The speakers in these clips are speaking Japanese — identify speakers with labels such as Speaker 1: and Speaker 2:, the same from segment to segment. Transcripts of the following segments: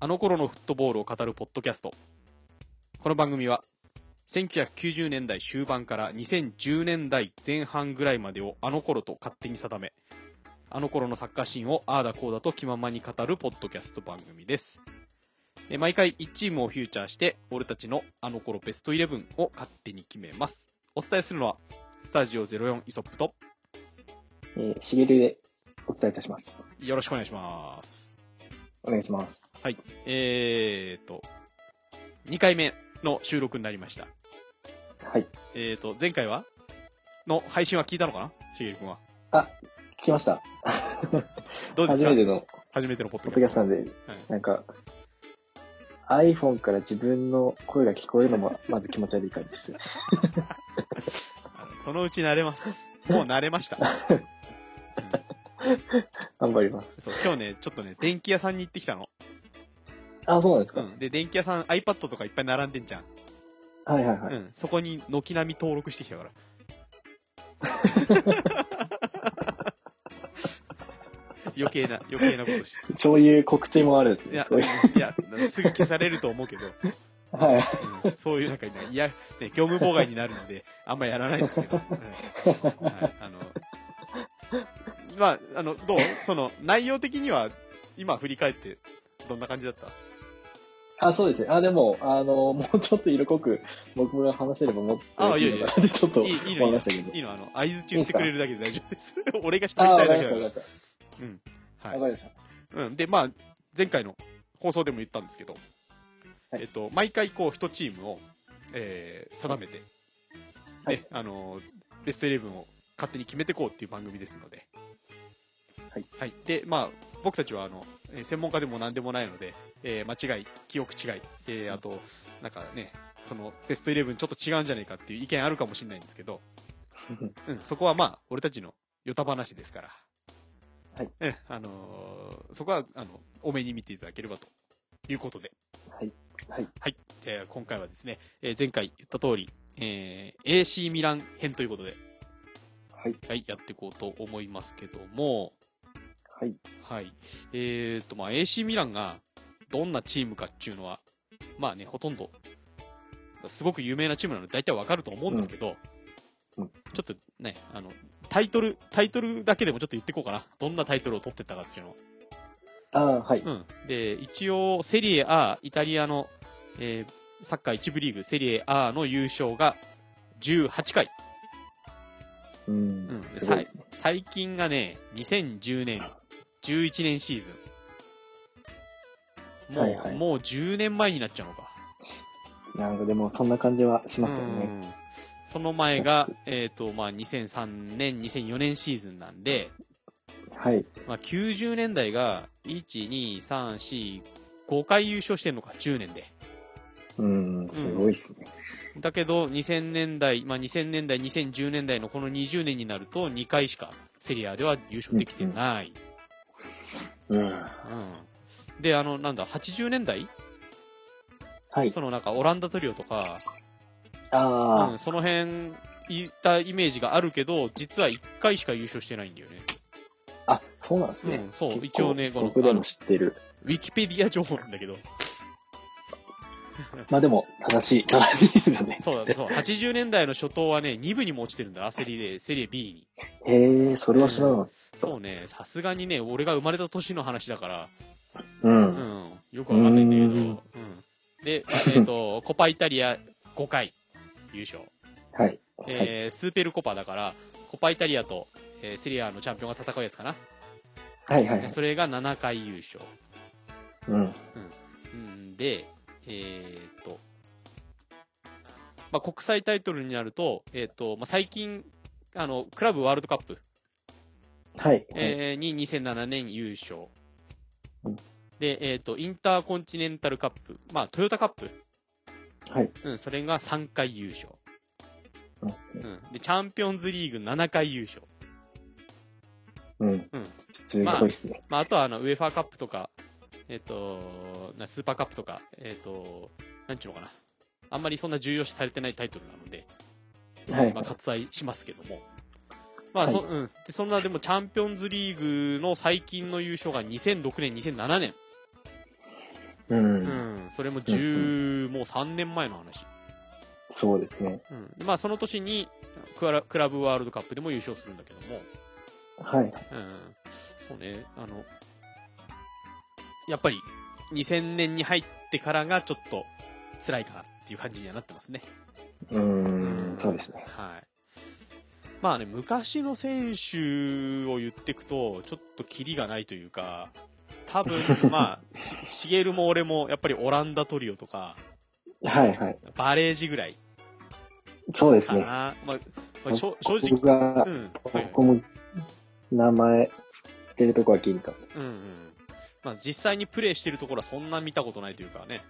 Speaker 1: あの頃のフットボールを語るポッドキャスト。この番組は、1990年代終盤から2010年代前半ぐらいまでをあの頃と勝手に定め、あの頃のサッカーシーンをああだこうだと気ままに語るポッドキャスト番組です。で毎回1チームをフューチャーして、俺たちのあの頃ベストイレブンを勝手に決めます。お伝えするのは、スタジオ04イソップと、
Speaker 2: えー、しげるでお伝えいたします。
Speaker 1: よろしくお願いします。
Speaker 2: お願いします。
Speaker 1: はい。えーと、2回目の収録になりました。
Speaker 2: はい。
Speaker 1: えーと、前回はの配信は聞いたのかなしげるくんは。
Speaker 2: 来ました。
Speaker 1: どうです
Speaker 2: 初
Speaker 1: か
Speaker 2: めての
Speaker 1: 初めてのポッ
Speaker 2: ポ
Speaker 1: ド
Speaker 2: ッド
Speaker 1: キ
Speaker 2: キ
Speaker 1: ャ
Speaker 2: ャ
Speaker 1: スト。
Speaker 2: ストなんで、
Speaker 1: はい
Speaker 2: なんか、iPhone から自分の声が聞こえるのも、まず気持ち悪い感じです。
Speaker 1: あのそのうち慣れ ます。もう慣れました。うん
Speaker 2: 頑張ります。
Speaker 1: そう、今日ね、ちょっとね、電気屋さんに行ってきたの。
Speaker 2: あ、そうなんです
Speaker 1: う
Speaker 2: か、
Speaker 1: ん。で、電気屋さん iPad とかいっぱい並んでんじゃん。
Speaker 2: はいはいはい。
Speaker 1: うん。そこに軒並み登録してきたから。 余計な、余計なことして。
Speaker 2: そういう告知もあるんです
Speaker 1: い
Speaker 2: ね
Speaker 1: や。
Speaker 2: そういう。、
Speaker 1: いや、すぐ消されると思うけど、
Speaker 2: はい。
Speaker 1: うんそういうなんかね、いや、ね、業務妨害になるので、あんまやらないんですけど、うんはい、あの、まあ、あの、どうその、内容的には、今振り返って、どんな感じだった
Speaker 2: あ、そうですね。あ、でも、あの、もうちょっと色濃く、僕が話せればもっと
Speaker 1: あいやいや
Speaker 2: のかなってちょっと
Speaker 1: いい
Speaker 2: 思
Speaker 1: いい
Speaker 2: い
Speaker 1: の
Speaker 2: ましたけど。
Speaker 1: いいのあの、合図中打ってくれるだけで大丈夫です。 俺が喋
Speaker 2: あ、
Speaker 1: りた
Speaker 2: わ
Speaker 1: い
Speaker 2: か
Speaker 1: だ
Speaker 2: り
Speaker 1: け
Speaker 2: まし
Speaker 1: だか
Speaker 2: た、わからりまし。
Speaker 1: うん。
Speaker 2: た。
Speaker 1: は
Speaker 2: わ
Speaker 1: い
Speaker 2: か。りました。
Speaker 1: うん、で、まあ、前回の放送でも言ったんですけど、
Speaker 2: はい
Speaker 1: えっと、毎回こう、一チームを、えー定めて、
Speaker 2: はい
Speaker 1: ねあのーベストイレブンを勝手に決めていこうっていう番組ですので、
Speaker 2: はい。
Speaker 1: で、まあ、僕たちは、あの、えー専門家でも何でもないので、えー間違い、記憶違い、えーあと、なんかね、その、ベストイレブンちょっと違うんじゃないかっていう意見あるかもしれないんですけど、 うん、そこはまあ、俺たちのヨタ話ですから。
Speaker 2: はい。
Speaker 1: うん、あのーそこは、あの、多めに見ていただければということで。
Speaker 2: はい。はい。
Speaker 1: はい。じゃあ、今回はですね、えー前回言った通り、えー AC ミラン編ということで、
Speaker 2: はい。
Speaker 1: はい、やっていこうと思いますけども、
Speaker 2: はい。
Speaker 1: はい。えーと、まあ、AC ミランが、どんなチームかっていうのは、まあね、ほとんど、すごく有名なチームなので大体わかると思うんですけど、
Speaker 2: うんうん
Speaker 1: ちょっとね、あの、タイトル、タイトルだけでもちょっと言っていこうかな。どんなタイトルを取ってったかっていうのを。
Speaker 2: あ、はい。
Speaker 1: うん。で、一応、セリエ A、イタリアの、えーサッカー1部リーグ、セリエ A の優勝が18回。
Speaker 2: う
Speaker 1: うんん。。
Speaker 2: すごいですね。
Speaker 1: さい最近がね、2010年、11年シーズン。もう、
Speaker 2: はいはい
Speaker 1: もう10年前になっちゃうのか。
Speaker 2: なんかでも、そんな感じはしますよ
Speaker 1: う
Speaker 2: ね。
Speaker 1: んその前が、えっ、と、まあ、2003年、2004年シーズンなんで、
Speaker 2: はい。
Speaker 1: まあ、90年代が、1、2、3、4、5回優勝してんのか、10年で。
Speaker 2: うん、すごいっすね。
Speaker 1: だけど、2000年代、まあ、2000年代、2010年代のこの20年になると、2回しかセリアでは優勝できてない。
Speaker 2: うん。
Speaker 1: うん。で、あの、なんだ、80年代
Speaker 2: はい
Speaker 1: そ。のなんか、オランダトリオとか、う
Speaker 2: あ
Speaker 1: ん、その辺、いたイメージがあるけど、実は1回しか優勝してないんだよね。
Speaker 2: あ、あ、そうなんですね。
Speaker 1: うん、そう、
Speaker 2: 結
Speaker 1: 一
Speaker 2: 構
Speaker 1: 応ね、この、
Speaker 2: 僕で
Speaker 1: あ
Speaker 2: も
Speaker 1: の
Speaker 2: 知ってる。
Speaker 1: ウィキペディア情報なんだけど、
Speaker 2: まあでも、正しい、正しいですよね。
Speaker 1: そうだ、そう、80年代の初頭はね、2部にも落ちてるんだ、セリエ、セリエ B に。
Speaker 2: へえ、それは知らなかっ
Speaker 1: そうね、さすがにね、俺が生まれた年の話だから、
Speaker 2: た。う。
Speaker 1: うんん、よくわかんないんだけど、
Speaker 2: う
Speaker 1: うんん。で、えっ、と、 コパイタリア5回優勝。
Speaker 2: はい。はい。
Speaker 1: えースーペルコパだから、コパイタリアと、えーセリアのチャンピオンが戦うやつかな。
Speaker 2: はいはいはい。
Speaker 1: それが7回優勝。
Speaker 2: うん。
Speaker 1: うんで、えーっと、まあ、国際タイトルになると、えーっと、まあ、最近、あの、クラブワールドカップ、
Speaker 2: はい。
Speaker 1: えーに2007年優勝
Speaker 2: うん。
Speaker 1: で、えーっと、インターコンチネンタルカップ、まあ、トヨタカップ、
Speaker 2: はい。
Speaker 1: うん、それが3回優勝。
Speaker 2: うん
Speaker 1: うん。で、チャンピオンズリーグ7回優勝。
Speaker 2: うん
Speaker 1: うん。
Speaker 2: すごいっすね。
Speaker 1: まあ、あとは、あの、ウェファーカップとか、えっ、と、なスーパーカップとか、えっ、と、なんちゅうのかな。あんまりそんな重要視されてないタイトルなので、
Speaker 2: はい
Speaker 1: まあ、。割愛しますけども。まあ、そ、
Speaker 2: は
Speaker 1: うん。で、そんな、でも、チャンピオンズリーグの最近の優勝が2006年、2007年。
Speaker 2: う。
Speaker 1: うんん、それも10、もう3年前の話。
Speaker 2: そうですね。
Speaker 1: うん、でまあその年にクラクラブワールドカップでも優勝するんだけども、
Speaker 2: はい。
Speaker 1: うん、そうね、あの、やっぱり2000年に入ってからがちょっと辛いかなっていう感じにはなってますね。
Speaker 2: うーん、そうですね。
Speaker 1: はい。まあね、昔の選手を言ってくと、ちょっとキリがないというか、多分、まあ、しげるも俺も、やっぱりオランダトリオとか、
Speaker 2: はいはい。
Speaker 1: バレージぐらい
Speaker 2: そうです
Speaker 1: か
Speaker 2: ね。
Speaker 1: な。まあ、まあしょ正直、
Speaker 2: 僕が
Speaker 1: う、ん、は
Speaker 2: こ
Speaker 1: い
Speaker 2: こも、名前、知ってるとこは聞いた。
Speaker 1: うんうん。まあ、実際にプレーしてるところはそんな見たことないというかね、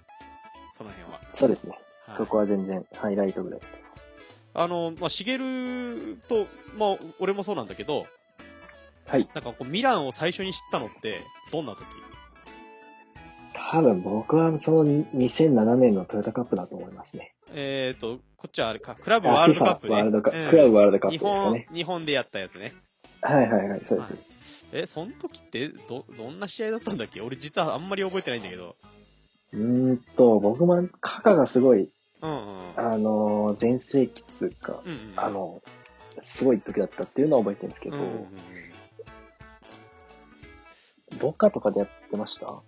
Speaker 1: その辺は。
Speaker 2: そうですね。
Speaker 1: はい
Speaker 2: そこは全然、ハイライトぐらい。
Speaker 1: あの、まあ、しげると、まあ、俺もそうなんだけど、
Speaker 2: はい。
Speaker 1: なんかこう、ミランを最初に知ったのって、どんな時
Speaker 2: 多分僕はその2007年のトヨタカップだと思いますね。
Speaker 1: えっ、と、こっちはあれか、クラブワールドカップね。
Speaker 2: あ FIFA ワールドカッ
Speaker 1: う
Speaker 2: プ、
Speaker 1: ん
Speaker 2: クラブワールドカップ
Speaker 1: 日
Speaker 2: ですか
Speaker 1: 本
Speaker 2: ね。、
Speaker 1: 日本でやったやつね。
Speaker 2: はいはいはい、そうで
Speaker 1: はい
Speaker 2: す。
Speaker 1: え、その時って、ど、どんな試合だったんだっけ俺実はあんまり覚えてないんだけど。
Speaker 2: うーんと、僕もカカがすごい、
Speaker 1: うんうん。
Speaker 2: あのー、全盛期っつうか、
Speaker 1: うんうん。
Speaker 2: あのー、すごい時だったっていうのは覚えてるんですけ
Speaker 1: うん
Speaker 2: ど
Speaker 1: うん、うん、
Speaker 2: ボカとかでやってました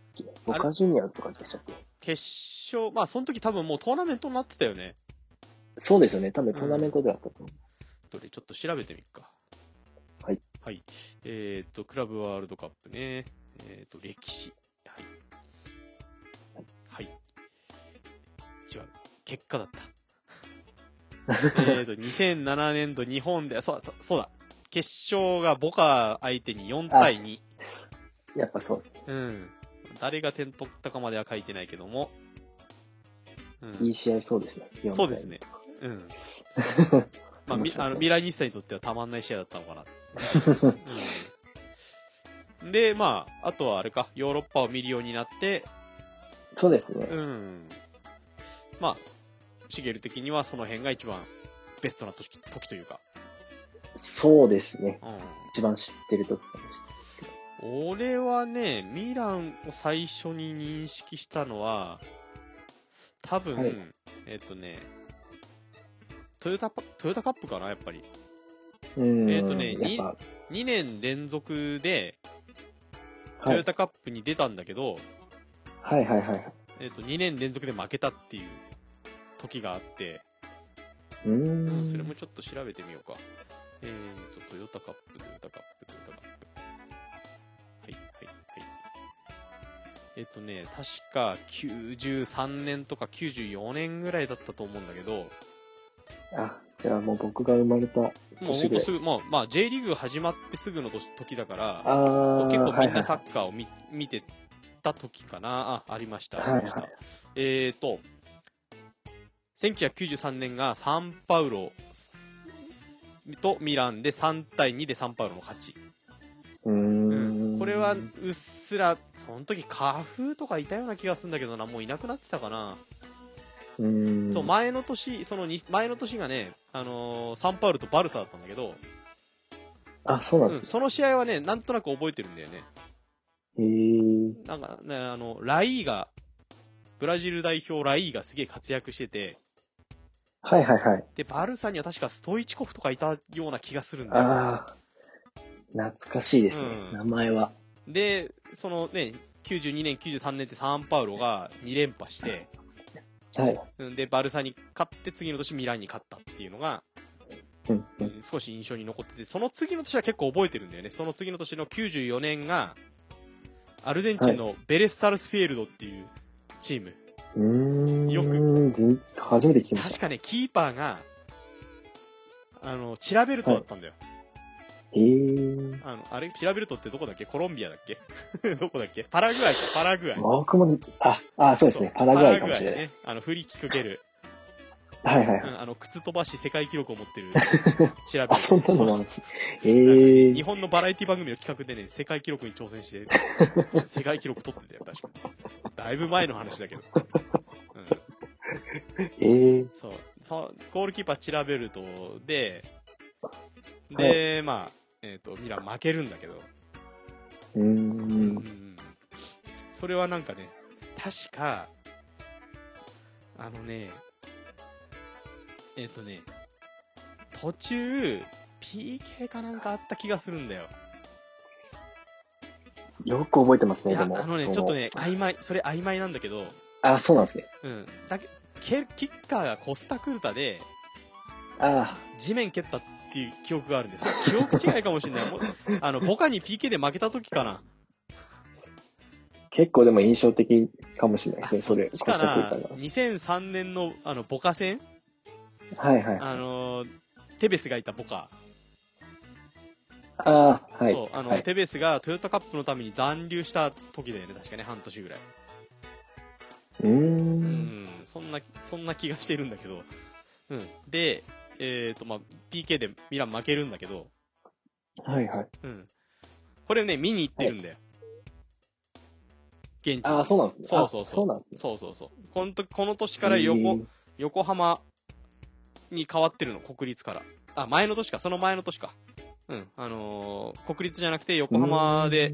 Speaker 2: ボカジュニアーズとかでしたっけ
Speaker 1: 決勝、まあ、その時多分もうトーナメントになってたよね。
Speaker 2: そうですよね、多分トーナメントであったと思う。
Speaker 1: どれちょっと調べてみっか。
Speaker 2: はい。
Speaker 1: はい。えっ、と、クラブワールドカップね。えっ、と、歴史。はい。はい。違う。結果だ った。えっと、2007年度日本で、そうだ、そうだ。決勝がボカ相手に4対2。
Speaker 2: やっぱそうです。
Speaker 1: うん。誰が点取ったかまでは書いてないけども。う
Speaker 2: いい
Speaker 1: ん。
Speaker 2: 試合そうですね。4対
Speaker 1: そうですね。うん。まあ、みあの未来日産にとってはたまんない試合だったのかな。うんで、まあ、あとはあれか、ヨーロッパを見るようになって、
Speaker 2: そうですね
Speaker 1: う。ん。まあ、シゲル的にはその辺が一番ベストな時時というか。
Speaker 2: そうですね。
Speaker 1: う
Speaker 2: 一番知ってる時かもし
Speaker 1: ん。俺はね、ミランを最初に認識したのは、多分、
Speaker 2: はい
Speaker 1: えっとね、トヨタパ、トヨタカップかな、やっぱり。
Speaker 2: れない。うーん。
Speaker 1: えーとねに
Speaker 2: やっ
Speaker 1: 2年連続で、
Speaker 2: ぱ、
Speaker 1: ト
Speaker 2: は
Speaker 1: ヨ
Speaker 2: い、
Speaker 1: タカップに出たんだけど、
Speaker 2: はいはいはい。
Speaker 1: えっ、と、2年連続で負けたっていう時があって、
Speaker 2: うー。
Speaker 1: うんん、それもちょっと調べてみようか。えっ、と、トヨタカップ、トヨタカップ、トヨタカップ。はい、はい、はい。えっ、とね、確か93年とか94年ぐらいだったと思うんだけど、
Speaker 2: あ、じゃあもう僕が生まれた。
Speaker 1: もうほんとすぐ、まあ、まあ、J リーグ始まってすぐの年時だから、
Speaker 2: ああ、
Speaker 1: 結構みんなサ
Speaker 2: は
Speaker 1: ッカーを見,、見てた時かな。あ、ありました、
Speaker 2: はいはい
Speaker 1: ありました。えっ、と、1993年がサンパウロとミランで3対2でサンパウロの勝ち。
Speaker 2: いはい、うーん。
Speaker 1: これはうっすら、その時カフとかいたような気がするんだけどな、もういなくなってたかな。
Speaker 2: うーん。
Speaker 1: そう、前の年、そのに前の年がね、あのーサンパウロとバルサだったんだけど、
Speaker 2: あ、そうなん
Speaker 1: うん、
Speaker 2: です
Speaker 1: その試合はね、なんとなく覚えてるんだよね。
Speaker 2: ね。へえ。
Speaker 1: なんかね、あの、ライーが、ブラジル代表ライーがすげえ活躍してて、
Speaker 2: はいはいはい。
Speaker 1: で、バルサには確かストイチコフとかいたような気がするんだよ。
Speaker 2: ああ、懐かしいですね。
Speaker 1: うん
Speaker 2: 名前は。
Speaker 1: で、そのね、92年、93年ってサンパウロが2連覇して、
Speaker 2: はい。
Speaker 1: うんで、バルサに勝って、次の年ミランに勝ったっていうのが、
Speaker 2: うん。
Speaker 1: う
Speaker 2: うん
Speaker 1: ん少し印象に残ってて、その次の年は結構覚えてるんだよね。その次の年の94年が、アルゼンチンのベレスタルスフィールドっていうチーム。
Speaker 2: うーん。
Speaker 1: よ
Speaker 2: く。初めて聞きまし
Speaker 1: 確かね、キーパーが、あの、チラベルトだったんだよ。
Speaker 2: た。へえ。
Speaker 1: あの、あれチラベルトってどこだっけコ ロンビアだっけどこだっけパラグアイか、パラグアイ。
Speaker 2: 僕も、あ、あ、そうですね。パラグアイかもしれないです。
Speaker 1: ね。あの、フリーキック蹴る。
Speaker 2: はいはいうはい。
Speaker 1: ん、あの、靴飛ばし世界記録を持 ってる、チラベ
Speaker 2: あ、
Speaker 1: ル
Speaker 2: そんな
Speaker 1: ト。
Speaker 2: のもあ
Speaker 1: そ
Speaker 2: るん
Speaker 1: う
Speaker 2: です。へ
Speaker 1: 日
Speaker 2: え。
Speaker 1: 本のバラエティ番組の企画でね、世界記 録に挑戦して、世界記録取ってたよ、確か。だいぶ前の話だけど。うん、
Speaker 2: ええ。
Speaker 1: そう。そう、ゴールキーパーチラベルトで、で、まあ、えっ、と、ミラン負けるんだけど、
Speaker 2: うー。
Speaker 1: うんんそれはなんかね、確か、あのね、えっ、とね、途中、PK かなんかあった気がするんだよ。
Speaker 2: よく覚えてます
Speaker 1: い
Speaker 2: ね、
Speaker 1: や、
Speaker 2: で
Speaker 1: あ
Speaker 2: も。
Speaker 1: のね、
Speaker 2: そ
Speaker 1: ちょっとね、曖昧、それ曖昧なんだけど、
Speaker 2: あ、そうなんですね。
Speaker 1: うん。だけけキッカーがコスタクルタで、
Speaker 2: あ
Speaker 1: 地面蹴ったっていう記憶があるんですよ。記憶違いかもしれない。もうあの、ボカに PK で負けた時かな。
Speaker 2: 結構でも印象的かもしれないですね、
Speaker 1: あそ
Speaker 2: そ
Speaker 1: っ
Speaker 2: れ。
Speaker 1: ちか
Speaker 2: コスタク
Speaker 1: な
Speaker 2: リカが
Speaker 1: 2003年のあのボカ戦
Speaker 2: はいはい。
Speaker 1: あのーテベスがいたボカ、
Speaker 2: ああ、はい。
Speaker 1: そうあの、
Speaker 2: はい
Speaker 1: テベスがトヨタカップのために残留した時だよね確かね半年ぐらいうう
Speaker 2: ー。
Speaker 1: んんそんなそんな気がしてるんだけど、うん、でえっ、とまあ PK でミラン負けるんだけど、
Speaker 2: はいはい。
Speaker 1: うん、これね見に行ってるんだよ、現地
Speaker 2: ああ、そうなんですね。
Speaker 1: そうそうそう
Speaker 2: あそうなんですね。
Speaker 1: そうそうそうこの時この年から横、
Speaker 2: うん
Speaker 1: 横浜に変わってるの、国立から。あ、前の年か、その前の年か。うん、あのー国立じゃなくて横浜で、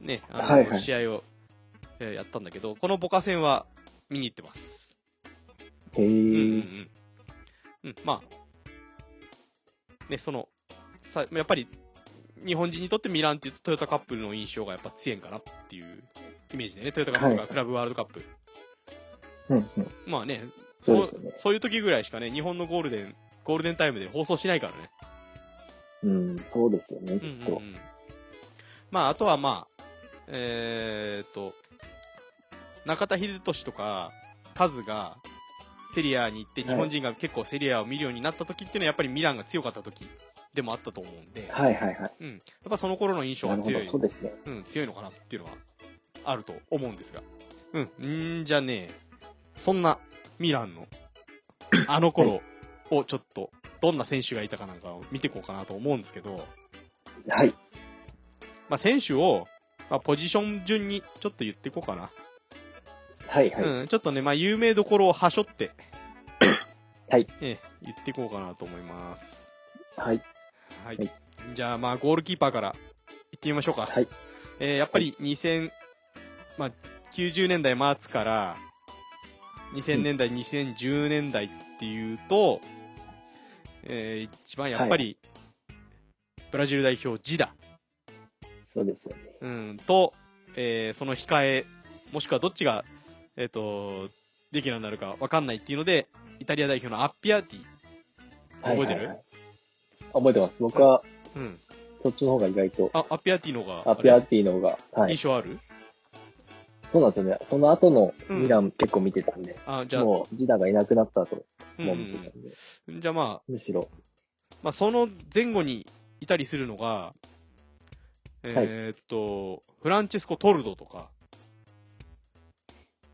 Speaker 1: ね、あのー
Speaker 2: はいはい
Speaker 1: 試合を、えーやったんだけど、このボカ戦は見に行ってます。
Speaker 2: へ
Speaker 1: うんうんう
Speaker 2: え。
Speaker 1: ん。うん、まあ、ね、その、さやっぱり、日本人にとってミランっていうとトヨタカップルの印象がやっぱ強いんかなっていうイメージでね、トヨタカップル
Speaker 2: は
Speaker 1: がクラブワールドカップ。
Speaker 2: うんうん。
Speaker 1: まあね、
Speaker 2: そう
Speaker 1: そ
Speaker 2: です
Speaker 1: う
Speaker 2: よね
Speaker 1: そういう時ぐらいしかね、日本のゴールデン、ゴールデンタイムで放送しないからね。
Speaker 2: うん、そうですよね、
Speaker 1: う
Speaker 2: き
Speaker 1: ん
Speaker 2: っ
Speaker 1: うんう
Speaker 2: と。
Speaker 1: ん。まあ、あとはまあ、えーっと、中田秀俊とか、カズが、セリアに行って、
Speaker 2: はい
Speaker 1: 日本人が結構セリアを見るようになった時っていうのは、やっぱりミランが強かった時でもあったと思うんで、やっ
Speaker 2: はいはいは
Speaker 1: ぱその頃の印
Speaker 2: い。
Speaker 1: 象
Speaker 2: な
Speaker 1: が
Speaker 2: る
Speaker 1: 強
Speaker 2: ほど、
Speaker 1: い
Speaker 2: そう、ですね。
Speaker 1: うん、強いのかなっていうのは、あると思うんですが。うん、んじゃねえ。そんな、ミランの、あの頃をちょっと、どんな選手がいたかなんかを見ていこうかなと思うんですけど、
Speaker 2: はい。
Speaker 1: まあ、選手を、まあ、ポジション順にちょっと言っていこうかな。
Speaker 2: はいはい。
Speaker 1: うん、ちょっとね、まあ、有名どころをはしょって、
Speaker 2: はい。
Speaker 1: ええ、言っていこうかなと思います。
Speaker 2: はい。
Speaker 1: はい。
Speaker 2: はい
Speaker 1: じゃあ、まあ、ゴールキーパーから行ってみましょうか。
Speaker 2: はい。
Speaker 1: えーやっぱり2000、まあ、90年代末から2000年代、2010年代っていうと、えー一番やっぱり、ブラジル代表ジダ、
Speaker 2: そうですよね。
Speaker 1: うん、と、えーその控え、もしくはどっちが、えっ、と、レギュラーになるかわかんないっていうので、イタリア代表のアッピアティ。
Speaker 2: はい
Speaker 1: 覚えて
Speaker 2: はい
Speaker 1: る
Speaker 2: はい覚えてます。僕は、
Speaker 1: うん。
Speaker 2: そっちの方が意外と、
Speaker 1: あ、アッピアティの方が、
Speaker 2: アッピアティの方が、
Speaker 1: あ
Speaker 2: は
Speaker 1: れ
Speaker 2: い。
Speaker 1: 印象ある
Speaker 2: そうなんですよね。その後の
Speaker 1: うん
Speaker 2: ミラン結構見てたんで、
Speaker 1: あ、じゃあ、
Speaker 2: もう、ジダがいなくなった後
Speaker 1: うんう
Speaker 2: も見てたん
Speaker 1: ん
Speaker 2: で、
Speaker 1: うん、じゃあまあ、
Speaker 2: むしろ、
Speaker 1: まあ、その前後にいたりするのが、えーっと、フランチェスコ・トルドとか、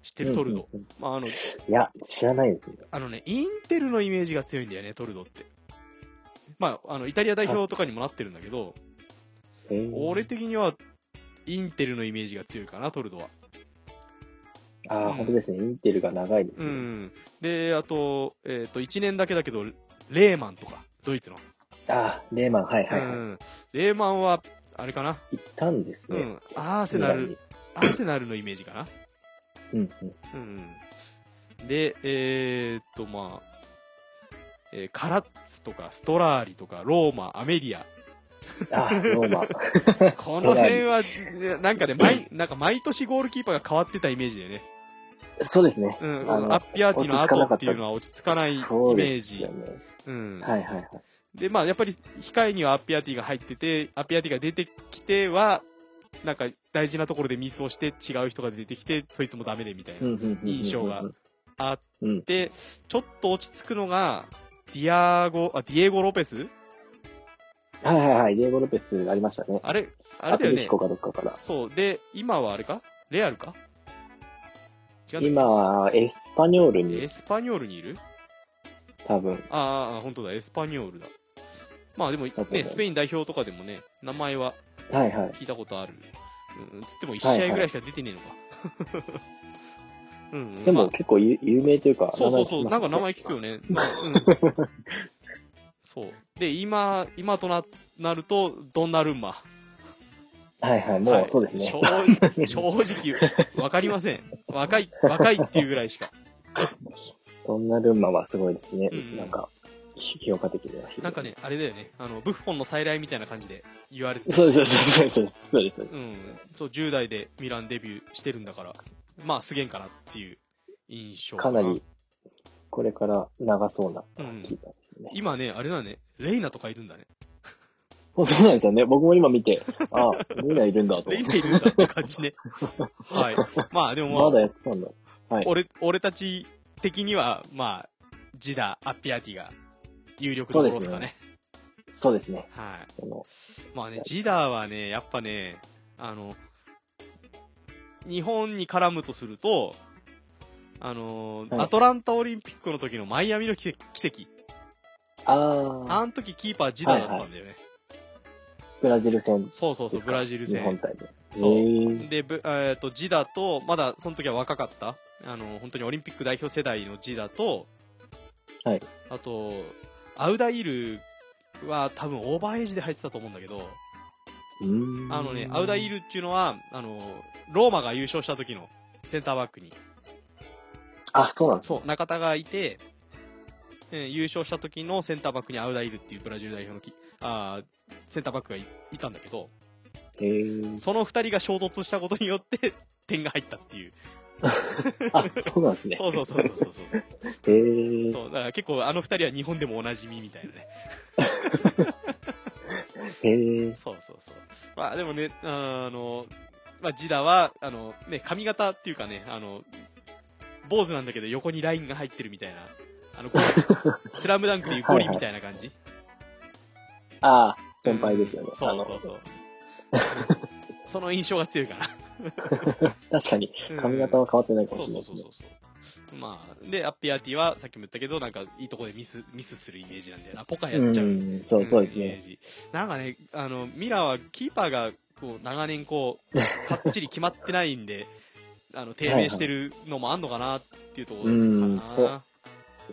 Speaker 1: 知ってるトルド。
Speaker 2: うんうん
Speaker 1: まあ、あの、
Speaker 2: うんいや、知らないですね。
Speaker 1: あのね、インテルのイメージが強いんだよね、トルドって。まあ、あの、イタリア代表とかにもなってるんだけど、
Speaker 2: えー
Speaker 1: 俺的には、インテルのイメージが強いかな、トルドは。
Speaker 2: ああ、
Speaker 1: うん
Speaker 2: 本当ですね。インテルが長いです
Speaker 1: う
Speaker 2: ね。
Speaker 1: ん。で、あと、えーっと、1年だけだけど、レーマンとか、ドイツの。
Speaker 2: ああ、レーマン、はいは
Speaker 1: う
Speaker 2: い、は
Speaker 1: ん。レーマンは、あれかな。
Speaker 2: い。行ったんです
Speaker 1: う
Speaker 2: ね。
Speaker 1: ん。アーセナル
Speaker 2: ミ、
Speaker 1: アーセナルのイメージかな。
Speaker 2: ランに。うん、
Speaker 1: うん、で、えーっと、まあ、えーカラッツとか、ストラーリとか、ローマ、アメリア。
Speaker 2: うん。ああ、ローマ。
Speaker 1: この辺は、ねなんかね、毎、なんか毎年ゴールキーパーが変わってたイメージだよね。
Speaker 2: そうですね。
Speaker 1: うん、
Speaker 2: あの
Speaker 1: アッピアーティの後っていうのは落ち着かないイメ
Speaker 2: そうで
Speaker 1: ー
Speaker 2: す
Speaker 1: ジ。
Speaker 2: よ
Speaker 1: う
Speaker 2: ね。
Speaker 1: ん。
Speaker 2: はいはいはい。
Speaker 1: で、まあ、やっぱり、控えにはアッピアーティが入ってて、アッピアーティが出てきては、なんか大事なところでミスをして違う人が出てきて、そいつもダメでみたいな。
Speaker 2: うんうんうんうんうん
Speaker 1: 印象があっ
Speaker 2: うん。
Speaker 1: で、ちょっと落ち着くのが、ディアゴ、あ、ディエゴ・ロペス
Speaker 2: はいはいはい。ディエゴ・ロペスありましたね。
Speaker 1: あれ、あれだよ
Speaker 2: アトレ
Speaker 1: ね
Speaker 2: ティ。コかどっかから。
Speaker 1: そう。で、今はあれかレアルか違うんだっ
Speaker 2: 今は、エスパニョール
Speaker 1: け
Speaker 2: に
Speaker 1: エスパニョールにいる
Speaker 2: 多分、
Speaker 1: あーあー、本当だ、エスパニョールだ。まあでも
Speaker 2: だと思
Speaker 1: ね、
Speaker 2: う
Speaker 1: スペイン代表とかでもね、名前は
Speaker 2: はいはい。
Speaker 1: 聞いたことある。うん、つっても1試合ぐらいしか出てねえのか。 うんうん、
Speaker 2: でも
Speaker 1: まあ
Speaker 2: 結構有有名というか、
Speaker 1: そうそうそう、
Speaker 2: 名
Speaker 1: なんか
Speaker 2: 前
Speaker 1: 名前
Speaker 2: 聞
Speaker 1: 聞くよね。まあうん、 そう。で、今、今とな、なると、ドンナルンマ。
Speaker 2: きますねはいはい、も
Speaker 1: は
Speaker 2: う
Speaker 1: い
Speaker 2: そうです
Speaker 1: 正
Speaker 2: ね。
Speaker 1: 正直、わかりません。若い、若いっていうぐらいしか。
Speaker 2: そんなルンマはすごいですね。
Speaker 1: うん
Speaker 2: なんか、ひ評価的では。
Speaker 1: なんかね、あれだよね。あの、ブッフォンの再来みたいな感じで言われてた。
Speaker 2: そうです、そうです、そうです。そうです、そう
Speaker 1: う
Speaker 2: で
Speaker 1: ん。そう、10代でミランデビューしてるんだから、まあ、すげえんかなっていう印象
Speaker 2: す。かなり、これから長そうな聞いたんですね。
Speaker 1: 今ね、あれだね、レイナとかいるんだね。
Speaker 2: もうそうなんですよね。僕も今見て、ああ、みんないるんだと
Speaker 1: レ
Speaker 2: 思
Speaker 1: イナ
Speaker 2: って。
Speaker 1: いるんだって感じね。はい。まあ、でもまあ、
Speaker 2: まだやってたんだ。はい。
Speaker 1: 俺、俺たち的には、まあ、ジダ、アッピアティが有力どころですかね。
Speaker 2: そうですね。
Speaker 1: はい。
Speaker 2: その
Speaker 1: まあね、ジダーはね、やっぱね、あの、日本に絡むとすると、あのー
Speaker 2: はい
Speaker 1: アトランタオリンピックの時のマイアミの奇跡、奇
Speaker 2: あ
Speaker 1: 跡
Speaker 2: あ、
Speaker 1: あの時キーパージダーだったんだよね。
Speaker 2: ブラジル戦。
Speaker 1: そうそうそう、ブラジル
Speaker 2: 日本
Speaker 1: 戦。
Speaker 2: 対で。
Speaker 1: そう
Speaker 2: へえ
Speaker 1: で、ぶえっ、と、ジダーと、まだその時は若かった、あの、本当にオリンピック代表世代のジダーと、
Speaker 2: はい
Speaker 1: あと、アウダイルは多分オーバーエイジで入ってたと思うんだけど、
Speaker 2: うーん
Speaker 1: あのね、アウダイルっていうのは、あの、ローマが優勝した時のセンターバックに、
Speaker 2: あ、そうなんです
Speaker 1: そう、中田がいて、えー優勝した時のセンターバックにアウダイルっていうブラジル代表のきあーセンターバックがいいたんだけど、
Speaker 2: へえ
Speaker 1: その二人が衝突したことによって、点が入ったっていう。
Speaker 2: あ、そうなんですね。
Speaker 1: そうそうそうそうそうそう。
Speaker 2: へえ
Speaker 1: そう、だから結構あの二人は日本でもおなじみみたいなね。
Speaker 2: へえ
Speaker 1: そうそうそう。まあでもね、あの、まあジダは、あの、ね、髪型っていうかね、あの、坊主なんだけど横にラインが入ってるみたいな。あの、ゴリ スラムダンクでいうゴリみたいな感じ。
Speaker 2: ああ、先輩ですよね。
Speaker 1: そ
Speaker 2: あ
Speaker 1: う
Speaker 2: の
Speaker 1: そう そう。その印象が強いかな。
Speaker 2: 確かに、
Speaker 1: うん
Speaker 2: 髪型は変わってないか
Speaker 1: そ
Speaker 2: も
Speaker 1: う
Speaker 2: しれな
Speaker 1: そ
Speaker 2: いうで
Speaker 1: そ
Speaker 2: す
Speaker 1: う
Speaker 2: ね
Speaker 1: そ。う。まあ、で、アッピアーティは、さっきも言ったけど、なんか、いいとこでミス、ミスするイメージなんだよな。ポカ やっちゃう。
Speaker 2: ん、そうそうです
Speaker 1: イメー
Speaker 2: ね。
Speaker 1: ジなんかね、あの、ミラーはキーパーが、こう、長年こ う、かっちり決まってないんで、あの、低迷してるのもあんのかなっていうところか
Speaker 2: うんそ
Speaker 1: な
Speaker 2: う。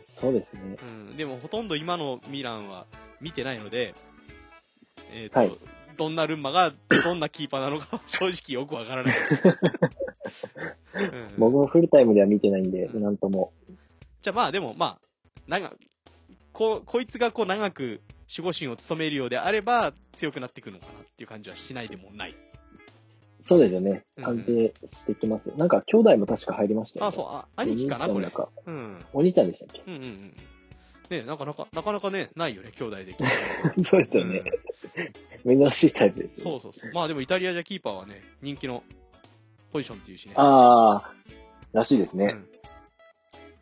Speaker 2: そうですね。
Speaker 1: うん、でもほとんど今のミランは見てないので、えっ、と、
Speaker 2: はい
Speaker 1: どんなルンマ が、どんなキーパーなのか正直よくわからないです。うん
Speaker 2: 僕もフルタイムでは見てないんで、なんとも。
Speaker 1: じゃあまあでもまあ、長、こ、こいつがこう長く守護神を務めるようであれば強くなってくるのかなっていう感じはしないでもない。
Speaker 2: そうですよね
Speaker 1: う。ん
Speaker 2: 安定してきます。なんか、兄弟も確か入りましたよね。
Speaker 1: あ、そう、あ、兄貴かな、こ
Speaker 2: お
Speaker 1: れ
Speaker 2: 兄ちゃんだ。か
Speaker 1: うん。うん
Speaker 2: お兄ちゃんでしたっ
Speaker 1: うんうん。ねなかなか、なかなかね、ないよね、兄弟で。
Speaker 2: けそうですよね。珍しいタイプですよね。
Speaker 1: そうそうそう。まあでもイタリアじゃキーパーはね、人気のポジションっていうしね。
Speaker 2: ああ、らしいです
Speaker 1: う
Speaker 2: ね。
Speaker 1: ん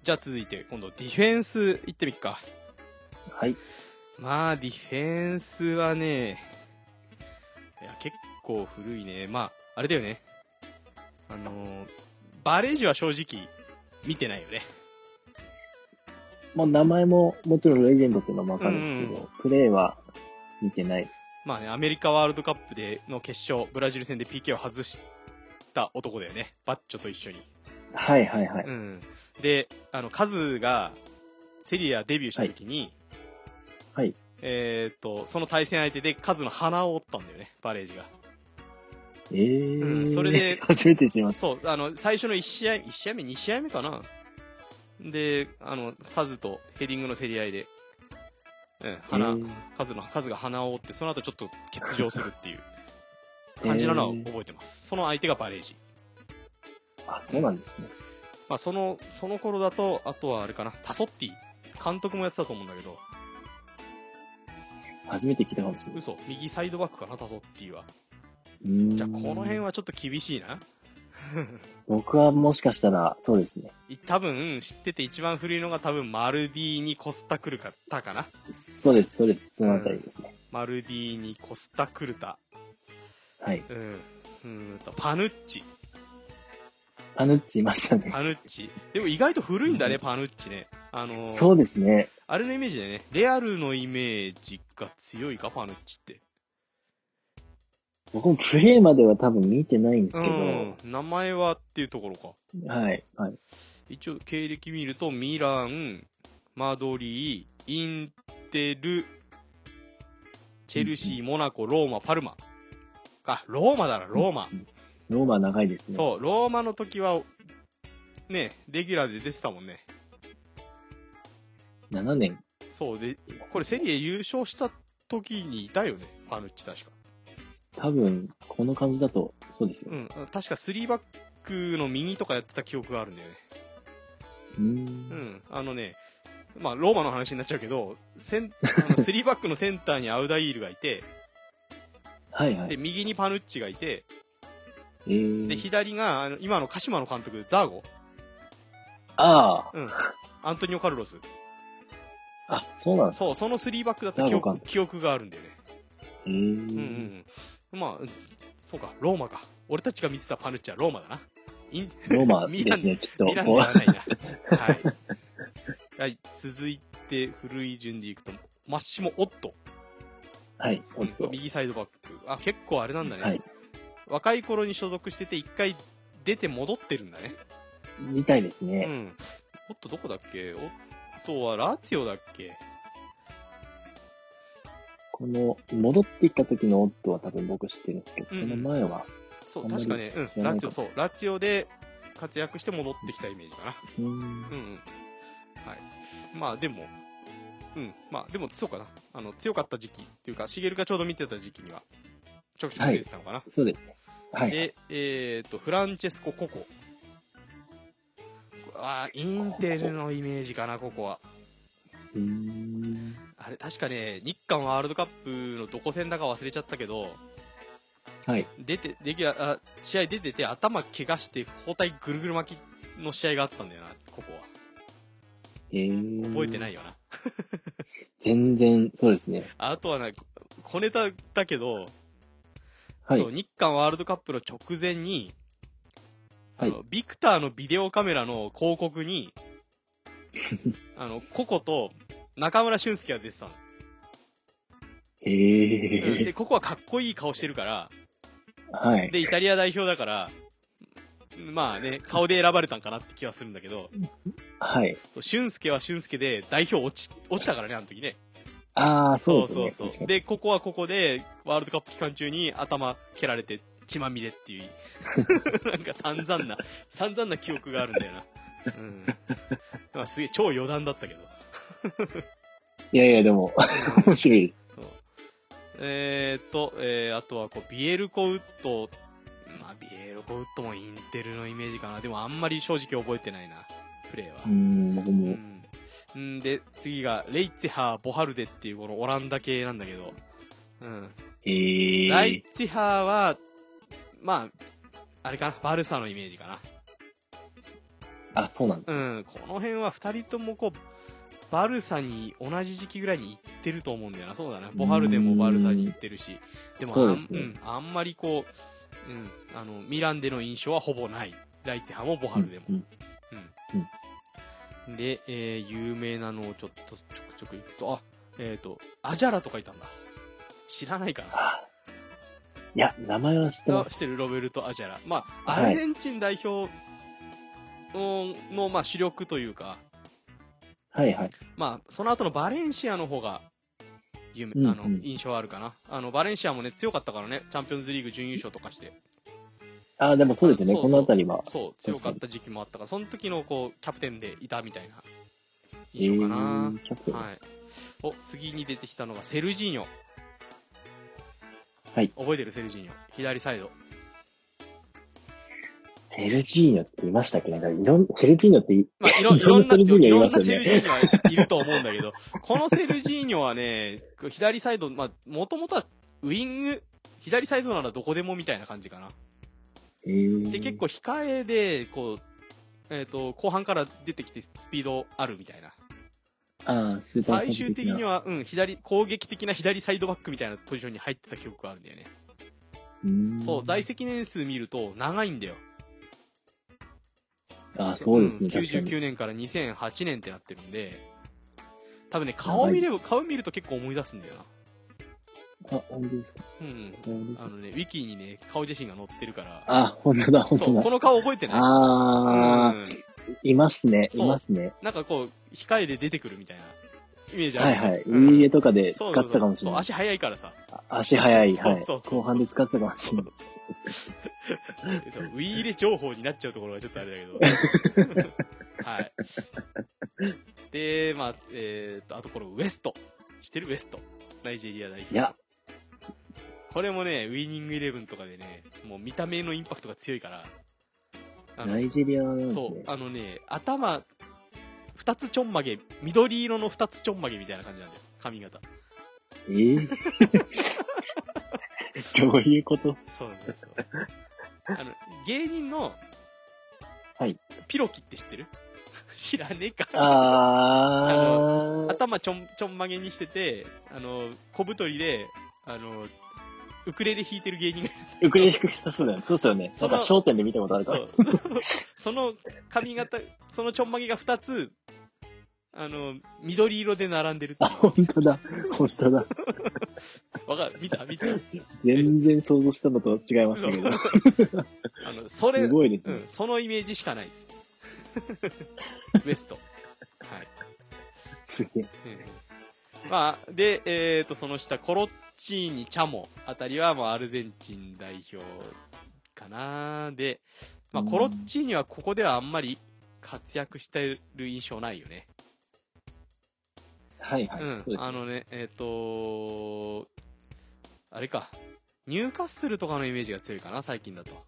Speaker 1: じゃあ続いて、今度ディフェンス行ってみっか。
Speaker 2: はい。
Speaker 1: まあ、ディフェンスはね、いや、結構古いね。まあ、あれだよね。あのーバレージは正直、見てないよね。
Speaker 2: まあ、名前も、もちろんレジェンドっていうのもわかるんですけ
Speaker 1: うんう
Speaker 2: ど、プレーは見てないです。
Speaker 1: まあね、アメリカワールドカップでの決勝、ブラジル戦で PK を外した男だよね。バッチョと一緒に。
Speaker 2: はいはいはい。
Speaker 1: うん。で、あの、カズが、セリアデビューした時に、
Speaker 2: はいはい
Speaker 1: えーっと、その対戦相手でカズの鼻を折ったんだよね、バレージが。
Speaker 2: ええ
Speaker 1: うんそれで
Speaker 2: 初めて知りまし
Speaker 1: そう、あの、最初の1試合、1試合目、2試合目かな。で、あの、カズとヘディングの競り合いで、うん、
Speaker 2: た。
Speaker 1: 鼻、
Speaker 2: えー
Speaker 1: カズの、カズが鼻を折って、その後ちょっと欠場するっていう感じなのは覚えてます。その相手がバレージ。
Speaker 2: あ、そうなんですね。
Speaker 1: まあ、その、その頃だと、あとはあれかな、タソッティ。監督もやってたと思うんだけど、
Speaker 2: 初めて聞いたかもしれない。
Speaker 1: 嘘、右サイドバックかな、タソッティは。
Speaker 2: じ
Speaker 1: じゃあ、この辺。はちょっと厳しいな。
Speaker 2: 僕はもしかしたら、そうですね。
Speaker 1: い多分、知ってて一番古いのが多分、マルディにコスタクルか、たかな。
Speaker 2: そうです、そうです。そのあたりですね。
Speaker 1: マルディにコスタクルタ。
Speaker 2: はい。
Speaker 1: うん。うーんと、パヌッチ。
Speaker 2: パヌッチいましたね。
Speaker 1: パヌッチ。でも意外と古いんだね、パヌッチね。あのー
Speaker 2: そうですね。
Speaker 1: あれのイメージだよね。レアルのイメージが強いか、パヌッチって。
Speaker 2: 僕もプレイまでは多分見てないんです
Speaker 1: う
Speaker 2: け
Speaker 1: ん
Speaker 2: ど、。
Speaker 1: 名前はっていうところか。
Speaker 2: はい、はい。
Speaker 1: 一応、経歴見ると、ミラン、マドリー、インテル、チェルシー、モナコ、ローマ、パルマ。あ、ローマだな、ローマ。
Speaker 2: ローマ長いですね。
Speaker 1: そう、ローマの時は、ね、レギュラーで出てたもんね。
Speaker 2: 7年。
Speaker 1: そうで、これセリエ優勝した時にいたよね、パヌッチ確か。
Speaker 2: 多分、この感じだと、そうですよ
Speaker 1: う。ん、確か3バックの右とかやってた記憶があるんだよね。
Speaker 2: うー。
Speaker 1: うんん、あのね、まあ、ローマの話になっちゃうけど、センあの3バックのセンターにアウダイールがいて、
Speaker 2: はいは
Speaker 1: で、
Speaker 2: い。
Speaker 1: 右にパヌッチがいて、
Speaker 2: えー、
Speaker 1: で、左が、あの、今の鹿島の監督、ザーゴ、
Speaker 2: あ
Speaker 1: アントニオ・カルロス。
Speaker 2: あ、あ、そうなんです。
Speaker 1: そう、その3バックだった記
Speaker 2: ザーゴ
Speaker 1: 憶
Speaker 2: 監
Speaker 1: 記憶があるんだよね。
Speaker 2: え
Speaker 1: うんう
Speaker 2: ー、
Speaker 1: んうん。まあうん、そうか、ローマか。俺たちが見てたパヌッチはローマだな。イン
Speaker 2: ローマ
Speaker 1: ミ
Speaker 2: で
Speaker 1: ラン
Speaker 2: すね、きっと。
Speaker 1: ミランではないな。はい。はい、続いて、古い順でいくと、マッシモ・オット。
Speaker 2: はい。おっと
Speaker 1: 右サイドバック。あ、結構あれなんだね。
Speaker 2: はい。
Speaker 1: 若い頃に所属してて、一回出て戻ってるんだね。
Speaker 2: みたいです
Speaker 1: う
Speaker 2: ね。
Speaker 1: ん。オットどこだっけオットはラツィオだっけ
Speaker 2: この、戻ってきた時のオットは多分僕知ってるんですけど、
Speaker 1: うん
Speaker 2: その前は、
Speaker 1: そ
Speaker 2: あ
Speaker 1: う、
Speaker 2: んまり
Speaker 1: 確かね、うん、
Speaker 2: 知ら
Speaker 1: ラ
Speaker 2: ないか
Speaker 1: ツィオ、そう、ラツィオで活躍して戻ってきたイメージ かな。
Speaker 2: うーん
Speaker 1: うんうん。はい。まあでも、うん、まあでも、そうかな。あの、強かった時期っていうか、シゲルがちょうど見てた時期には、ちょくちょく出てたのかな。
Speaker 2: そうですね。はい。
Speaker 1: で、えっ、と、フランチェスコ・ココ。ああ、インテルのイメージかな、ここは。
Speaker 2: うーん。
Speaker 1: あれ、確かね、日韓ワールドカップのどこ戦だか忘れちゃったけど、
Speaker 2: はい。
Speaker 1: 出て、レギュラー、あ試合出てて頭怪我して包帯ぐるぐる巻きの試合があったんだよな、ここは。
Speaker 2: えー、
Speaker 1: 覚えてない
Speaker 2: い。
Speaker 1: よな。
Speaker 2: 全然、そうですね。
Speaker 1: あとはね、小ネタだけど、
Speaker 2: はい
Speaker 1: そ。う日韓ワールドカップの直前に、あの
Speaker 2: は
Speaker 1: ビクターのビデオカメラの広告 に、あの、ココと中村俊輔が出てたの。
Speaker 2: え
Speaker 1: で、
Speaker 2: ー、
Speaker 1: ココはかっこいい顔してるから、
Speaker 2: はい。
Speaker 1: で、イタリア代表だから、まあね、顔で選ばれたんかなって気はするんだけど、
Speaker 2: はい。
Speaker 1: そう俊介は俊介で代表落ち、落ちたからね、あの時ね。
Speaker 2: ああ、そう
Speaker 1: そ
Speaker 2: で
Speaker 1: う
Speaker 2: す
Speaker 1: そ
Speaker 2: ね。
Speaker 1: うそう
Speaker 2: 確か。に
Speaker 1: で、ここはここで、ワールドカップ期間中に頭蹴られて、血まみれっていう、 なんか散々な、散々な記憶があるんだよな。うん。まあ、すげえ、超余談だったけど。
Speaker 2: いやいや、でも、 面白いです。
Speaker 1: そうえーっと、えー、あとはこう、ビエルコウッド、まあ、ビエルコウッドもインテルのイメージかな。でもあんまり正直覚えてないな、プレーは。
Speaker 2: うーん、僕も。
Speaker 1: うん。んで、次が、レイツィハー・ボハルデっていうこのオランダ系なんだけど、うん。
Speaker 2: えー、
Speaker 1: ライツィハーは、まあ、あれかな、バルサのイメージか
Speaker 2: あ、そうなんです。
Speaker 1: な。うん、この辺は2人ともこう、バルサに同じ時期ぐらいに行ってると思うんだよな。そうだね。ボハルデもバルサに行ってるし。でもあ
Speaker 2: そ
Speaker 1: ん
Speaker 2: うですね
Speaker 1: ん、あんまりこう、うん、あの、ミランでの印象はほぼない。ライツィハーもボハルデも。
Speaker 2: うん
Speaker 1: で、えー有名なのをちょっとちょくちょく行くと、あ、えっ、と、アジャラとかいたんだ。知らないかな。
Speaker 2: あいや、名前は知ってま
Speaker 1: が
Speaker 2: す。
Speaker 1: してるロベルト・アジャラ。まあ、
Speaker 2: はい
Speaker 1: アルゼンチン代表の,、まあ、主力というか、
Speaker 2: はいはい。
Speaker 1: まあ、その後のバレンシアの方が、有
Speaker 2: うん
Speaker 1: 名、
Speaker 2: うん
Speaker 1: あの、印象あるかな。あの、バレンシアもね、強かったからね、チャンピオンズリーグ準優勝とかして、
Speaker 2: あ、でもそうですよね。
Speaker 1: そうそ
Speaker 2: こ
Speaker 1: う
Speaker 2: の辺りは。
Speaker 1: そう、強かった時期もあったから、その時の、こう、キャプテンでいたみたいな、印象かな。
Speaker 2: えー、キャプテン。
Speaker 1: はい。お、次に出てきたのが、セルジーニョ。
Speaker 2: はい
Speaker 1: 覚えてる、セルジーニョ。左サイド。
Speaker 2: セルジーニョっていましたっけなんか、いろん、セルジーニョってい、
Speaker 1: まあ、い ろ、い
Speaker 2: いろ
Speaker 1: ろん
Speaker 2: ん
Speaker 1: な、
Speaker 2: ない
Speaker 1: ろ
Speaker 2: セルジーニョい
Speaker 1: ん
Speaker 2: ます
Speaker 1: な
Speaker 2: よね
Speaker 1: セルジーニョはいると思うんだけど、このセルジーニョはね、左サイド、まあ、もともとはウイング、左サイドならどこでもみたいな感じかな。
Speaker 2: えー、
Speaker 1: で、結構控えで、こう、えっ、と、後半から出てきてスピードあるみたいな。
Speaker 2: あースーパー
Speaker 1: 最終的に
Speaker 2: は、
Speaker 1: は、うん、左、攻撃的な左サイドバックみたいなポジションに入ってた記憶があるんだよね。
Speaker 2: うーん
Speaker 1: そう、在。籍年数見ると長いんだよ。
Speaker 2: あーそうですね。
Speaker 1: ん
Speaker 2: 確かに。
Speaker 1: 99年から2008年ってなってるんで、多分ね、顔見れば、顔見ると結構思い出すんだよな。
Speaker 2: あ、本当ですか。
Speaker 1: うん。
Speaker 2: 本当です
Speaker 1: あ
Speaker 2: か
Speaker 1: のね、ウィキにね、顔写真が載ってるから、
Speaker 2: あ、本当だ、本
Speaker 1: そ
Speaker 2: 当
Speaker 1: う、こ
Speaker 2: だ。
Speaker 1: の顔覚えてない
Speaker 2: あー、
Speaker 1: うん
Speaker 2: いますね、い
Speaker 1: そう
Speaker 2: ますね。
Speaker 1: なんかこう、控えで出てくるみたいなイメージあ
Speaker 2: は
Speaker 1: る
Speaker 2: い。はい。
Speaker 1: う
Speaker 2: ウ
Speaker 1: ん
Speaker 2: イイエとかで使
Speaker 1: そ
Speaker 2: っ
Speaker 1: う
Speaker 2: てたかもしれ
Speaker 1: そう
Speaker 2: ない。
Speaker 1: 足速いからさ。
Speaker 2: 足早い、は
Speaker 1: そう
Speaker 2: い。
Speaker 1: そうそうそう
Speaker 2: 後半で使ってたかもしれない。
Speaker 1: えっとウィーレ情報になっちゃうところがちょっとあれだけ ど。はい。で、まあ、えーっと、あとこのウエスト。知ってるウエスト。ナイジェリア代
Speaker 2: い
Speaker 1: 表。
Speaker 2: や、
Speaker 1: これもね、ウィニングイレブンとかでね、もう見た目のインパクトが強いから、あ
Speaker 2: ナ
Speaker 1: の、
Speaker 2: イジェリアなんですね。
Speaker 1: そう、あのね、頭、二つちょんまげ、緑色の二つちょんまげみたいな感じなんだよ、髪型。
Speaker 2: えー どういうこと
Speaker 1: そうなんですよ。あの、芸人の、
Speaker 2: はい。
Speaker 1: ピロキって知ってる 知らねえか。
Speaker 2: あー。
Speaker 1: 頭ちょん、ちょんまげにしてて、あの、小太りで、あの、ウクレレ弾いてる芸人がいる
Speaker 2: ウクレレ弾く人そうだよね。そうですよね。
Speaker 1: そ
Speaker 2: なん
Speaker 1: の
Speaker 2: か焦点で見たことあるから。
Speaker 1: そう その髪型、そのちょんまげが2つ、あの、緑色で並んでるって
Speaker 2: あ、
Speaker 1: い
Speaker 2: 本当だ。本当だ。
Speaker 1: う。わかる見た見た
Speaker 2: 全然想像したのと違いまし
Speaker 1: 嘘
Speaker 2: たけど。
Speaker 1: あの、それ、
Speaker 2: すごいです
Speaker 1: う
Speaker 2: ね
Speaker 1: ん。、そのイメージしかないです。 ウエスト。はい。
Speaker 2: すげえ。
Speaker 1: うんまあ、で、えっ、と、その下、コロッチーニ、チャモあたりは、もうアルゼンチン代表かなで、まあ、
Speaker 2: うん
Speaker 1: コロッチーニはここではあんまり活躍してる印象ないよね。
Speaker 2: はいはい。
Speaker 1: う
Speaker 2: そうんで、す
Speaker 1: あのね、えっ、とあれか、ニューカッスルとかのイメージが強いかな、最近だと。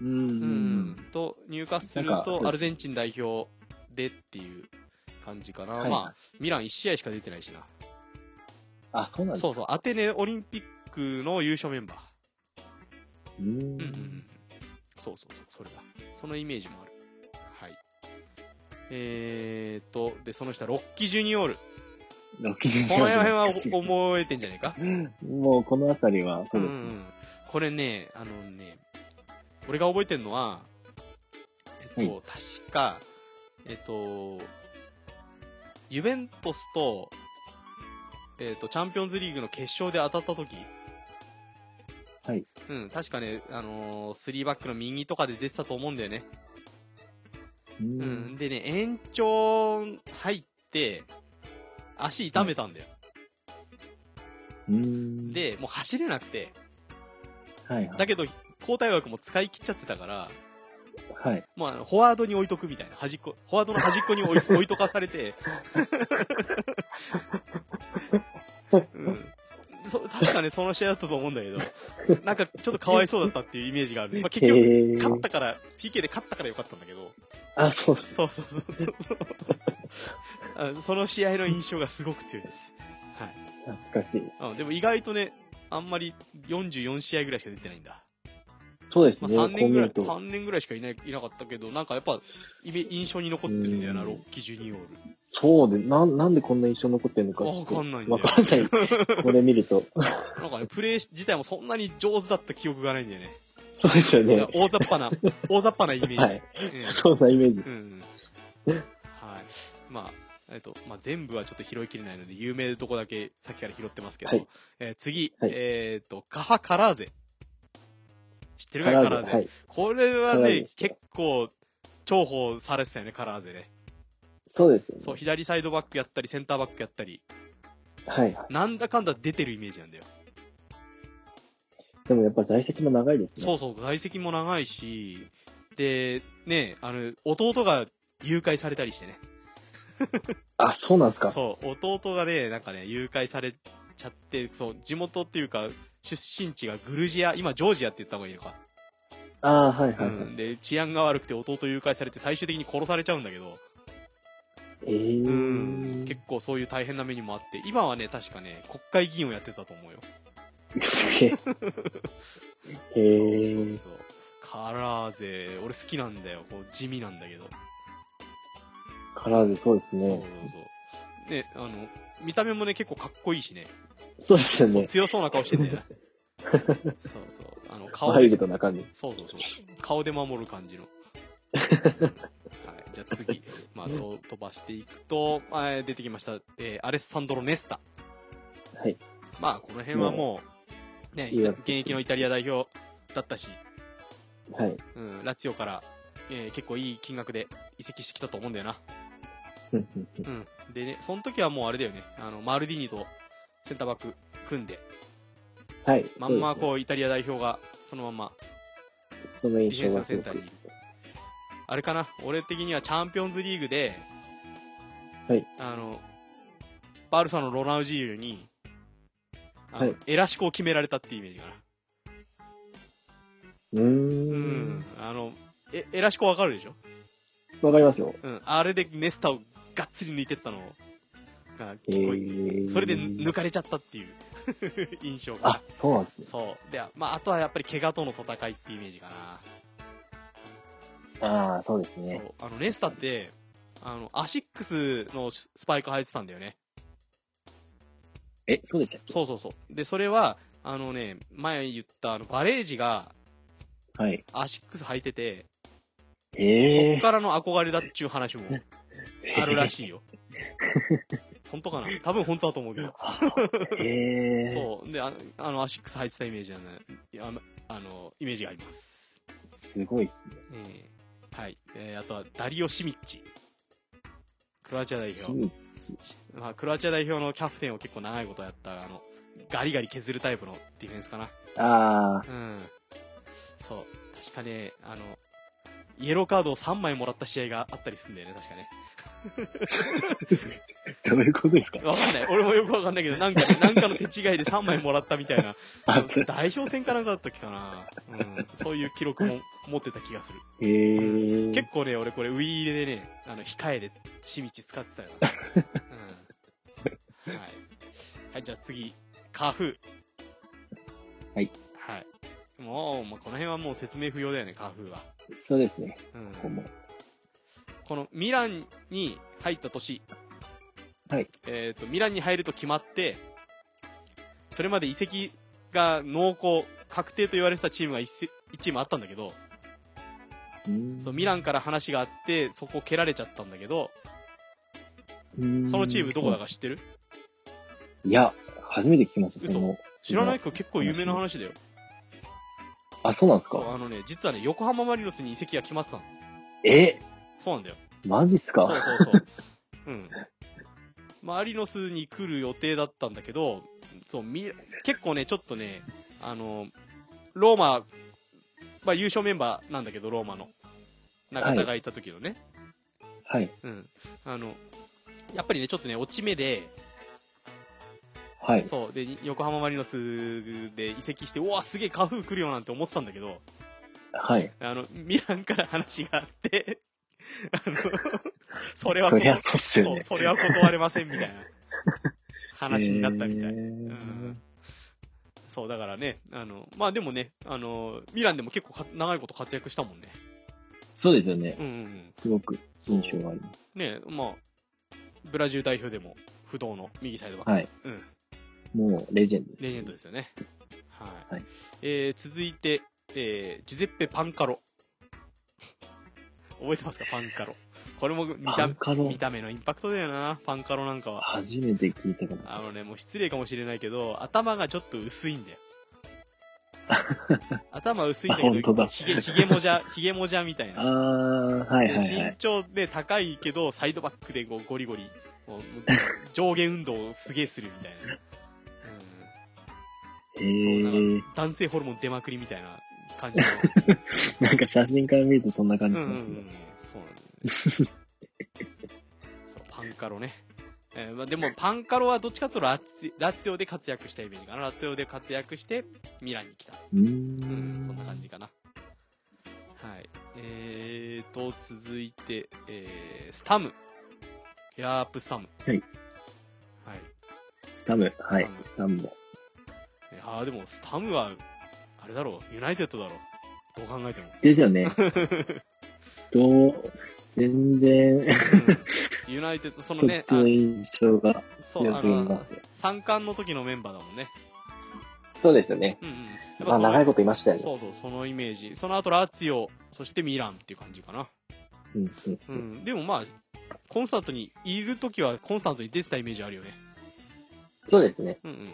Speaker 2: うんうん
Speaker 1: う
Speaker 2: うん。
Speaker 1: ん、と、ニューカッスル
Speaker 2: なんかそうで
Speaker 1: と
Speaker 2: す
Speaker 1: アルゼンチン代表でっていう感じかな。
Speaker 2: はい
Speaker 1: まあ、ミラン1試合しか出てないしな。
Speaker 2: あ、そうなんだ。
Speaker 1: そうそう、アテネオリンピックの優勝メンバー。う
Speaker 2: う
Speaker 1: んうんうんん。そうそうそう、それだ。そのイメージもある。はい。えーと、で、その下、ロッキージュニオール。
Speaker 2: 60
Speaker 1: この辺は
Speaker 2: 懐かしい
Speaker 1: お覚えてんじゃねえか
Speaker 2: もうこの辺りは、そう
Speaker 1: うん
Speaker 2: で
Speaker 1: う
Speaker 2: すね。
Speaker 1: ん。これね、あのね、俺が覚えてるのは、えっと、
Speaker 2: は
Speaker 1: 確か、えっと、ユベントスと、えっと、チャンピオンズリーグの決勝で当たった時
Speaker 2: はい。
Speaker 1: うん、確かね、あのー、3バックの右とかで出てたと思うんだよね。う
Speaker 2: う
Speaker 1: んん。でね、延長入って、足痛めたんだよ。
Speaker 2: うん。、
Speaker 1: で、もう走れなくて、
Speaker 2: はいはい。
Speaker 1: だけど、交代枠も使い切っちゃってたから、
Speaker 2: はい。
Speaker 1: もうあの、フォワードに置いとくみたいな。端っこ、フォワードの端っこに置い置いとかされて。うん。そ確かね、その試合だったと思うんだけど、なんかちょっとかわいそうだったっていうイメージがある。まあ、結局、
Speaker 2: へ
Speaker 1: 勝
Speaker 2: ー
Speaker 1: ったから、PK で勝ったからよかったんだけど、
Speaker 2: あ、そうです。
Speaker 1: そうそうそうそうそうあの。その試合の印象がすごく強いです。はい
Speaker 2: 懐かしい。
Speaker 1: あの。でも意外とね、あんまり44試合ぐらいしか出てないんだ。
Speaker 2: そうです
Speaker 1: まあ、
Speaker 2: ね。
Speaker 1: 3
Speaker 2: こ
Speaker 1: 年
Speaker 2: う見
Speaker 1: ぐらい、
Speaker 2: ると
Speaker 1: 3年ぐらいしかいないいなかったけど、なんかやっぱ、イメ印象に残ってるんだよな、
Speaker 2: うん
Speaker 1: ロッキージュニオール。
Speaker 2: そうで、なん、なんでこんな印象残ってるのか。
Speaker 1: わかんないんだ
Speaker 2: わ
Speaker 1: よ。
Speaker 2: かんない。これ見 ると。
Speaker 1: なんかね、プレイ自体もそんなに上手だった記憶がないんだよね。
Speaker 2: そうですよ
Speaker 1: なん
Speaker 2: ね
Speaker 1: か。大雑 把な、大雑把なイメージ。
Speaker 2: はい。
Speaker 1: え
Speaker 2: そんなイメージ
Speaker 1: え。うん。はい。まあ、えっと、まあ、全部はちょっと拾いきれないので、有名なとこだけさっきから拾ってますけど、
Speaker 2: はい
Speaker 1: えー次、
Speaker 2: はい
Speaker 1: えっと、カハカラーゼ。知ってるか
Speaker 2: カ
Speaker 1: いカ
Speaker 2: ラ
Speaker 1: ラ
Speaker 2: ー
Speaker 1: ー
Speaker 2: で
Speaker 1: ゼ。
Speaker 2: はい。
Speaker 1: これは
Speaker 2: カラーゼ
Speaker 1: ね
Speaker 2: で、す
Speaker 1: 結構、重宝されてたよね、カラーゼね。
Speaker 2: そうですよね。
Speaker 1: そう、左サイドバックやったり、センターバックやったり、
Speaker 2: はいはい。
Speaker 1: なんだかんだ出てるイメージなんだよ。
Speaker 2: でもやっぱ在籍も長いですね。
Speaker 1: そうそう、外籍も長いし、で、ね、あの、弟が誘拐されたりしてね。
Speaker 2: あ、そうなんですか。
Speaker 1: そう、弟がね、なんかね、誘拐されちゃって、そう、地元っていうか、出身地がグルジア、今ジョージアって言った方がいいのか。
Speaker 2: あーはいは
Speaker 1: う
Speaker 2: いはい。
Speaker 1: ん。で、治安が悪くて弟誘拐されて最終的に殺されちゃうんだけど、
Speaker 2: えー。
Speaker 1: うん。結構そういう大変な目にもあって、今はね、確かね、国会議員をやってたと思うよ。
Speaker 2: すげえ。へー。
Speaker 1: そうそうそうカラーゼ俺好きなんだよこう地味なんだけど、
Speaker 2: カラーでそうです
Speaker 1: そうそう
Speaker 2: ね。
Speaker 1: そうねあの見た目もね結構かっこいいしね
Speaker 2: そうですよ
Speaker 1: そう
Speaker 2: ね。
Speaker 1: 強そうな顔してんだよ なそうそうあの顔
Speaker 2: ワイ
Speaker 1: で
Speaker 2: ルドな感じ。
Speaker 1: そうそうそう顔で守る感じのはい、じゃあ次、まあ、と飛ばしていくと、まあ、出てきました、えーアレッサンドロ・ネスタ
Speaker 2: はい。
Speaker 1: まあこの辺はもう、ね、
Speaker 2: いや
Speaker 1: 現役のイタリア代表だったし
Speaker 2: はい。
Speaker 1: うん、ラツィオから、えー結構いい金額で移籍してきたと思うんだよな。
Speaker 2: うんうんうん
Speaker 1: うん。でね、その時はもうあれだよね、あの、マルディーニとセンターバック組んで、
Speaker 2: はい。
Speaker 1: まんま
Speaker 2: そう
Speaker 1: こうイタリア代表がそのまま
Speaker 2: ですねその
Speaker 1: ディ
Speaker 2: 印
Speaker 1: フェンスの
Speaker 2: 象が
Speaker 1: セ
Speaker 2: す
Speaker 1: ン
Speaker 2: ご
Speaker 1: タ
Speaker 2: く
Speaker 1: ーに。あれかな、俺的にはチャンピオンズリーグで、
Speaker 2: はい
Speaker 1: あの、バルサのロナウジーユに、あの
Speaker 2: はい
Speaker 1: エラシコを決められたっていうイメージかな。
Speaker 2: うー
Speaker 1: うんん。。あの、えエラシコわかるでしょ
Speaker 2: わかりますよ。
Speaker 1: うん。あれでネスタをがっつり抜いてったのが、
Speaker 2: え
Speaker 1: 結構、
Speaker 2: ー、
Speaker 1: それで抜かれちゃったっていう 印象が
Speaker 2: あ。、そうなんですね。
Speaker 1: そう。で、まあ、あとはやっぱり怪我との戦いっていうイメージかな。
Speaker 2: ああ、そうです
Speaker 1: そ
Speaker 2: ね。
Speaker 1: う。あの、レスタって、あの、アシックスのスパイク履いてたんだよね。
Speaker 2: え、そうでしたっけ
Speaker 1: そうそうそう。で、それは、あのね、前言った、あの、バレージが
Speaker 2: はい。
Speaker 1: アシックス履いてて、
Speaker 2: え
Speaker 1: そっからの憧れだっちゅう話も
Speaker 2: ー、
Speaker 1: あるら しいよ。本当かな多分本当だと思うけど。
Speaker 2: い。えー、
Speaker 1: そう。で、あの、あのアシックス履いてたイメージなんだいやあのあの、イメージがあります。
Speaker 2: すごいっすね。
Speaker 1: えーはい。えーあとは、ダリオ・シミッチ。クロアチア代表。
Speaker 2: うん
Speaker 1: まあ、クロアチア代表のキャプテンを結構長いことやった、あの、ガリガリ削るタイプのディフェンスかな。
Speaker 2: ああ、
Speaker 1: うん。そう。確かね、あの、イエローカードを3枚もらった試合があったりするんだよね、確かね。
Speaker 2: どういうことですか
Speaker 1: わかんない。俺もよくわかんないけど、なんかね、なんかの手違いで3枚もらったみたいな。
Speaker 2: あ、それ。
Speaker 1: 代表戦かなんかだった時かな。うん。そういう記録も持ってた気がする。
Speaker 2: えー、
Speaker 1: 結構ね、俺これ、ウィーレでね、あの、控えで、しみち使ってたよな。うん。はい。はい、じゃあ次、カフ。
Speaker 2: はい。
Speaker 1: はい。もう、まあ、この辺はもう説明不要だよね、カフは。
Speaker 2: そうですね。
Speaker 1: う
Speaker 2: ここ
Speaker 1: ん。
Speaker 2: も。
Speaker 1: このミランに入った年。
Speaker 2: はい。
Speaker 1: えっ、と、ミランに入ると決まって、それまで移籍が濃厚、確定と言われてたチームが 1, チームあったんだけど、そうミランから話があって、そこ蹴られちゃったんだけど、
Speaker 2: ン
Speaker 1: そのチームどこだか知ってる
Speaker 2: いや、初めて聞きました。
Speaker 1: 嘘
Speaker 2: その
Speaker 1: 知らないけど結構有名な話だよ。
Speaker 2: あ、そうなんです
Speaker 1: そう、
Speaker 2: か
Speaker 1: あのね、実はね、横浜マリノスに移籍が決まってたの。
Speaker 2: え、
Speaker 1: そうなんだよ。
Speaker 2: マジっす
Speaker 1: そう
Speaker 2: か
Speaker 1: そうそう。うん。マリノスに来る予定だったんだけど、そう、み、結構ね、ちょっとね、あの、ローマ、まあ優勝メンバーなんだけど、ローマの。中田がいた時のね。
Speaker 2: はい。
Speaker 1: うん。あの、やっぱりね、ちょっとね、落ち目で、
Speaker 2: はい。
Speaker 1: そう、で、横浜マリノスで移籍して、うわ、すげえ、カフー来るよなんて思ってたんだけど、
Speaker 2: はい。
Speaker 1: あの、ミランから話があって、 あの、それは
Speaker 2: そ
Speaker 1: こ
Speaker 2: りゃそうっすよ
Speaker 1: そう
Speaker 2: ね。
Speaker 1: それは断れませんみたいな 話になったみたい。
Speaker 2: え
Speaker 1: う
Speaker 2: ー
Speaker 1: ん。そう、だからね、あの、まあでもね、あの、ミランでも結構か長いこと活躍したもんね。
Speaker 2: そうですよね
Speaker 1: う。んうんうん。
Speaker 2: すごく
Speaker 1: そう
Speaker 2: 印象があります。
Speaker 1: ね、まあ、ブラジル代表でも不動の右サイドバック。
Speaker 2: はい。
Speaker 1: うん。
Speaker 2: もうレジェンドです。
Speaker 1: レジェンドですよね。はい。
Speaker 2: はい
Speaker 1: えー、続いて、えー、ジュゼッペ・パンカロ。 覚えてますかパンカロ。これも見
Speaker 2: パ
Speaker 1: た
Speaker 2: ン、カロ
Speaker 1: 見た目のインパクトだよな、パンカロなんかは。
Speaker 2: 初めて聞いたかも
Speaker 1: あのね、もう失礼かもしれないけど、頭がちょっと薄いんだ よ。頭薄いんだ
Speaker 2: あ
Speaker 1: け
Speaker 2: 本当
Speaker 1: ど、
Speaker 2: だ
Speaker 1: ひげ、ひげもじゃ、ひげもじゃみたい
Speaker 2: あ
Speaker 1: な。
Speaker 2: ー、はい
Speaker 1: で
Speaker 2: はいはい
Speaker 1: 身。長で高いけど、サイドバックでこうゴリゴリ、こう上下運動をすげえするみたいな。
Speaker 2: え
Speaker 1: そう
Speaker 2: ー、
Speaker 1: うん、男性ホルモン出まくりみたいな感 じの。
Speaker 2: なんか写真から見るとそんな
Speaker 1: う
Speaker 2: 感
Speaker 1: ん
Speaker 2: じ
Speaker 1: うん
Speaker 2: し
Speaker 1: う
Speaker 2: ますね
Speaker 1: ん。そうなんだよねそうパンカロね。えーまあ、でも、パンカロはどっちかっていうとラツラツィオで活躍したイメージかな。ラツィオで活躍して、ミランに来た。
Speaker 2: うー
Speaker 1: うん、そん
Speaker 2: ん
Speaker 1: な感じかな。はい。えーと、続いて、えー、スタム。ヤープスタム。
Speaker 2: はい。
Speaker 1: はい。
Speaker 2: スタム。はい。
Speaker 1: ス
Speaker 2: スタムも。
Speaker 1: いやーでも、スタムは、あれだろう、ユナイテッドだろう。どう考えて も。
Speaker 2: です よね。どう、全然、
Speaker 1: うんユナイテッド、その
Speaker 2: そっ
Speaker 1: ね、
Speaker 2: ち
Speaker 1: あ
Speaker 2: の印象が
Speaker 1: そう、
Speaker 2: 強
Speaker 1: あ
Speaker 2: すぎま
Speaker 1: の、
Speaker 2: すよ。
Speaker 1: 三冠の時のメンバーだもんね。
Speaker 2: そうですよね。
Speaker 1: うんうん。やっぱ
Speaker 2: まあ
Speaker 1: その
Speaker 2: 長いこといましたよね。
Speaker 1: そうそう、そのイメージ。その後、ラツィオ、そしてミランっていう感じかな。
Speaker 2: うんうん
Speaker 1: う
Speaker 2: うん
Speaker 1: ん。でもまあ、コンスタントに、いる時はコンスタントに出てたイメージあるよね。
Speaker 2: そうですね。
Speaker 1: うんうんうん。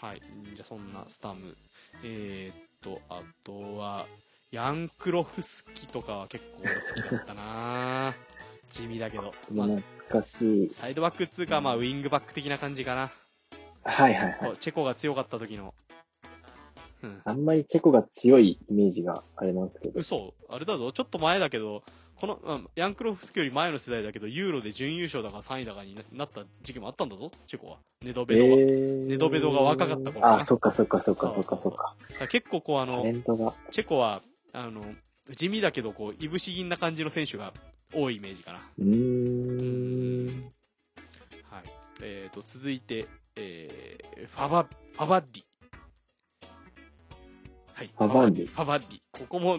Speaker 1: はい。じゃあそんなスタム。えー、っと、あとは、ヤンクロフスキとかは結構好きだったな地味だけど。まあ、
Speaker 2: 懐かしい。
Speaker 1: サイドバックっつうか、まあ、ウィングバック的な感じかな。
Speaker 2: はいはいはい。
Speaker 1: チェコが強かった時の。うん。
Speaker 2: あんまりチェコが強いイメージがあれなんですけど。
Speaker 1: 嘘あれだぞ。ちょっと前だけど、この、うんヤンクロフスキより前の世代だけど、ユーロで準優勝だか3位だかにななった時期もあったんだぞ、チェコは。ネドベドは。だ
Speaker 2: ー
Speaker 1: ネドベドが若かった頃ね
Speaker 2: あ、そっかそっかそっかそっかそっか。
Speaker 1: から結構こう、あ
Speaker 2: タ
Speaker 1: の
Speaker 2: レ、ントが。
Speaker 1: チェコは、あの、地味だけど、こう、いぶし銀な感じの選手が多いイメージかな。
Speaker 2: うーん。
Speaker 1: はい。えーと、続いて、えー、ファバ、ファバッリ。はい。
Speaker 2: ファバッリ
Speaker 1: ファバッリ。ここも、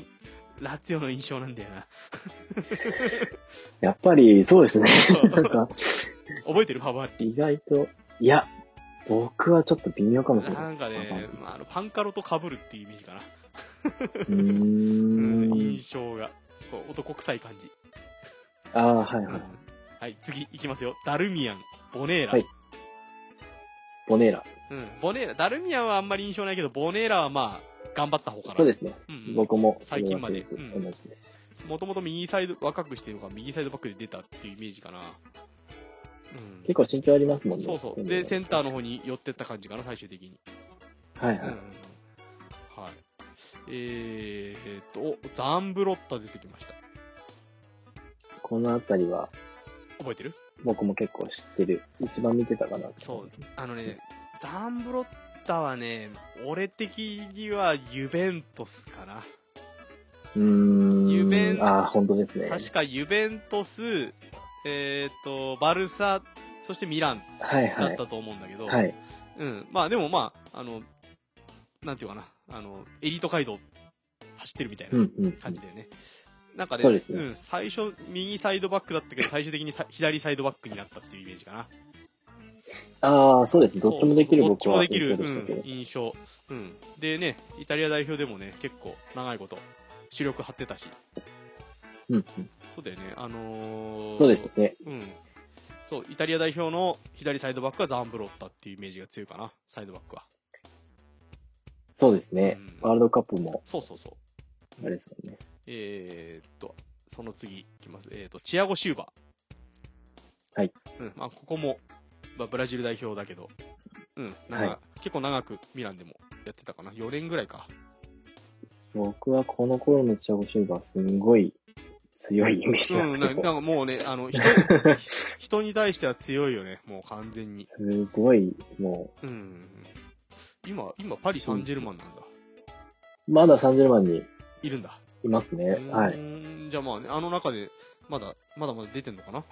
Speaker 1: ラツィオの印象なんだよな。
Speaker 2: やっぱり、そうですね。 なんか、
Speaker 1: 覚えてるファバッリ。
Speaker 2: 意外と、いや、僕はちょっと微妙かもしれない。
Speaker 1: なんかね、まあ、あのパンカロと被るっていうイメージかな。
Speaker 2: うー
Speaker 1: うん、
Speaker 2: ん。
Speaker 1: 印象が。こう男臭い感じ。
Speaker 2: ああ、はいはい。
Speaker 1: はい、次いきますよ。ダルミアン、ボネーラ。
Speaker 2: はいボネーラ。
Speaker 1: うん、ボネーラ、ダルミアンはあんまり印象ないけど、ボネーラはまあ、頑張った方かな。
Speaker 2: そう
Speaker 1: で
Speaker 2: ですね。
Speaker 1: す。うん、
Speaker 2: 僕も、
Speaker 1: 最近まで
Speaker 2: 同じです。
Speaker 1: もともと右サイド、若くしてるから右サイドバックで出たっていうイメージかな。うん。
Speaker 2: 結構身長ありますもんね。
Speaker 1: そうそう。で、センター
Speaker 2: の。
Speaker 1: の方に寄ってった感じかな、最終的に。
Speaker 2: はい
Speaker 1: うん。
Speaker 2: はい。
Speaker 1: はい。えー、えーっと、おザンブロッタ出てきました。
Speaker 2: このあたりは、
Speaker 1: 覚えてる
Speaker 2: 僕も結構知ってる。一番見てたかな。
Speaker 1: そう。あのね、ザンブロッタはね、俺的にはユベントスかな。
Speaker 2: うーん。
Speaker 1: ユベン
Speaker 2: ああ、本当ですね。
Speaker 1: 確かユベントス、えーっと、バルサ、そしてミラン
Speaker 2: はい
Speaker 1: だ
Speaker 2: は
Speaker 1: っ
Speaker 2: い。
Speaker 1: たと思うんだけど、
Speaker 2: はい。
Speaker 1: うん。まあでもまあ、あの、なんていうかな、あの、エリート街道走ってるみたい
Speaker 2: うん
Speaker 1: な
Speaker 2: うん。
Speaker 1: 感じだよね。なんかね
Speaker 2: そうです
Speaker 1: う
Speaker 2: ね
Speaker 1: ん、最初右サイドバックだったけど、最終的にさ左サイドバックになったっていうイメージかな。
Speaker 2: ああ、そうですね。どっちもできる
Speaker 1: そうどっ
Speaker 2: 僕
Speaker 1: ちも
Speaker 2: は
Speaker 1: できる、
Speaker 2: 印象
Speaker 1: う
Speaker 2: したけど
Speaker 1: ん、印象。うん。でね、イタリア代表でもね、結構長いこと主力張ってたし、
Speaker 2: うんうん。
Speaker 1: そうだよね、あのー
Speaker 2: そうですね。
Speaker 1: うん。そう、イタリア代表の左サイドバックはザンブロッタっていうイメージが強いかな、サイドバックは。
Speaker 2: そうですね
Speaker 1: うん。
Speaker 2: ワールドカップも、
Speaker 1: そうそうそう。
Speaker 2: あれですもんね。
Speaker 1: えーっと、その次いきます。えーっと、チアゴ・シューバー。
Speaker 2: はい。
Speaker 1: うん、まあ、ここも、まあ、ブラジル代表だけど、うん、なんか、
Speaker 2: は
Speaker 1: 結構長くミランでもやってたかな。4年ぐらいか。
Speaker 2: 僕はこの頃のチアゴシューバーすんごい強いイメージ
Speaker 1: う
Speaker 2: なんで
Speaker 1: ん、
Speaker 2: す
Speaker 1: ななん
Speaker 2: けど、
Speaker 1: かもうね、あ の、人、人に対しては強いよね、もう完全に。
Speaker 2: すごい、も
Speaker 1: うん。今、今、パリ・サンジェルマンなんだ。
Speaker 2: う、まだ30万に
Speaker 1: いるんだ。
Speaker 2: いますね。は
Speaker 1: う
Speaker 2: い。
Speaker 1: ーん。じゃあまあね、あの中で、まだ、まだまだ出てんのかな。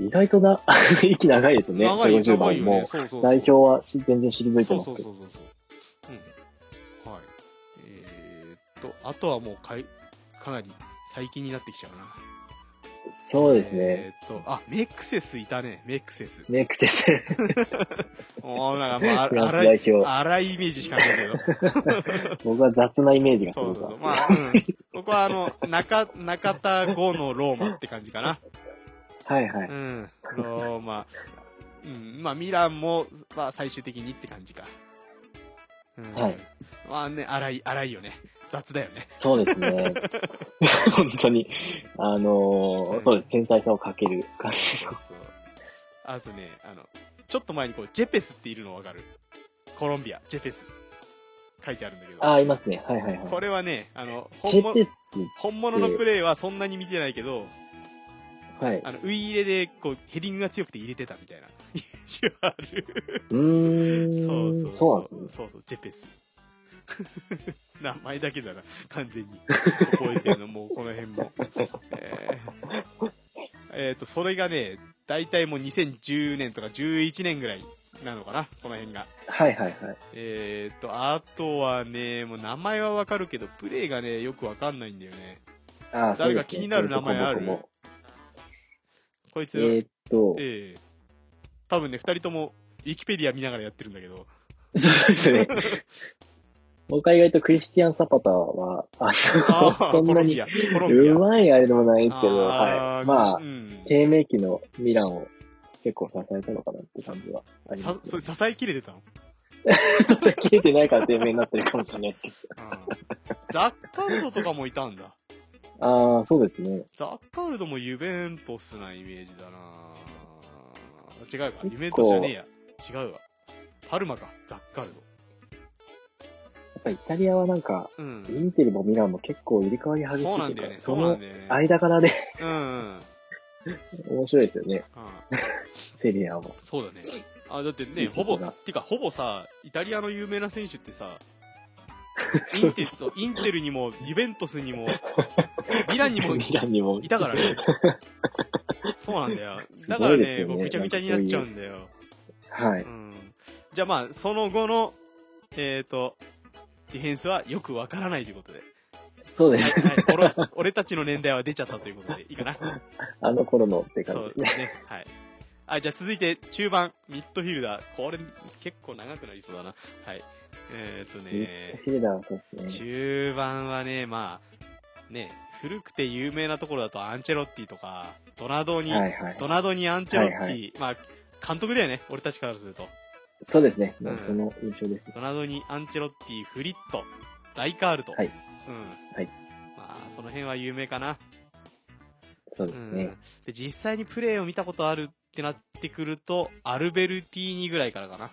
Speaker 2: 意外とな、 息長いですね。
Speaker 1: 長いよ、
Speaker 2: チアゴ
Speaker 1: 長
Speaker 2: シ
Speaker 1: いよ
Speaker 2: ューバーも
Speaker 1: ね。。そうそうそう
Speaker 2: 代表はし全然退いて
Speaker 1: そう
Speaker 2: ます
Speaker 1: そう
Speaker 2: けど
Speaker 1: そうそうそう。うん。はい。えー、っと、あとはもうかい、かなり最近になってきちゃうな。
Speaker 2: そうですね。。
Speaker 1: えー、っと、あ、メクセスいたね、メクセス。
Speaker 2: メイクセス、フ
Speaker 1: もうなんかまあ、あ
Speaker 2: ランス
Speaker 1: 荒い、
Speaker 2: 代表。
Speaker 1: 荒いイメージしかない けど。
Speaker 2: 僕は雑なイメージがす
Speaker 1: そ
Speaker 2: ご
Speaker 1: うそうそう。
Speaker 2: く
Speaker 1: まあ、うん。ここはあの、中、中田5のローマって感じかな。
Speaker 2: はいはい。
Speaker 1: うん。ローマ。うん。まあ、ミランも、まあ、最終的にって感じか。うん。
Speaker 2: はい
Speaker 1: まあね、荒い、荒いよね。雑だよね。
Speaker 2: そうで すね。本当に。あのー、そうです。繊細さをかける感じ
Speaker 1: そうそうあとね、あの、ちょっと前にこう、ジェペスっているのわかるコロンビア、ジェペス。書いてあるんだけど。
Speaker 2: ああ、いますね。はいはいはい。
Speaker 1: これはね、あの、
Speaker 2: チ
Speaker 1: 本物
Speaker 2: ェペ、ス、
Speaker 1: 本物のプレーはそんなに見てないけど、
Speaker 2: はい。う
Speaker 1: あの、ウイ入れで、こう、ヘディングが強くて入れてたみたいな、イメージはある。
Speaker 2: ー
Speaker 1: そ
Speaker 2: ん。
Speaker 1: うそう
Speaker 2: そうなんです
Speaker 1: そう
Speaker 2: ね。
Speaker 1: そうそう、ジェペス。 名前だけだな、完全に。覚えてる の、もうこの辺も。えーえーと、それがね、大体もう2010年とか11年ぐらいなのかな、この辺が。
Speaker 2: はいはいはい。
Speaker 1: えーと、あとはね、もう名前はわかるけど、プレイがね、よくわかんないんだよね。
Speaker 2: あ
Speaker 1: 誰
Speaker 2: あ、
Speaker 1: か
Speaker 2: そうですね
Speaker 1: 気になる名前ある
Speaker 2: 僕も
Speaker 1: こいつ、
Speaker 2: 僕もえーっと、
Speaker 1: ええ多分ね、二人とも、ウィキペディア見ながらやってるんだけど。
Speaker 2: そうですね。僕は意外とクリスティアン・サパタは、あ
Speaker 1: ああ、
Speaker 2: の、そん
Speaker 1: コロ
Speaker 2: な
Speaker 1: ン
Speaker 2: に
Speaker 1: ビア、コロンビア。
Speaker 2: うまいあれでもないんですけど、
Speaker 1: あ
Speaker 2: は
Speaker 1: ー
Speaker 2: い。まあ
Speaker 1: う、ん
Speaker 2: 低迷期のミランを結構支えたのかなって感じはありま
Speaker 1: さ
Speaker 2: す、 ね。
Speaker 1: それ支えきれてたの
Speaker 2: 切れてないから低迷になってるかもしれないですけ
Speaker 1: ザッカルドとかもいたんだ。
Speaker 2: ど。ああ、そうですね。
Speaker 1: ザッカルドもユベントスなイメージだな違うか、
Speaker 2: 結構
Speaker 1: ユベントスじゃねえや。違うわ。パルマか、ザッカルド。
Speaker 2: っぱイタリアはなんか、
Speaker 1: う
Speaker 2: イ
Speaker 1: ん。
Speaker 2: ンテルもミランも結構入れ替わり激しい
Speaker 1: そうな
Speaker 2: と
Speaker 1: ん
Speaker 2: い
Speaker 1: だよね
Speaker 2: う。か、
Speaker 1: そうなん
Speaker 2: の
Speaker 1: だよね。
Speaker 2: 間からね、
Speaker 1: うんうん。うん。
Speaker 2: 面白いですよね、セリアも。
Speaker 1: そうだね。あ、だって
Speaker 2: い
Speaker 1: ね、
Speaker 2: い
Speaker 1: ほぼ、
Speaker 2: とこ
Speaker 1: てか、
Speaker 2: だ
Speaker 1: ほぼさ、イタリアの有名な選手ってさ、インテそうインテルにも、ユベントスに も、 ミランにも
Speaker 2: ミランにも。
Speaker 1: いたから ね。そうなんだよ。だか
Speaker 2: すご
Speaker 1: ら
Speaker 2: いです
Speaker 1: ね、
Speaker 2: よね
Speaker 1: こうぐちゃぐちゃになっちゃうんだよ。
Speaker 2: は
Speaker 1: う
Speaker 2: い。
Speaker 1: ん。じゃあまあ、その後の、えっ、ー、と、ディフェンスはよくわからないということで。
Speaker 2: そ うです。
Speaker 1: はい、はいおろ俺たちの年代は出ちゃったということで、いいかな。
Speaker 2: あの頃のって感
Speaker 1: そ
Speaker 2: じ
Speaker 1: う
Speaker 2: で
Speaker 1: ですす
Speaker 2: ね。
Speaker 1: ね。はい。あ、じゃあ続いて、中盤、ミッドフィルダー。これ、結構長くなりそうだな。はい。えっ、ー、と
Speaker 2: ミ
Speaker 1: ね
Speaker 2: ッ、ドフィルダーはそうですね。
Speaker 1: 中盤はね、まあ、ね、古くて有名なところだとアンチェロッティとか、ドナドに、
Speaker 2: はいはい
Speaker 1: ド。ナドにアンチェロッティ、
Speaker 2: はいは
Speaker 1: まあ、監督だよね、俺たちからすると。
Speaker 2: そうですね。
Speaker 1: うん
Speaker 2: その印象ですね。
Speaker 1: ドナドにアンチェロッティ、フリット、ライカールト。
Speaker 2: はい
Speaker 1: うん。
Speaker 2: はい
Speaker 1: まあ、その辺は有名かな。
Speaker 2: そうです
Speaker 1: うん
Speaker 2: ね。
Speaker 1: で、実際にプレーを見たことあるってなってくると、アルベルティーニぐらいからかな。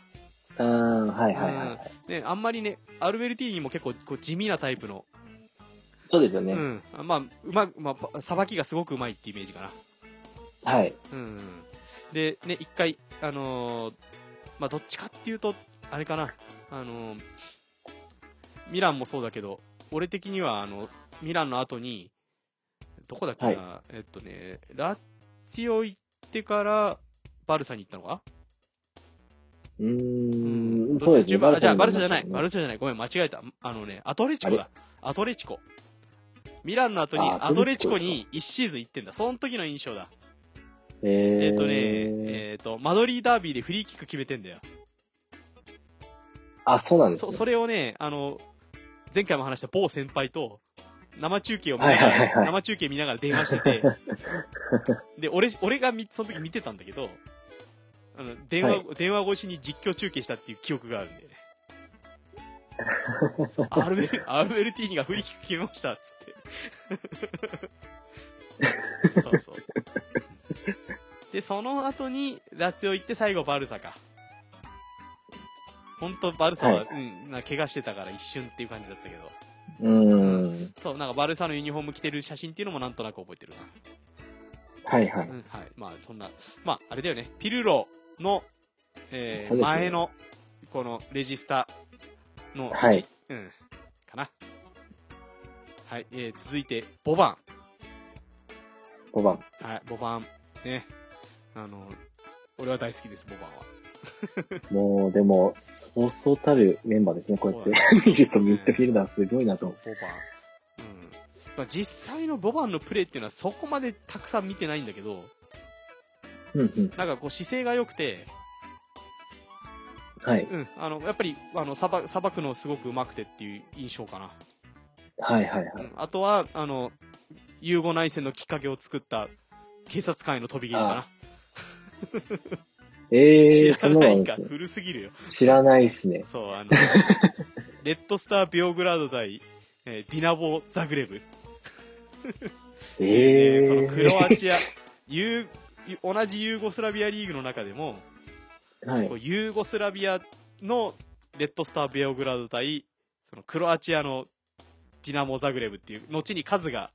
Speaker 2: ああ、はいはいはいはい。
Speaker 1: ね、あんまりね、アルベルティーニも結構こう地味なタイプの、
Speaker 2: そうですよ
Speaker 1: う
Speaker 2: ね。
Speaker 1: ん。あまあ、うま、まあパ、さばきがすごくうまいってイメージかな。
Speaker 2: はい。
Speaker 1: うん。で、ね、一回、あのーまあ、どっちかっていうと、あれかな、あのーミランもそうだけど、俺的には、あの、ミランの後に、どこだっけな、えっとね、ラッツィオ行ってから、バルサに行ったのか
Speaker 2: うー
Speaker 1: うんん、
Speaker 2: そうですね。
Speaker 1: 順番あじゃあ、バルサじゃない。
Speaker 2: ね
Speaker 1: バルサじゃない。ごめん、間違えた。あのね、アトレチコだ。アトレチコ。ミランの後に
Speaker 2: あ
Speaker 1: ア
Speaker 2: ア
Speaker 1: ト
Speaker 2: ト
Speaker 1: レ
Speaker 2: レ
Speaker 1: チ
Speaker 2: チ
Speaker 1: コ
Speaker 2: コ
Speaker 1: に1シーズン行ってんだ。その時の印象だ。え
Speaker 2: え
Speaker 1: っ、とね、
Speaker 2: え
Speaker 1: えっ、と、マドリーダービーでフリーキック決めてんだよ。
Speaker 2: あ、そうなんです
Speaker 1: そ、
Speaker 2: ね
Speaker 1: それをね、あの、前回も話した某先輩と、生中継を見な
Speaker 2: はい
Speaker 1: が
Speaker 2: はいはい
Speaker 1: ら、
Speaker 2: はい。
Speaker 1: 生中継見ながら電話して て、で、俺、俺がみその時見てたんだけど、あの、電話、電話越しに実況中継したっていう記憶があるんだよね。そうアルベル、アルベルティーニがフリーキック決めました、つって。そうそう。で、その後に、ラツィオ行って最後バルサか。本当バルサは、う
Speaker 2: はい
Speaker 1: ん、なんか怪我してたから一瞬っていう感じだったけど。
Speaker 2: うーん。
Speaker 1: そう、なんかバルサのユニフォーム着てる写真っていうのもなんとなく覚えてるな。。
Speaker 2: はいはいう
Speaker 1: ん、はい。まあ、そんな、まあ、あれだよね。ピルロの、えー
Speaker 2: そうですね
Speaker 1: 前の、この、レジスタの位置、
Speaker 2: はい
Speaker 1: うん、かな。はい。えー、続いて、ボバ
Speaker 2: 5番。
Speaker 1: ン。はい、ボバン。ね。あの、俺は大好きです、ボバンは。
Speaker 2: もう、でも、そうそうたるメンバーですね。こうやって 見るとミッドフィルダーすごいな
Speaker 1: そう
Speaker 2: と。、
Speaker 1: ボバン。うん。まあ、実際のボバンのプレーっていうのはそこまでたくさん見てないんだけど、
Speaker 2: うんうん。
Speaker 1: なんかこう姿勢が良くて、
Speaker 2: はい。
Speaker 1: うん、あの、やっぱり、あの、さば、さばくのすごく上手くてっていう印象かな。
Speaker 2: はいはいは
Speaker 1: う
Speaker 2: い。
Speaker 1: んあとは、あの、融合内戦のきっかけを作った警察官への飛び蹴りかな。
Speaker 2: ええ
Speaker 1: 知
Speaker 2: ー、そ
Speaker 1: ら
Speaker 2: んなの
Speaker 1: な
Speaker 2: あるん
Speaker 1: い
Speaker 2: で
Speaker 1: か、
Speaker 2: すね。
Speaker 1: 古すぎるよ。
Speaker 2: 知らないですね。
Speaker 1: そう、あの、 レッドスター・ビオグラード対、えーディナボ・ザグレブ。
Speaker 2: ええ
Speaker 1: そのクロア
Speaker 2: ー。
Speaker 1: チア、ユー同じユーゴスラビアリーグの中でも、
Speaker 2: はい
Speaker 1: こ。うユーゴスラビアのレッドスター・ベオグラード対そのクロアチアのディナモ・ザグレブっていう後にカズが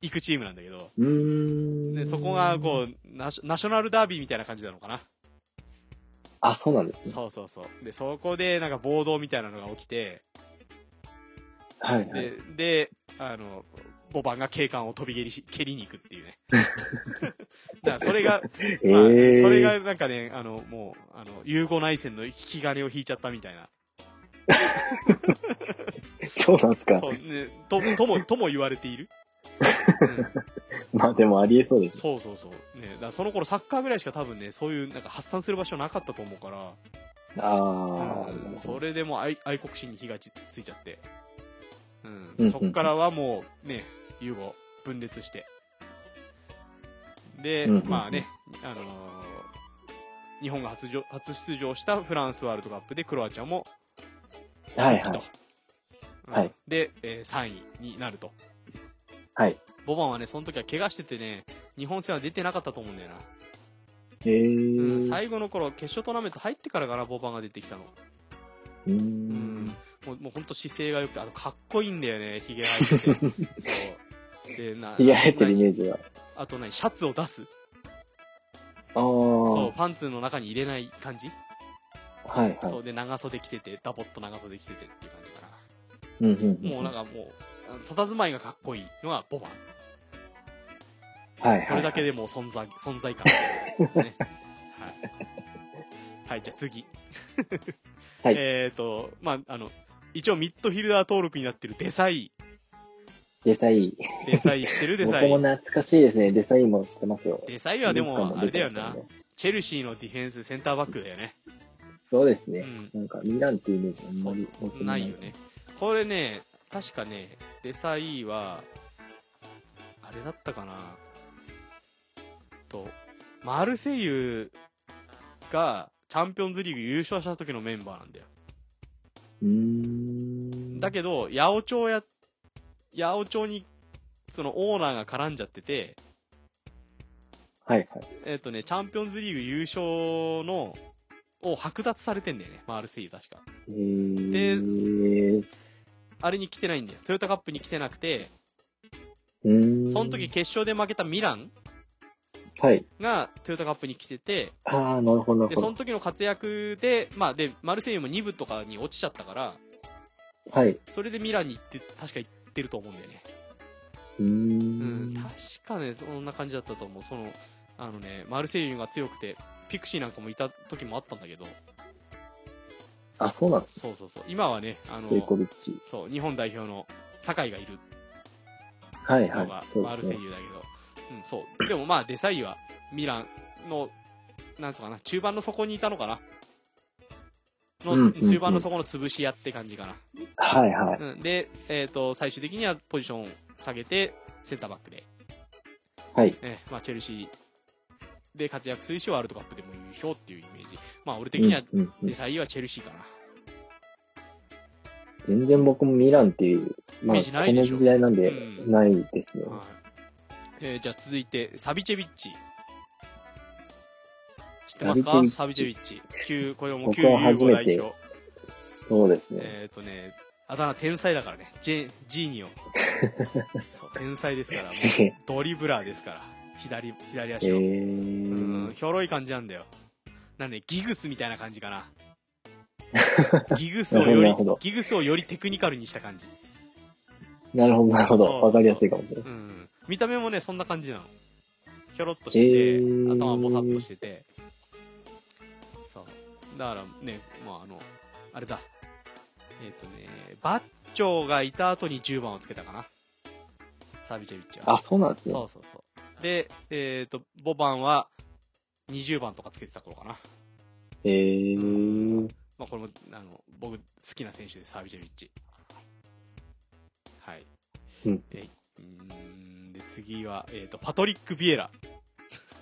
Speaker 1: 行くチームなんだけど
Speaker 2: うーん。
Speaker 1: でそこがこうナショナショナルダービーみたいな感じなのかな
Speaker 2: あ、そうなんですね。
Speaker 1: そうそうそうでそこでなんか暴動みたいなのが起きて
Speaker 2: はいはい。
Speaker 1: でであのボバンが警官を飛び蹴りし蹴りに行くっていう ねだからそれが、
Speaker 2: ええ
Speaker 1: まあ、そ
Speaker 2: ー。
Speaker 1: れがなんかねあのもうあの融合内戦の引き金を引いちゃったみたいな
Speaker 2: そうなんですか
Speaker 1: そ。う、ね、と、とも、とも言われている。うん
Speaker 2: まあでもありえそうです。
Speaker 1: そうそうそう。ね、だからその頃サッカーぐらいしか多分ね、そういうなんか発散する場所なかったと思うから、
Speaker 2: ああ、
Speaker 1: うんそれでもう愛愛国心に火がちついちゃって、うん
Speaker 2: うん
Speaker 1: そっからはもうね、ユーゴ分裂して。で、
Speaker 2: うんうんうん
Speaker 1: まあね、あのー日本が初じょ初出場したフランスワールドカップでクロアチアも
Speaker 2: はい
Speaker 1: 復帰
Speaker 2: は
Speaker 1: と
Speaker 2: い。はい
Speaker 1: うんで、えー3位になると。
Speaker 2: はい。
Speaker 1: ボバンはね、その時は怪我しててね、日本戦は出てなかったと思うんだよな。
Speaker 2: へー
Speaker 1: うん、最後の頃、決勝トーナメント入ってからかな、ボバンが出てきたの。
Speaker 2: うー
Speaker 1: うんん。もう、もう本当姿勢が良くて、あとかっこいいんだよね、ヒゲ生えてて。 そう。で、な、
Speaker 2: いや、入ってるイ
Speaker 1: な
Speaker 2: メージは。
Speaker 1: あと何シャツを出す。
Speaker 2: ああ。
Speaker 1: そう、
Speaker 2: は
Speaker 1: パンツの中に入れない感じ。
Speaker 2: いは
Speaker 1: そう、で、長袖着てて、ダボっと長袖着ててっていう感じかな。
Speaker 2: い。うんうんうん。
Speaker 1: もうなんかもう、あの佇まいがかっこいいのがボ バン。
Speaker 2: はいはい。
Speaker 1: それだけでもう存在、存在感。ね、はい。はい、じゃあ次。
Speaker 2: は い
Speaker 1: えっと、まあ、あの、一応ミッドフィルダー登録になってるデサイ。
Speaker 2: デサイン。
Speaker 1: デサイしてるデ
Speaker 2: 僕
Speaker 1: サ
Speaker 2: も
Speaker 1: イ。
Speaker 2: 懐かしいですね。デサインも知ってますよ。
Speaker 1: デサイはで
Speaker 2: どっか
Speaker 1: も、あれだよ
Speaker 2: 出てま
Speaker 1: な
Speaker 2: し。
Speaker 1: チェルシーのディフェンスセンターバックだよね。
Speaker 2: たね。そうで
Speaker 1: う
Speaker 2: すね。
Speaker 1: ん。
Speaker 2: なんか、ミランっていうイメージあん
Speaker 1: そ
Speaker 2: ま
Speaker 1: う
Speaker 2: り
Speaker 1: そ
Speaker 2: 僕
Speaker 1: う。
Speaker 2: も
Speaker 1: ないよ。ね。これね、確かね、デサイは、あれだったかな。と、マルセイユがチャンピオンズリーグ優勝した時のメンバーなんだよ。
Speaker 2: うーん。
Speaker 1: だけど、八百長や、八百長に、そのオーナーが絡んじゃってて、
Speaker 2: はいはい。
Speaker 1: えっ、とね、チャンピオンズリーグ優勝の、を剥奪されてんだよね、マルセイユ確か。
Speaker 2: えー、
Speaker 1: あれに来てないんだよ。トヨタカップに来てなくて、
Speaker 2: うーん。
Speaker 1: その時、決勝で負けたミラン
Speaker 2: はい。
Speaker 1: がトヨタカップに来てて、
Speaker 2: ああ、なるほど、な
Speaker 1: で、
Speaker 2: る
Speaker 1: そ
Speaker 2: ほ
Speaker 1: の時の活躍で、まあ、で、マルセイユも2部とかに落ちちゃったから、
Speaker 2: ど。はい。う
Speaker 1: それでミランに行って、確か行ってると思うんだよね。う
Speaker 2: ー
Speaker 1: ん
Speaker 2: ん。、
Speaker 1: 確かね、そんな感じだったと思う。その、あのね、マルセイユが強くて、ピクシーなんかもいた時もあったんだけど、
Speaker 2: あ、そうなんです。
Speaker 1: そうそうそう。今はね、あの
Speaker 2: ジェイ、コビッチ。
Speaker 1: そう、日本代表の酒井がいる
Speaker 2: はいは
Speaker 1: の
Speaker 2: い
Speaker 1: が。
Speaker 2: そう
Speaker 1: マル
Speaker 2: です
Speaker 1: セ
Speaker 2: ね
Speaker 1: イ。ユだけど、うん、そう。でもまあ、デサイユはミランの、なんすかな、中盤の底にいたのかな。の、
Speaker 2: うんうんうん
Speaker 1: 中盤の底の潰し屋って感じかな。
Speaker 2: はいはい。
Speaker 1: うん、で、えっ、と、最終的にはポジションを下げて、センターバックで、
Speaker 2: はい。
Speaker 1: ね、まあ、チェルシーで活躍するし、ワールドカップでも優勝っていうイメージ。まあ、俺的には、
Speaker 2: うんうんう
Speaker 1: デ
Speaker 2: ん
Speaker 1: サイユはチェルシーかな。
Speaker 2: 全然僕もミランっていう、まあ、
Speaker 1: イメー
Speaker 2: こ
Speaker 1: ジないで
Speaker 2: の
Speaker 1: しょ
Speaker 2: 時代なんで
Speaker 1: う、ん
Speaker 2: ないですね。
Speaker 1: はいえーじゃあ続いて、サビチェビッチ。知ってますかサ
Speaker 2: サ
Speaker 1: ビ
Speaker 2: ビ
Speaker 1: チ
Speaker 2: チ
Speaker 1: ェ
Speaker 2: ェ
Speaker 1: ビ
Speaker 2: ビ
Speaker 1: ッチ。旧、これも旧
Speaker 2: 僕
Speaker 1: ユ
Speaker 2: は
Speaker 1: ー
Speaker 2: 初
Speaker 1: ゴ
Speaker 2: め
Speaker 1: 代
Speaker 2: て
Speaker 1: 表。
Speaker 2: そうですね。
Speaker 1: えっ、とね、あだ名天才だからね。ジェ、ジー ニオ。そう、天才ですから。もうドリブラーですから。左、左
Speaker 2: え
Speaker 1: 足を。うん、
Speaker 2: ー、
Speaker 1: ひょろい感じなんだよ。なんで、ギグスみたいな感じか な。ギグスを
Speaker 2: なるほ
Speaker 1: よ
Speaker 2: どな
Speaker 1: り
Speaker 2: るほど、
Speaker 1: ギグスをよりテクニカルにした感じ。
Speaker 2: なるほど、なるほど。
Speaker 1: そう
Speaker 2: わかりやすいかもしれない。
Speaker 1: うん。見た目もね、そんな感じなの。ひょろっとしてて、
Speaker 2: えー
Speaker 1: 頭ボサッとしてて。そう。だからね、まああの、あれだ。えっ、とね、バッチョがいた後に10番をつけたかな。サビチェビッチは。
Speaker 2: あ、そうなんですね。
Speaker 1: そうそうそう。で、えっ、と、ボバンは20番とかつけてた頃かな。
Speaker 2: えー、
Speaker 1: まあ、これも、あの、僕、好きな選手です、サービジェビッチ。はい。
Speaker 2: うん
Speaker 1: えうーんで、次は、えっ、と、パトリック・ビエ ラ。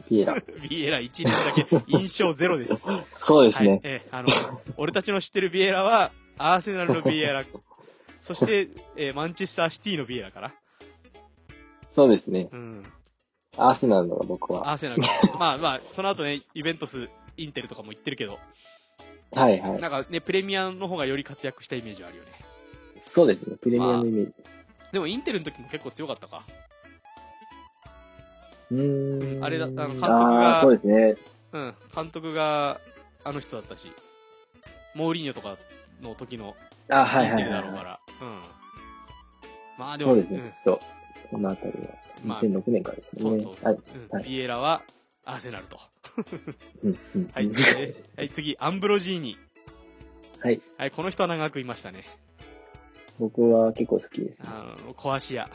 Speaker 2: ピエラ。
Speaker 1: ビエラ1年だけ印象ゼロです。
Speaker 2: そうです
Speaker 1: はい
Speaker 2: ね。。
Speaker 1: えーあの、俺たちの知ってるビエラは、アーセナルのビエ ラ。そして、えーマンチェスターシティのビエラかな。
Speaker 2: そうですね。
Speaker 1: うん。
Speaker 2: アーセナルのが僕は。
Speaker 1: アーセナ ル。まあまあ、その後ね、イベントス、インテルとかも行ってるけど、
Speaker 2: はいはい。
Speaker 1: なんかね、プレミアの方がより活躍したイメージはあるよね。
Speaker 2: そうですね。プレミアムイメージ。
Speaker 1: でも、インテルの時も結構強かったか。
Speaker 2: うーん。
Speaker 1: あれだあの監督が
Speaker 2: あーそうですね。
Speaker 1: うん、監督があの人だったし、モーリーニョとかの時のイ
Speaker 2: あ、
Speaker 1: ン
Speaker 2: はいは
Speaker 1: テ
Speaker 2: い
Speaker 1: ル
Speaker 2: は
Speaker 1: だ
Speaker 2: い
Speaker 1: ろうか
Speaker 2: は
Speaker 1: ら、うん。まあ
Speaker 2: い。
Speaker 1: で
Speaker 2: そ
Speaker 1: も、
Speaker 2: うですね、きっと。このあたりは。
Speaker 1: まあ
Speaker 2: 2006年からです
Speaker 1: そ
Speaker 2: ね。
Speaker 1: うそう
Speaker 2: はい。
Speaker 1: うんうんビエラはアーセ ナルと。
Speaker 2: うんうん
Speaker 1: はい、ではい、次、アンブロジーニ。
Speaker 2: はい。
Speaker 1: はい、この人は長くいましたね。
Speaker 2: 僕は結構好きですね。
Speaker 1: あの、コアシア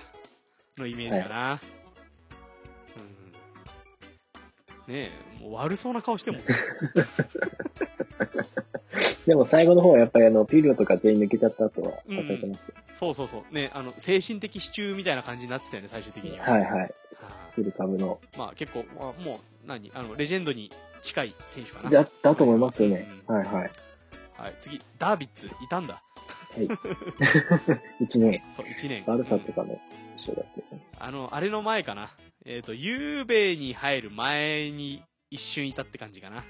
Speaker 1: のイメージかな。うん。ねえ、もう悪そうな顔 しても。
Speaker 2: でも最後の方はやっぱりあの、ピルロとか全員抜けちゃった後は、
Speaker 1: うんうん
Speaker 2: 叩いてましたよ。
Speaker 1: そうそうそう。ねえあの、精神的支柱みたいな感じになってたよね、最終的には。。
Speaker 2: はいいはい。フル株の。
Speaker 1: まあ結構、まあ、もう、何あの、レジェンドに近い選手かな。
Speaker 2: だ、だと思いますよね。
Speaker 1: うん
Speaker 2: はいはい。
Speaker 1: はい、次、ダービッツ、いたんだ。
Speaker 2: 1年。
Speaker 1: そう、1年。
Speaker 2: バルサとかの一緒だったよね。
Speaker 1: あの、あれの前かな。えっ、と、ゆうべに入る前に一瞬いたって感じかな。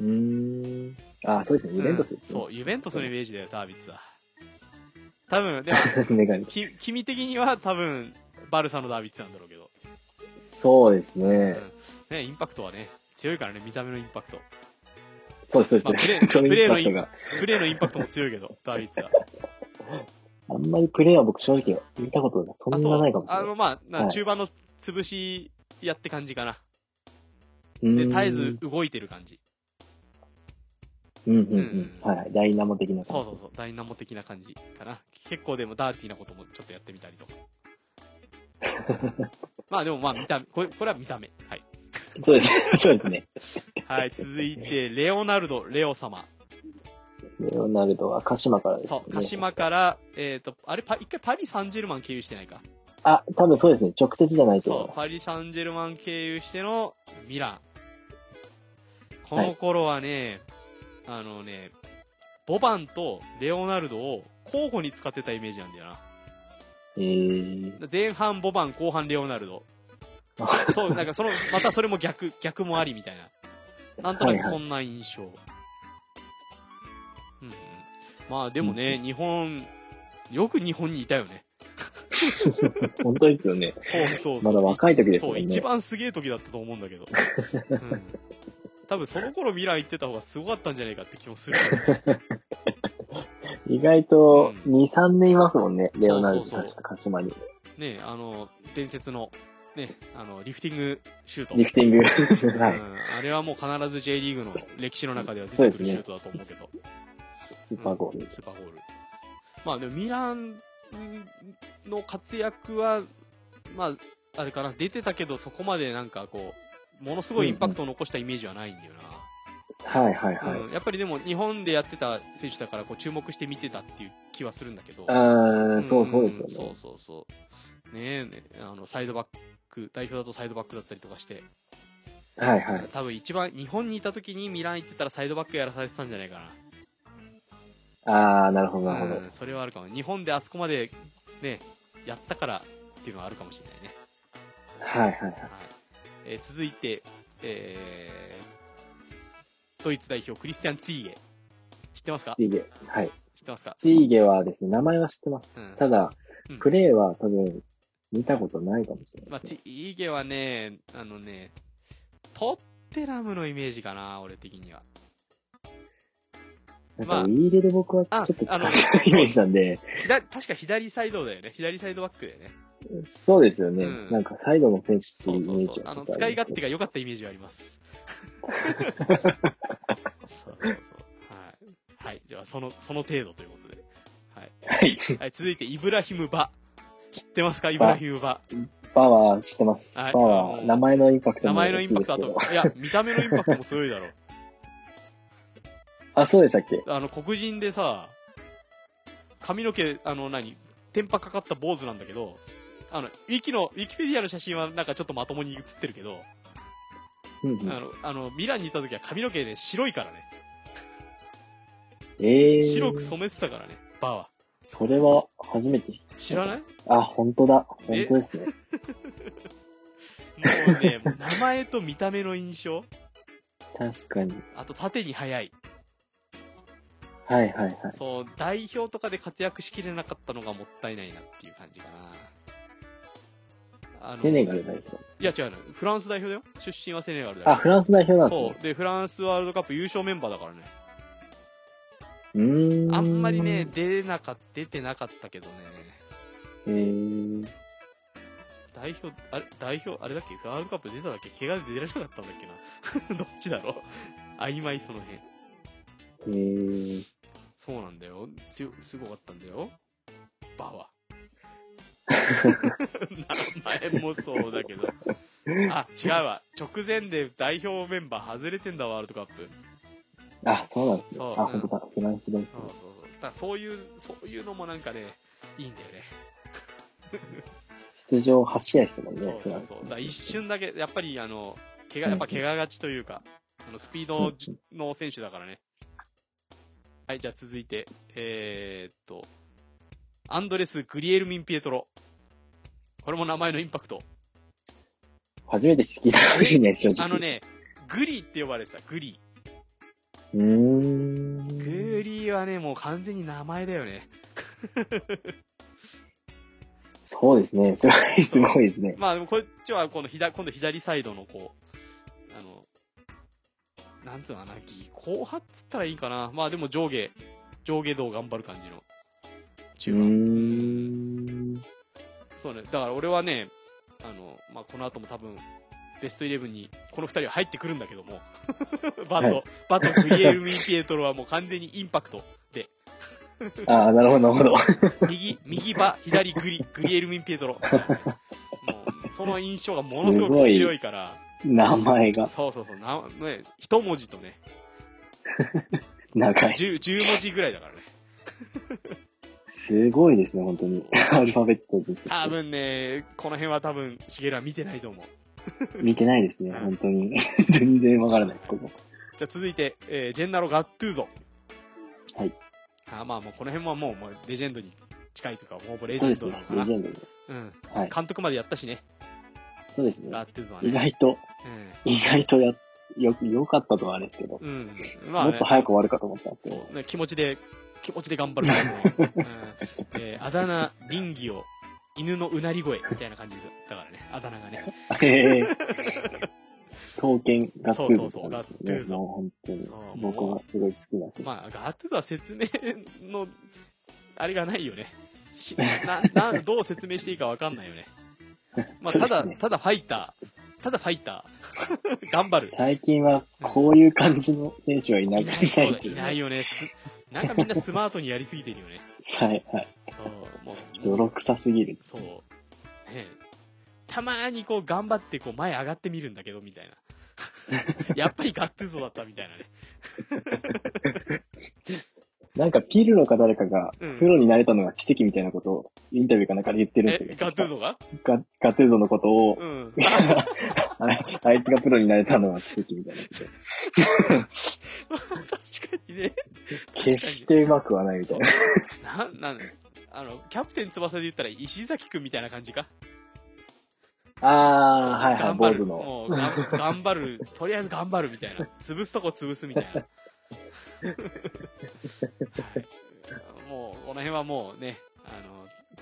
Speaker 2: うーん。あ、そうですね。イベントスですね。
Speaker 1: そう、ユベントスのイメージだよ、タービッツは。多分、でも、
Speaker 2: メガネ。
Speaker 1: き 君的には多分、バルサのダービッツなんだろうけど。
Speaker 2: そうですね。
Speaker 1: ね、インパクトはね、強いからね、見た目のインパクト。
Speaker 2: そうです、
Speaker 1: ま
Speaker 2: そ
Speaker 1: あ
Speaker 2: うです。
Speaker 1: プレー
Speaker 2: そのインパク
Speaker 1: プレーのプ
Speaker 2: トが。
Speaker 1: レーのインパクトも強いけど、ダービッツは。
Speaker 2: あんまりプレーは僕正直見たことが そんなないかもしれ
Speaker 1: あ
Speaker 2: ない。
Speaker 1: の、まあ、な
Speaker 2: はい
Speaker 1: 中盤の潰しやって感じかな。
Speaker 2: う
Speaker 1: で、
Speaker 2: ーん
Speaker 1: 絶えず。動いてる感じ。
Speaker 2: うんうん
Speaker 1: うん
Speaker 2: うん。はいはい。ダイナモ的な感じ。
Speaker 1: そうそうそう、ダイナモ的な感じかな。結構でもダーティーなこともちょっとやってみたりと か。まあでもまあ見た目、これこれは見た目。はい。
Speaker 2: そうです。そうですね。
Speaker 1: はい、続いて、レオナルド、レオ様。
Speaker 2: レオナルドは鹿島からです、ね。
Speaker 1: そう、鹿島から、えっ、と、あれ、パ一回パリ・サンジェルマン経由してないか。
Speaker 2: あ、多分そうですね。直接じゃないと思い
Speaker 1: そ
Speaker 2: ま
Speaker 1: う、パリ・サンジェルマン経由してのミラン。この頃はね、あのね、ボバンとレオナルドを交互に使ってたイメージなんだよな。
Speaker 2: す。えー、
Speaker 1: 前半ボバン、後半レオナル ド。そう、なんかその、またそれも逆、逆もありみたいな。なんとなくそんな印象。うんうん。まあでもね、日本、よく日本にいたよね。
Speaker 2: 本当ですよね。
Speaker 1: そうそうそ
Speaker 2: ま
Speaker 1: う。
Speaker 2: だ若い時です
Speaker 1: そ
Speaker 2: よ
Speaker 1: う、
Speaker 2: ね。
Speaker 1: 一番すげえ時だったと思うんだけど。うん。多分その頃未来行ってた方がすごかったんじゃないかって気もするけど。
Speaker 2: 意外と
Speaker 1: う
Speaker 2: 2、3年いますもんね。レオナルド
Speaker 1: そうそう
Speaker 2: 確
Speaker 1: そ
Speaker 2: か鹿島に。
Speaker 1: ねあの、伝説の、ね、あの、リフティングシュート。
Speaker 2: リフティング。は
Speaker 1: う
Speaker 2: い。
Speaker 1: んあれはもう必ず J リーグの歴史の中では出てくるシュートだと思うけど。
Speaker 2: スーパーゴー
Speaker 1: う
Speaker 2: ル
Speaker 1: ん。スーパーゴール。まあでもミランの活躍は、まあ、あれかな、出てたけどそこまでなんかこう、ものすごいインパクトを残したイメージはないんだよ
Speaker 2: はいはい
Speaker 1: な。
Speaker 2: はい。
Speaker 1: うん、やっぱりでも日本でやってた選手だからこう注目して見てたっていう気はするんだけど。
Speaker 2: あ
Speaker 1: う
Speaker 2: あ
Speaker 1: ん、
Speaker 2: そうそうですよ
Speaker 1: そ
Speaker 2: ね
Speaker 1: う。そうそう。ねえ、ねあの、サイドバック、代表だとサイドバックだったりとかして、
Speaker 2: はいはい。
Speaker 1: 多分一番日本にいた時にミラン行ってたらサイドバックやらされてたんじゃないかな。
Speaker 2: ああ、なるほどなるほど。
Speaker 1: うん、それはあるかも。日本であそこまでね、やったからっていうのはあるかもしれないね。
Speaker 2: はいはいは
Speaker 1: は
Speaker 2: い。
Speaker 1: い。えー続いて、えー、ドイツ代表、クリスティアン・ツィーゲ。知ってますか
Speaker 2: チーゲ。はい。
Speaker 1: 知ってますか
Speaker 2: チーゲはですね、名前は知ってます。
Speaker 1: うん。
Speaker 2: ただ、
Speaker 1: うん
Speaker 2: プレーは多分、見たことないかもしれ
Speaker 1: ま
Speaker 2: な
Speaker 1: あ、
Speaker 2: いですね。
Speaker 1: ツィーゲはね、あのね、トッテナムのイメージかな、俺的には。
Speaker 2: なん
Speaker 1: まあ
Speaker 2: か、ウィーレで僕はちょ
Speaker 1: あ
Speaker 2: っと違う
Speaker 1: あの
Speaker 2: イメージなんで、
Speaker 1: 左、確か左サイドだよね。左サイドバックだよね。
Speaker 2: そうですよね。
Speaker 1: うん
Speaker 2: なんか、サイドの選手って
Speaker 1: そ
Speaker 2: いううイ
Speaker 1: そう
Speaker 2: メー
Speaker 1: そ
Speaker 2: ジ
Speaker 1: う。
Speaker 2: は
Speaker 1: あ
Speaker 2: ちょ
Speaker 1: の、
Speaker 2: っと
Speaker 1: 使
Speaker 2: あ
Speaker 1: い
Speaker 2: りま
Speaker 1: 勝
Speaker 2: すけ
Speaker 1: 手
Speaker 2: ど
Speaker 1: が良かったイメージはあります。 そうそうそう。はい。はい。じゃあ、その、その程度ということで。はい。
Speaker 2: はい。
Speaker 1: はい、続いて、イブラヒム・バ。知ってますかイブラヒム・バ。
Speaker 2: バは知ってます。
Speaker 1: はい
Speaker 2: バ
Speaker 1: あ
Speaker 2: は、
Speaker 1: の
Speaker 2: 名前のインパクト
Speaker 1: 名
Speaker 2: も
Speaker 1: 前のインパクト、あ
Speaker 2: 大きいです
Speaker 1: と、い
Speaker 2: けど
Speaker 1: や、見た目のインパクトもすごいだろう。
Speaker 2: あ、そうでしたっけ
Speaker 1: あの、黒人でさ、髪の毛、あの、何天パかかった坊主なんだけど、あの、ウィキの、ウィキペディアの写真はなんかちょっとまともに写ってるけど、
Speaker 2: うんう
Speaker 1: あ
Speaker 2: ん。
Speaker 1: の、あの、ミランにいた時は髪の毛ね、白いからね。
Speaker 2: ええー。
Speaker 1: 白く染めてたからね、バーは。
Speaker 2: それは、初めて。
Speaker 1: 知らないも
Speaker 2: あ、本当だ。
Speaker 1: え
Speaker 2: 本当ですね。
Speaker 1: う ね、もう名前と見た目の印象
Speaker 2: 確かに。
Speaker 1: あと縦に速い。
Speaker 2: はいはいはい。
Speaker 1: そう、代表とかで活躍しきれなかったのがもったいないなっていう感じかな。あの
Speaker 2: セネガル代表。
Speaker 1: いや違うの。フランス代表だよ。出身はセネガルだ
Speaker 2: あ、
Speaker 1: よ。
Speaker 2: フランス代表なんです
Speaker 1: そ
Speaker 2: ね。
Speaker 1: う。で、フランスワールドカップ優勝メンバーだからね。
Speaker 2: うーん。
Speaker 1: あんまりね、。出なか、出てなかったけどね。
Speaker 2: えー、
Speaker 1: 代表、あれ、代表、あれだっけワールドカップ出ただっけ怪我で出れなかったんだっけな。ど っちだろう。曖昧その辺。
Speaker 2: えー、
Speaker 1: そうなんだよ。強、すごかったんだよ。バは。名前もそうだけど。あ、違うわ。直前で代表メンバー外れてんだ、ワールドカップ。
Speaker 2: あ、そうなんです
Speaker 1: そう
Speaker 2: よ。
Speaker 1: う
Speaker 2: あ、
Speaker 1: ん
Speaker 2: 本当だ。フランス代
Speaker 1: そう
Speaker 2: 表。
Speaker 1: そうそう。だからそういう、そういうのもなんかね、いいんだよね。
Speaker 2: 出場8試合ですもんね、
Speaker 1: そう
Speaker 2: フ
Speaker 1: そ
Speaker 2: ラ
Speaker 1: う
Speaker 2: ンス
Speaker 1: そう。だから一瞬だけ、やっぱりあの、怪我、やっぱ怪我がちというか、あのスピードの選手だからね。はい、じゃあ続いて、えー、っと、アンドレス・グリエルミン・ピエトロ。これも名前のインパクト。
Speaker 2: 初めて聞いたかもしれない、正直。
Speaker 1: あの。ね、グリーって呼ばれてた、グリ
Speaker 2: うーん。
Speaker 1: ー。グリーはね、もう完全に名前だよね。
Speaker 2: そうですね。 それはすごいですね。
Speaker 1: まあでもこっちはこの左、今度左サイドのこう、あの、なんつうのかな、技巧派っつったらいいかな。まあでも上下、上下動頑張る感じの中
Speaker 2: うー
Speaker 1: 盤。
Speaker 2: ん。
Speaker 1: そうね。だから俺はね、あの、まあ、この後も多分、ベストイレブンに、この二人は入ってくるんだけども、 バト、
Speaker 2: はい
Speaker 1: バト、グリエルミ・ピエトロはもう完全にインパクトで、
Speaker 2: ああ、なるほど、なるほど。
Speaker 1: 右、右バ、左グリ、グリエルミ・ピ エトロ。もう、その印象がものすごく
Speaker 2: すごい
Speaker 1: 強いから、
Speaker 2: 名前が
Speaker 1: そうそうそう、な、ね、一文字とね、
Speaker 2: 長い。
Speaker 1: 十、十文字ぐらいだからね。
Speaker 2: すごいですね、本 当に。アルファベットです。
Speaker 1: 多分ね、この辺は多分、シゲルは見てないと思う。
Speaker 2: 見てないですね、本当に。全然わからない、ここ。
Speaker 1: じゃあ続いて、えージェンナロ・ガットゥーゾ。
Speaker 2: はい。
Speaker 1: あーまあもうこの辺はもうもうレジェンドに近いというか、もうほぼレジ
Speaker 2: そう
Speaker 1: ェ
Speaker 2: で
Speaker 1: ン
Speaker 2: す
Speaker 1: ドなの、か
Speaker 2: ね
Speaker 1: な。
Speaker 2: レジェンドです。
Speaker 1: うん。
Speaker 2: はい。
Speaker 1: 監督までやったしね、
Speaker 2: そうですね。
Speaker 1: ガットゥーゾは
Speaker 2: 意
Speaker 1: ね。
Speaker 2: 外と、意外とや、よ、よかったとはあれですけど。
Speaker 1: うん。うん。まあ、
Speaker 2: も
Speaker 1: ね、
Speaker 2: っと早く終わるかと思ったんですけど。
Speaker 1: そう、ね、気持ちで、気持ちで頑張るからね、うんえーあだ名、林義を、犬のうなり声みたいな感じだからね、あだ名がね。
Speaker 2: へえ。 刀剣ガッツー
Speaker 1: そ
Speaker 2: ズ、
Speaker 1: うそうそうガッツーズ
Speaker 2: もう本当に
Speaker 1: そう。
Speaker 2: 僕はすごい好きなんですよ。
Speaker 1: まあ、ガッツーズは説明の、あれがないよね。 しな、な、どう説明していいかわかんないよね。まあ、た
Speaker 2: そう
Speaker 1: だ、
Speaker 2: ですね
Speaker 1: ただファイター。ただファイター。 頑張る。
Speaker 2: 最近はこういう感じの選手はいないく
Speaker 1: な
Speaker 2: ないい
Speaker 1: そうだ
Speaker 2: です
Speaker 1: い
Speaker 2: よ
Speaker 1: ない
Speaker 2: ね。
Speaker 1: よね。すなんかみんなスマートにやりすぎてるよね。
Speaker 2: はいはい。
Speaker 1: そう、もう、
Speaker 2: 泥臭すぎる。
Speaker 1: そう。ねえたまーにこう頑張ってこう前上がってみるんだけど、みたいな。 やっぱりガッツーゾだったみたいなね。
Speaker 2: なんかピルロか誰かが
Speaker 1: うん
Speaker 2: プロになれたのが奇跡みたいなことをインタビューかなんかで言ってるんですよ
Speaker 1: え、。ガッツーゾが
Speaker 2: ガガトゥーゾのことを、
Speaker 1: うん。
Speaker 2: ああいつがプロになれたのは奇跡みたいなこと。
Speaker 1: 確かにね。
Speaker 2: 決してうまくはないみたいな。
Speaker 1: なん、なん、あの、キャプテン翼で言ったら石崎くんみたいな感じか
Speaker 2: ああ、はいはい、
Speaker 1: 頑
Speaker 2: 坊
Speaker 1: 張
Speaker 2: 主
Speaker 1: る。
Speaker 2: の。
Speaker 1: もう、がん頑張る。とりあえず頑張るみたいな。潰すとこ潰すみたいな。はい、もう、この辺はもうね、あ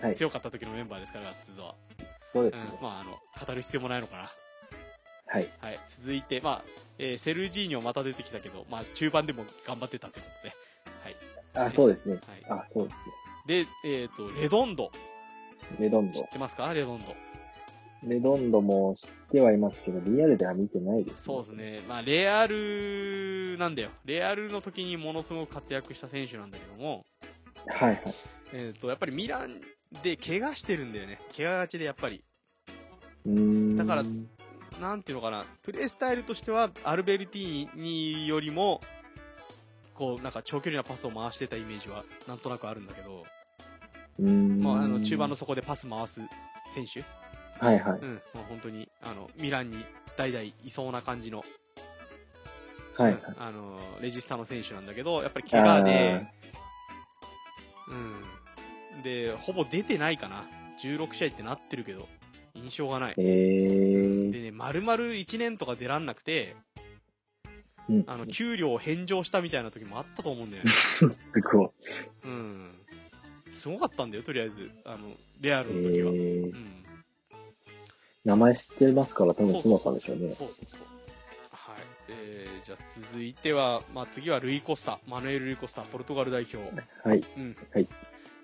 Speaker 1: の、
Speaker 2: はい
Speaker 1: 強かった時のメンバーですから、ガッツーズは。
Speaker 2: そう
Speaker 1: う
Speaker 2: で
Speaker 1: ん
Speaker 2: すね。。
Speaker 1: まあ、あの、語る必要もないのかな。
Speaker 2: はい。
Speaker 1: はい。続いて、まあ、えーセルジーニョまた出てきたけど、まあ、中盤でも頑張ってたってことで。
Speaker 2: あ、そうですね。
Speaker 1: はい。は
Speaker 2: あ、そうで
Speaker 1: い。で、えっ、と、レドンド。
Speaker 2: すね。レドンド
Speaker 1: 知っ。てますかレドンド。
Speaker 2: レドンドも知ってはいますけど、リアルでは見てないです、
Speaker 1: そうです。ね、まあ、レアルなんだよ、レアルの時にものすごく活躍した選手なんだけども、
Speaker 2: はいはい。
Speaker 1: えー、とやっぱりミランで怪我してるんだよね、怪我がちでやっぱり、
Speaker 2: うーん。
Speaker 1: だからなんていうのかな、プレースタイルとしては、アルベルティーニよりも、こうなんか長距離なパスを回してたイメージはなんとなくあるんだけど、
Speaker 2: うーん。
Speaker 1: まあ、あの中盤の。底でパス回す選手、
Speaker 2: はいはい。
Speaker 1: うんまあ、本当にあのミランに代々いそうな感じの、
Speaker 2: はいはい。
Speaker 1: あのレジスタの選手なんだけど、やっぱり怪我で。うん。で、ほぼ出てないかな。16試合ってなってるけど、印象がない
Speaker 2: あー。。え
Speaker 1: でね、丸々1年とか出らんなくて、
Speaker 2: うん
Speaker 1: あの、給料を返上したみたいな時もあったと思うん だよね。
Speaker 2: ー、 すごい。
Speaker 1: うん。すごかったんだよ、とりあえず。あの、レア
Speaker 2: え
Speaker 1: ルの時は。
Speaker 2: ー
Speaker 1: う、ん。
Speaker 2: 名前知ってますから多分そうだったんでしょうね。
Speaker 1: そうそうそう。はい。えー、じゃあ続いては、まあ次はルイ・コスタ。マヌエル・ルイ・コスタ、ポルトガル代表。
Speaker 2: はい。
Speaker 1: うん。
Speaker 2: はい。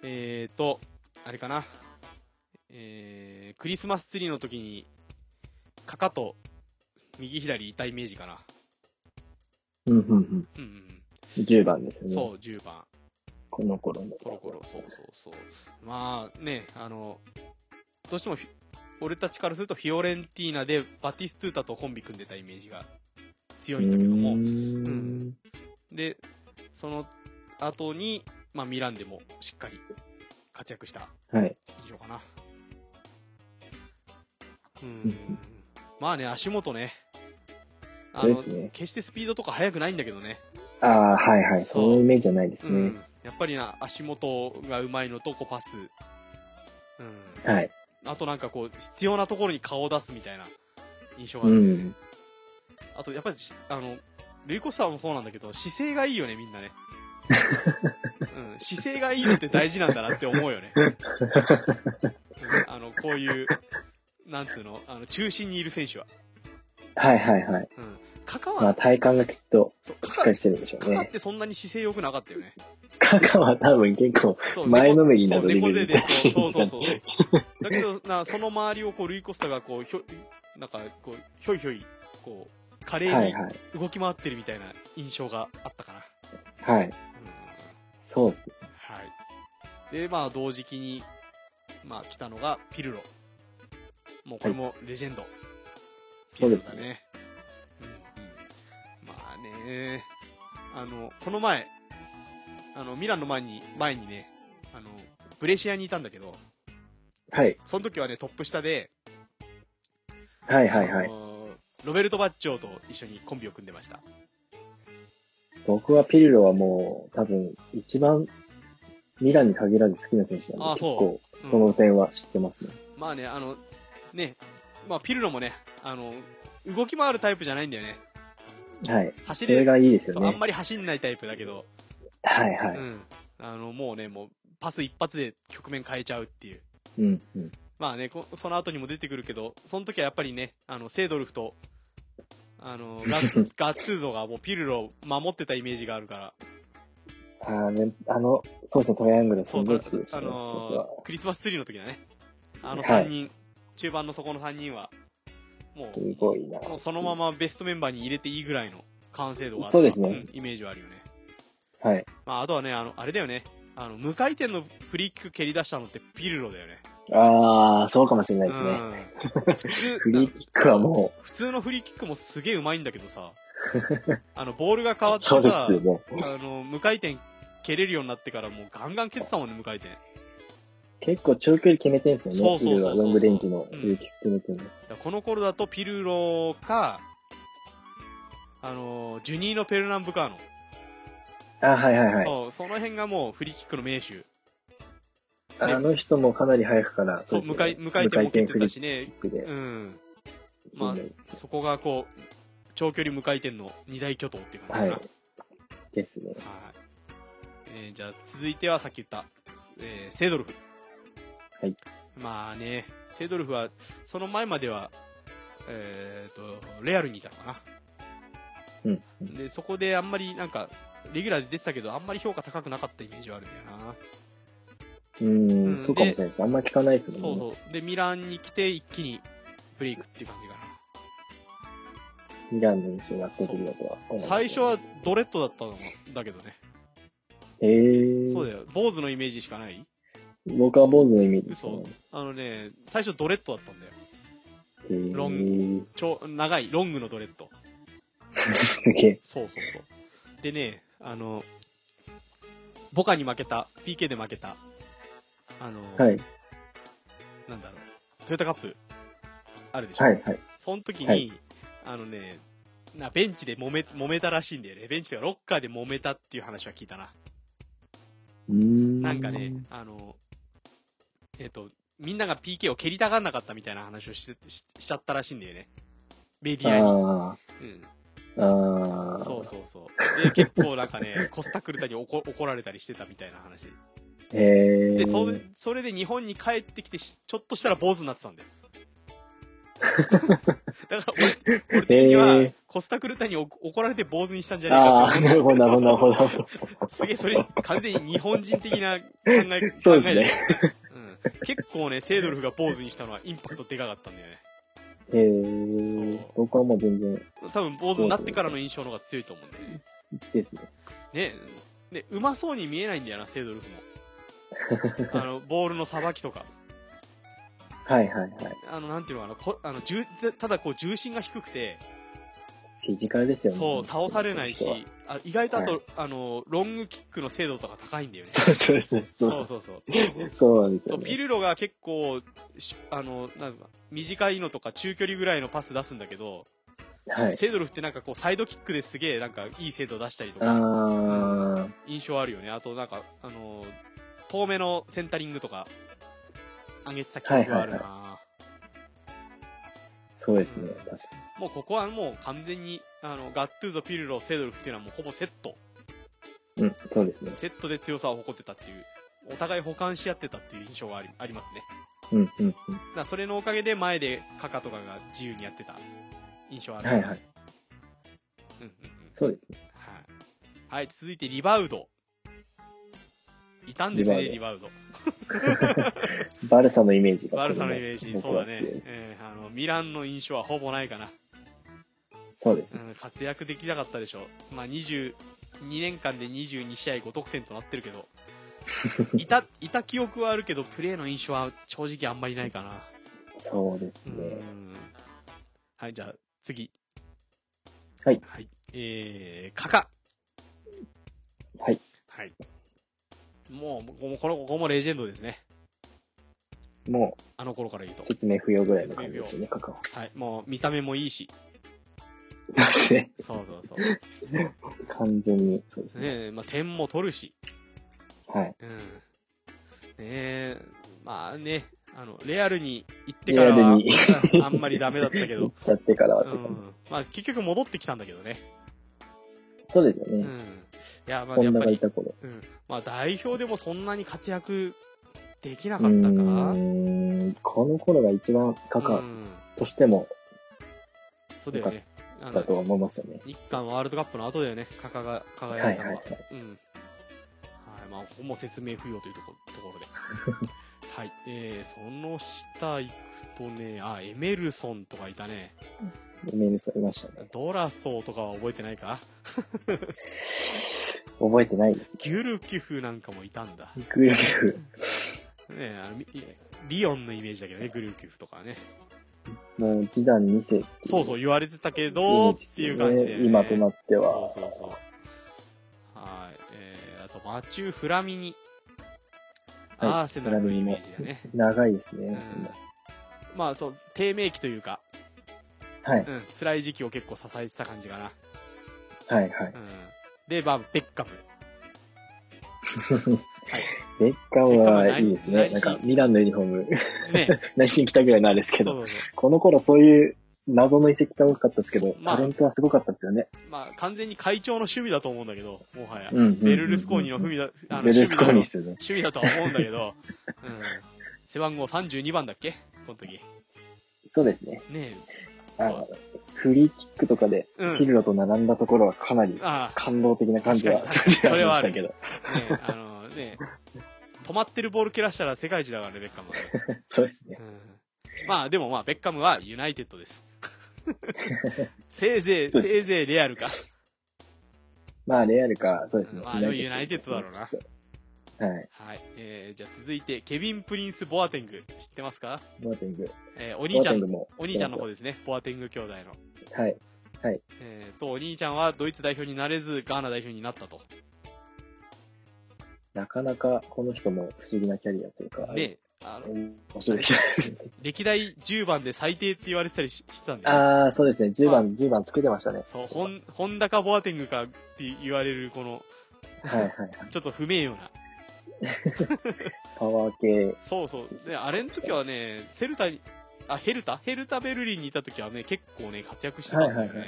Speaker 1: えーと、あれかな。えー、クリスマスツリーの時に、かかと、右左いたイメージかな。
Speaker 2: うんうんう
Speaker 1: う
Speaker 2: ん。
Speaker 1: んうん
Speaker 2: 10番です
Speaker 1: うん。
Speaker 2: ね。
Speaker 1: そう、10番。
Speaker 2: この頃の。
Speaker 1: コロコロ、そうそうそう。まあね、あの、どうしてもフィ、俺たちからするとフィオレンティーナでバティストゥータとコンビ組んでたイメージが強いんだけども、
Speaker 2: うー
Speaker 1: うん
Speaker 2: ん。
Speaker 1: で、その後に、まあミランでもしっかり活躍した
Speaker 2: はい。
Speaker 1: 以上かな。う
Speaker 2: うんうんん。
Speaker 1: まあね、足元ね。あ
Speaker 2: そう
Speaker 1: の
Speaker 2: で、すね。
Speaker 1: 決してスピードとか速くないんだけどね。
Speaker 2: ああ、はいはい。
Speaker 1: そ
Speaker 2: そうのイメージじゃないです
Speaker 1: う
Speaker 2: ね
Speaker 1: ん。。やっぱりな、足元がうまいのと、こうパス。うん。
Speaker 2: はい。
Speaker 1: あとなんかこう、必要なところに顔を出すみたいな印象があ
Speaker 2: う
Speaker 1: る。
Speaker 2: ん。
Speaker 1: あと、やっぱりし、あの、ルイコスさんもそうなんだけど、姿勢がいいよね、みんなね。うん、姿勢がいいのって大事なんだなって思うよね。うんあの、こういう、なんつうの、あの、中心にいる選手は。
Speaker 2: はいはいはい。
Speaker 1: うん。カカ
Speaker 2: まあ
Speaker 1: は、
Speaker 2: 体幹がきっと
Speaker 1: そう、
Speaker 2: しっ
Speaker 1: カ
Speaker 2: か
Speaker 1: カ
Speaker 2: り、してるんでしょう
Speaker 1: カカっ
Speaker 2: ね。
Speaker 1: てそんなに姿勢良くなかったよね。
Speaker 2: カカは多分結構、
Speaker 1: そう
Speaker 2: 前のめりにな
Speaker 1: そう
Speaker 2: る
Speaker 1: 猫背で、
Speaker 2: レベル
Speaker 1: そうそうそうそう。だけど、な、その周りをこう、ルイコスタがこう、ひょ、なんか、こう、ひょいひょい、こう、華
Speaker 2: は
Speaker 1: 麗
Speaker 2: い
Speaker 1: に
Speaker 2: はい。
Speaker 1: 動き回ってるみたいな印象があったかな。
Speaker 2: はい。
Speaker 1: うん
Speaker 2: そうです。
Speaker 1: はい。で、まあ、同時期に、まあ、来たのが、ピルロ。もう、これもレジェンド。ピルロだ
Speaker 2: そうです
Speaker 1: ね。うんうんまあね、あの、この前、あの、ミランの前に、前にね、あの、ブレシアにいたんだけど、
Speaker 2: はい。
Speaker 1: その時はね、トップ下で、
Speaker 2: はいはいは
Speaker 1: あ
Speaker 2: い。
Speaker 1: のロベルト・バッチョーと一緒にコンビを組んでました。
Speaker 2: 僕はピルロはもう、多分、一番、ミランに限らず好きな選手な
Speaker 1: あ
Speaker 2: んで、結
Speaker 1: そう
Speaker 2: 構、
Speaker 1: うん
Speaker 2: その点は知ってますね。
Speaker 1: まあね、あの、ね、まあ、ピルロもね、あの、動き回るタイプじゃないんだよね。
Speaker 2: はい。
Speaker 1: 走
Speaker 2: そ
Speaker 1: れ
Speaker 2: れ
Speaker 1: る
Speaker 2: がいいです
Speaker 1: そ
Speaker 2: よ
Speaker 1: うあん
Speaker 2: ね。
Speaker 1: まり走んないタイプだけど、
Speaker 2: はいうは
Speaker 1: ん、あのもうね、もうパス一発で局面変えちゃうっていう、
Speaker 2: い。うんうん。
Speaker 1: まあね、こその後にも出てくるけど、その時はやっぱりね、あのセードルフとあのガ ガッツーゾがもうピルロを守ってたイメージがあるから、
Speaker 2: あーね、あの、そうですね、トライアングルす
Speaker 1: そう
Speaker 2: ごい好きでした
Speaker 1: あ
Speaker 2: ね。僕は
Speaker 1: のクリスマスツリーの時だね、あの
Speaker 2: は
Speaker 1: 3
Speaker 2: い
Speaker 1: 人、中盤のそこの3人は、も
Speaker 2: す
Speaker 1: う
Speaker 2: ごいな。
Speaker 1: もうそのままベストメンバーに入れていいぐらいの完成度があった
Speaker 2: そうですね
Speaker 1: んイメージはあるよね。
Speaker 2: はい。
Speaker 1: まあ、あとはね、あの、あれだよね。あの、無回転のフリーキック蹴り出したのってピルロだよね。
Speaker 2: ああ、そうかもしれないですね。
Speaker 1: うん。普通、
Speaker 2: フリーキックはも
Speaker 1: 普通のフリーキックもすげえうまいんだけど さ、あの、ボールが変わっ
Speaker 2: う、
Speaker 1: て
Speaker 2: そうで
Speaker 1: さ、
Speaker 2: すよね。
Speaker 1: あの、無回転蹴れるようになってからもうガンガン蹴ってたもんね、無回転。だか
Speaker 2: 結構長距離決めてるんですよ
Speaker 1: そ
Speaker 2: ね。
Speaker 1: うそうそうそう
Speaker 2: ロングレンジのフリーキック決めてるんで
Speaker 1: らこの頃だとピルロか、あの、ジュニーノ・ペルナンブカーノ。
Speaker 2: あーはいはいはい。
Speaker 1: そう、その辺がもうフリーキックの名手。
Speaker 2: あの人もかなり早くから、
Speaker 1: そう、無回、無回転も蹴ってたしね
Speaker 2: 無回転フリーキッ。ク
Speaker 1: う
Speaker 2: で
Speaker 1: ん。まあ
Speaker 2: 有名です、
Speaker 1: そこがこう、長距離無回転の二大巨頭っていう感じか
Speaker 2: は
Speaker 1: な。
Speaker 2: い。ですね。
Speaker 1: はい。えーじゃあ続いてはさっき言った、えーセイドルフ。
Speaker 2: はい。
Speaker 1: まあね、セイドルフは、その前までは、えっ、と、レアルにいたのか
Speaker 2: うん。
Speaker 1: な。で、そこであんまりなんか、レギュラーで出てたけど、あんまり評価高くなかったイメージはあるんだよな。
Speaker 2: う
Speaker 1: うん
Speaker 2: ん、そうかもしれないです。あんま聞かないです
Speaker 1: そ
Speaker 2: も
Speaker 1: うん
Speaker 2: ね。
Speaker 1: そう。で、ミランに来て一気にブレイクっていう感じかな。
Speaker 2: ミランの印象が圧倒的だとは思います。
Speaker 1: 最初はドレッドだったのだけどね。
Speaker 2: えー、
Speaker 1: そうだよ。坊主のイメージしかない
Speaker 2: 僕は坊主のイメージです
Speaker 1: 嘘
Speaker 2: ね。。
Speaker 1: あのね、最初ドレッドだったんだよ。
Speaker 2: えー
Speaker 1: ロン超、長い、ロングのドレッド。
Speaker 2: す げえ。
Speaker 1: そうそうそう。でね、あの、ボカに負けた、PK で負けた、あの、
Speaker 2: はい。
Speaker 1: なんだろう、トヨタカップ、あるでしょ。
Speaker 2: はい、はい。
Speaker 1: その時に、
Speaker 2: はい
Speaker 1: あのね、な、ベンチで揉め、揉めたらしいんだよね。ベンチでロッカーで揉めたっていう話は聞いたな。
Speaker 2: うーん。
Speaker 1: なんかね、あの、えっ、と、みんなが PK を蹴りたがんなかったみたいな話をしししちゃったらしいんだよね。メディアに。
Speaker 2: あ
Speaker 1: うん。
Speaker 2: あ、ああ。
Speaker 1: そうそうそう。で、結構なんかね、 コスタクルタに怒怒られたりしてたみたいな話。
Speaker 2: へえー。
Speaker 1: で、そそれで日本に帰ってきてし、ちょっとしたら坊主になってた んだよ。だから俺、俺的に
Speaker 2: へ
Speaker 1: は
Speaker 2: ー、
Speaker 1: コスタクルタに怒怒られて坊主にしたんじゃねえ
Speaker 2: あ
Speaker 1: か
Speaker 2: あ、
Speaker 1: って
Speaker 2: な
Speaker 1: 思う。
Speaker 2: るほど、なるほど、なるほどなるほど。
Speaker 1: すげえ、それ、完全に日本人的な考え、考
Speaker 2: そ
Speaker 1: え
Speaker 2: うですね
Speaker 1: だようん、結構ね、セイドルフが坊主にしたのはインパクトでかかったんだよね。
Speaker 2: えー
Speaker 1: そう、
Speaker 2: 僕はもう全然、
Speaker 1: 多分坊主になってからの印象の方が強いと思うんだよね。
Speaker 2: ですね。
Speaker 1: ね、で、うまそうに見えないんだよな、セイドルフも。 あの、ボールのさばきとか。
Speaker 2: はいはいはい。
Speaker 1: あの、なんていうのかな、こあの重ただこう重心が低くて、
Speaker 2: フィジカルですよね。
Speaker 1: そう、倒されないし
Speaker 2: そう、
Speaker 1: あ意外とあと、
Speaker 2: は
Speaker 1: あの、ロングキックの精度とか高いんだよね。
Speaker 2: そうそうそう。そ
Speaker 1: そう
Speaker 2: う
Speaker 1: そうそう。
Speaker 2: そうなんです
Speaker 1: そう
Speaker 2: よね。
Speaker 1: ピルロが結構、しあの、なんか、短いのとか中距離ぐらいのパス出すんだけど、
Speaker 2: はい。
Speaker 1: セドルフってなんかこう、サイドキックですげえ、なんか、いい精度出したりと
Speaker 2: あ
Speaker 1: か、
Speaker 2: ー、
Speaker 1: 印象あるよね。あと、なんか、あの、遠目のセンタリングとか、上げてた記憶があるな、
Speaker 2: そうですね。確か
Speaker 1: もうここはもう完全に、あの、ガットゥーゾ、ピルロ、セドルフっていうのはもうほぼセット。
Speaker 2: に。うん、そうですね。
Speaker 1: セットで強さを誇ってたっていう、お互い補完し合ってたっていう印象はありありますね。
Speaker 2: うん、うん、うん。
Speaker 1: だからそれのおかげで前でカカとかが自由にやってた印象はある。
Speaker 2: はいはい。
Speaker 1: うんうんうん。
Speaker 2: そうですね。
Speaker 1: はい。はい、続いてリバウド。いたんですね、リ
Speaker 2: リ
Speaker 1: バウド。
Speaker 2: バルサのイメージが。
Speaker 1: バルサのイメージ、
Speaker 2: 僕
Speaker 1: そう
Speaker 2: は
Speaker 1: だね
Speaker 2: 強いで。す
Speaker 1: えーあの、ミランの印象はほぼないかな。
Speaker 2: そうです
Speaker 1: う
Speaker 2: ね。
Speaker 1: ん、活躍できなかったでしょ。まあ、22年間で22試合5得点となってるけど、いた、いた記憶はあるけど、プレーの印象は正直あんまりないかな。
Speaker 2: そうです
Speaker 1: う
Speaker 2: ね。
Speaker 1: ん。はい、じゃあ、次。
Speaker 2: はい
Speaker 1: はい。えー、カカ。
Speaker 2: はい。
Speaker 1: はい。もう、もうこの子もレジェンドですね。
Speaker 2: も
Speaker 1: あの頃から言うと
Speaker 2: う、。説明不要ぐらいの感じですね、カカオ。
Speaker 1: はい。もう、見た目もいいし。
Speaker 2: そうですね。
Speaker 1: そうそうそう。ね
Speaker 2: 完全に、そうですね。
Speaker 1: え、まあ、点も取るし。
Speaker 2: はい。
Speaker 1: うん。ねえ、まあね、あの、レアルに行って
Speaker 2: レ
Speaker 1: か
Speaker 2: ア
Speaker 1: ら
Speaker 2: ル
Speaker 1: は
Speaker 2: に、
Speaker 1: あんまりダメだったけ
Speaker 2: 行っ
Speaker 1: ど。
Speaker 2: ちゃってからは
Speaker 1: う
Speaker 2: って感じ、
Speaker 1: ん。まあ、結局戻ってきたんだけどね。
Speaker 2: そうですよ
Speaker 1: うん。い
Speaker 2: ね。
Speaker 1: や、まあ、
Speaker 2: ホ
Speaker 1: やっ
Speaker 2: ンダ
Speaker 1: ぱ
Speaker 2: がい
Speaker 1: り、
Speaker 2: た頃。
Speaker 1: うん。まあ、代表でもそんなに活躍できな
Speaker 2: う
Speaker 1: かったか。
Speaker 2: ーん、この頃が一番カ
Speaker 1: う
Speaker 2: カ
Speaker 1: ん。
Speaker 2: オとしても
Speaker 1: そうだよね。あ
Speaker 2: だと
Speaker 1: の、
Speaker 2: 思いますよね。
Speaker 1: 日韓ワールドカップの後だよね。カカが
Speaker 2: はい
Speaker 1: 輝
Speaker 2: はいい
Speaker 1: た
Speaker 2: は
Speaker 1: の
Speaker 2: い
Speaker 1: は。。うん。はい、まあ、ほぼ説明不要というとこところで。 はい。えー、その下行くとね、あ、エメルソンとかいたね。
Speaker 2: メールされましたね。
Speaker 1: ドラソーとかは覚えてないか
Speaker 2: 覚えてないです。
Speaker 1: ギュルキュフなんかもいたんだ。ね
Speaker 2: グルフ、
Speaker 1: えあの、みリオンのイメージだけどね、グルキュフとかはね。
Speaker 2: もう示談2世ってい
Speaker 1: そうそう、言われてたけ
Speaker 2: イ
Speaker 1: ど、
Speaker 2: メ
Speaker 1: っ
Speaker 2: ージです
Speaker 1: てい
Speaker 2: よ
Speaker 1: う
Speaker 2: ね
Speaker 1: 感じで、ね。
Speaker 2: 今となっては。
Speaker 1: そうそうそう。はい。えー、あと、マチュー・フラミニ。
Speaker 2: はい
Speaker 1: アーセナルのイメージだね。
Speaker 2: 長いですね。
Speaker 1: うんまあ、そう、低迷期というか、
Speaker 2: はい、
Speaker 1: うん、辛い時期を結構支えてた感じかな。
Speaker 2: はい、はい。
Speaker 1: うん。で、まあ、ベッカム。はい。
Speaker 2: ベッカムはいいですね。
Speaker 1: ベ
Speaker 2: な
Speaker 1: ッ
Speaker 2: ん
Speaker 1: カムは何
Speaker 2: か、ミランのユニフォーム、
Speaker 1: ね。
Speaker 2: 何しに来たぐらいのあれです
Speaker 1: そう
Speaker 2: けど、
Speaker 1: そうそ
Speaker 2: この頃そういう謎の遺跡が多かったですけど、
Speaker 1: まあ
Speaker 2: タレントはすごかったですよね。
Speaker 1: う。まあ、完全に会長の趣味だと思うんだけど、もはや。
Speaker 2: うんうんうんうん
Speaker 1: ベルルスコーニの文だ、あの、
Speaker 2: ベ
Speaker 1: 趣
Speaker 2: ル
Speaker 1: 味
Speaker 2: ス
Speaker 1: だと
Speaker 2: コーニ
Speaker 1: 趣
Speaker 2: ですよね。
Speaker 1: 味だとは思うんだけど、うん。背番号32番だっけこの時。
Speaker 2: そうですね。
Speaker 1: ね
Speaker 2: あの、フリーキックとかで、
Speaker 1: え。う
Speaker 2: ピ
Speaker 1: ん。
Speaker 2: ルロと並んだところはかなり
Speaker 1: あ
Speaker 2: 感動的な感じは、
Speaker 1: 確かにそれはある
Speaker 2: 正直りました
Speaker 1: あ、
Speaker 2: けど。
Speaker 1: ねえ、あの、ねえ、止まってるボール蹴らしたら世界一だからね、ベッカムは。
Speaker 2: そうですね。
Speaker 1: うんまあでもまあ、ベッカムはユナイテッドです。 せいぜい、
Speaker 2: そうで
Speaker 1: せいぜいレアルか。
Speaker 2: まあ、レアルか、そうですね。
Speaker 1: まあでもユナイテッドだろうな。
Speaker 2: う。はい。
Speaker 1: はい。えー、じゃあ続いて、ケビン・プリンス・ボアテング。知ってますか
Speaker 2: ボアティング。
Speaker 1: えー、お兄ちゃ
Speaker 2: ボアティン
Speaker 1: ん、
Speaker 2: グも。
Speaker 1: お兄ちゃんの方ですね。ボアテング兄弟の。
Speaker 2: はい。
Speaker 1: えー、と、お兄ちゃんはドイツ代表になれず、ガーナ代表になったと。
Speaker 2: なかなか、この人も不思議なキャリアというか、
Speaker 1: で、あの、
Speaker 2: 面白い人です ね。
Speaker 1: 歴代10番で最低って言われてたりししてたんだよね。
Speaker 2: ああ、そうですね。10番、10番つけてまし たね。
Speaker 1: そう、ホン、ホンダかボアテングかって言われる、この、
Speaker 2: はいはいはい。
Speaker 1: ちょっと不名誉な。
Speaker 2: パワー系。
Speaker 1: そうそう。で、あれの時はね、セルタに、あ、ヘルタヘルタベルリンにいた時はね、結構ね、活躍してたんだよね。
Speaker 2: はいはいは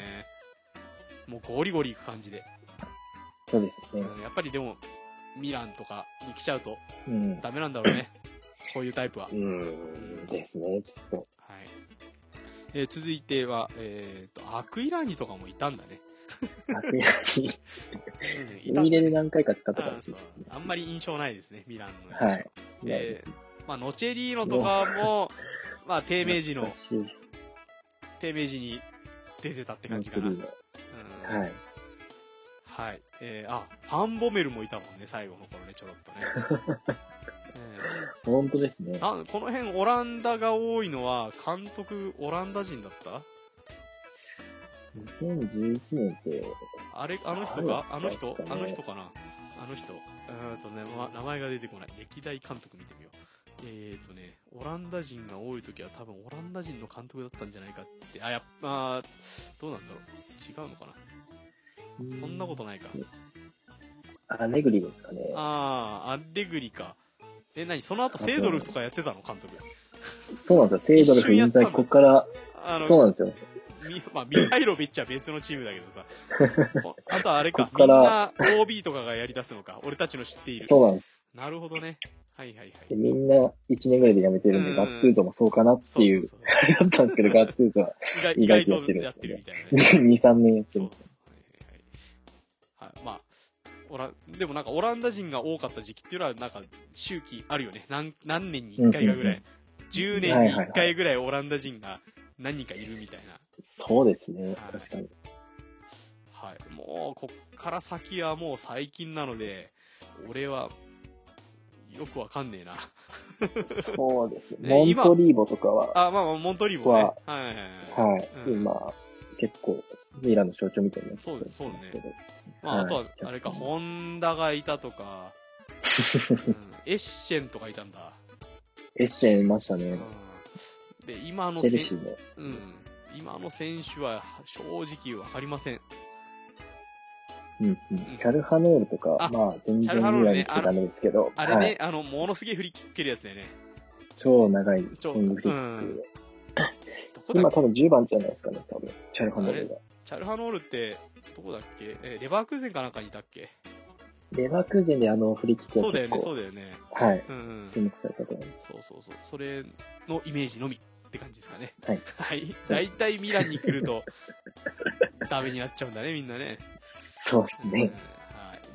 Speaker 1: もうゴリゴリいく感じで、
Speaker 2: そうですよね。
Speaker 1: うんやっぱりでも、ミランとかに来ちゃうと
Speaker 2: うん。
Speaker 1: ダメなんだろう ね。こういうタイプは。
Speaker 2: うん。ですね、きっと。
Speaker 1: はい。えー続いては、えっ、と、アクイラニとかもいたんだね。
Speaker 2: 悪意なき。
Speaker 1: うん、 いたんだ
Speaker 2: 海入れ
Speaker 1: ね
Speaker 2: で何回か使ったか
Speaker 1: あ
Speaker 2: もし
Speaker 1: そ
Speaker 2: れ
Speaker 1: う
Speaker 2: ないですね。
Speaker 1: あんまり印象ないですね、ミランの。
Speaker 2: はい。
Speaker 1: えーまあ、ノチェリーノとかも、まあ、低迷 時の、
Speaker 2: 懐かしい
Speaker 1: 低迷時に出てたって感じか
Speaker 2: フ
Speaker 1: な。
Speaker 2: リーの
Speaker 1: うん
Speaker 2: はい。
Speaker 1: はい。えー、あ、ファンボメルもいたもんね、最後の頃ね、ちょろっとね。
Speaker 2: 本当ですね
Speaker 1: え。ー、なこの辺、オランダが多いのは、監督、オランダ人だった
Speaker 2: 2011年って、
Speaker 1: あれ、あの人
Speaker 2: 誰だっ
Speaker 1: か
Speaker 2: た
Speaker 1: あの人
Speaker 2: ね
Speaker 1: あの人かなあの人。うーんとね、ま、名前が出てこない。歴代監督見てみよう。えーとね、オランダ人が多い時は多分オランダ人の監督だったんじゃないかって。あ、やっぱ、あーどうなんだろう。違うのかなそんなことないか。
Speaker 2: あ、ネグリですかね。
Speaker 1: あー、アレグリか。え、何その後、セードルフとかやってたの監督。
Speaker 2: そうなんですよ。セイドルフ・インザキ、ここから
Speaker 1: あの、
Speaker 2: そうなんですよ。
Speaker 1: み まあ、ミハイロビッチは別のチームだけど さ。こあとあれか、
Speaker 2: こっ
Speaker 1: みん
Speaker 2: か
Speaker 1: な OB とかがやり出すのか。俺たちの知っている。
Speaker 2: そうなんです。
Speaker 1: なるほどね。はいはいはい。
Speaker 2: でみんな1年ぐらいで辞めてるん
Speaker 1: う
Speaker 2: で、
Speaker 1: ん
Speaker 2: ガッツーゾもそうかなっていう
Speaker 1: そそ
Speaker 2: あれだったんですけど、ガッツーゾは
Speaker 1: そう意
Speaker 2: 意
Speaker 1: 外
Speaker 2: 外
Speaker 1: 意外と
Speaker 2: と
Speaker 1: や
Speaker 2: や
Speaker 1: っ
Speaker 2: ってて
Speaker 1: る
Speaker 2: る
Speaker 1: みたいなね。
Speaker 2: 2、3年やって
Speaker 1: そう
Speaker 2: る。。
Speaker 1: はいはいはいはい。まあ、オラ、でもなんかオランダ人が多かった時期っていうのは、なんか周期あるよね。何、何年に1回かぐら
Speaker 2: う
Speaker 1: い。10年に1回ぐらいオランダ人が何人かいるみたいな。
Speaker 2: そうですね
Speaker 1: はい、
Speaker 2: 確かに。
Speaker 1: はい。もう、こっから先はもう最近なので、俺は、よくわかんねえな。
Speaker 2: そうです。
Speaker 1: ね
Speaker 2: モントリーボとかは、
Speaker 1: あ、まあまあ、モントリーボね。はい
Speaker 2: は
Speaker 1: はいはいはい。
Speaker 2: はい、
Speaker 1: うん
Speaker 2: 今、結構、ミランの象徴みたいになってるんですけ
Speaker 1: そ
Speaker 2: ど
Speaker 1: うですそうまあ、あとは、あれか、ホンダがいたとか、うんエッシェンとかいたんだ。
Speaker 2: エッシェンいました
Speaker 1: う
Speaker 2: ね
Speaker 1: ん。で、今の
Speaker 2: チ
Speaker 1: せ
Speaker 2: ェ
Speaker 1: ん
Speaker 2: ルシーの。
Speaker 1: うん、今の選手は正直わかりません。
Speaker 2: うんうん。チャルハノールと
Speaker 1: あ
Speaker 2: か、まあ、全
Speaker 1: チャル
Speaker 2: 然
Speaker 1: ハノールね
Speaker 2: ミランに来てダメですけど、
Speaker 1: あれね、
Speaker 2: はい。
Speaker 1: あの、ものすげえ振り切ってるやつだよね。
Speaker 2: 超長いロ
Speaker 1: 超
Speaker 2: ングフリッ
Speaker 1: うん
Speaker 2: ク。
Speaker 1: どこだ
Speaker 2: 今
Speaker 1: っけ
Speaker 2: 多分10番じゃないですかね、多分。チャルハノールが。
Speaker 1: チャルハノールって、どこだっけえーレバークーゼンかなんかにいたっけ
Speaker 2: レバークーゼンであの振り切って
Speaker 1: そうだよね、そうだよね。
Speaker 2: はい。
Speaker 1: うん、うん。
Speaker 2: 注目されたと思いま
Speaker 1: そうそうそう。それのイメージのみって感じですかね。
Speaker 2: はい。
Speaker 1: はい。大体ミランに来ると、 ダメになっちゃうんだね、みんなね。
Speaker 2: す。そうです
Speaker 1: うんはい
Speaker 2: ね。。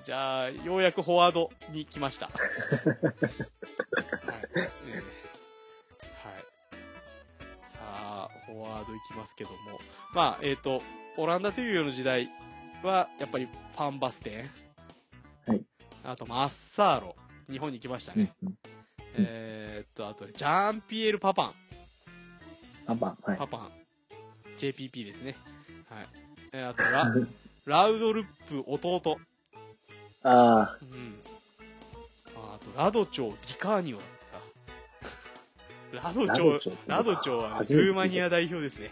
Speaker 1: じゃあ、ようやくフォワードに来 ました。はい。えーはい。さあ、フォワードいきますけども。まあ、えっ、と、オランダというような時代は、やっぱりファンバステン。
Speaker 2: はい。
Speaker 1: あと、マッサーロ。日本に来ましたね。
Speaker 2: うんうんうん
Speaker 1: えーっと、あと、ジャンピエール・パパン。
Speaker 2: あ、まあ、はい
Speaker 1: パ。パン。JPP ですね。はい。えーあと、ラ、ラウドルップ弟。
Speaker 2: ああ、
Speaker 1: うん。ああと、ラドチョウ、ディカーニオだってさ。ラドチョウ、ラドチョウはね、ルーマニア
Speaker 2: だ。
Speaker 1: 代表ですね。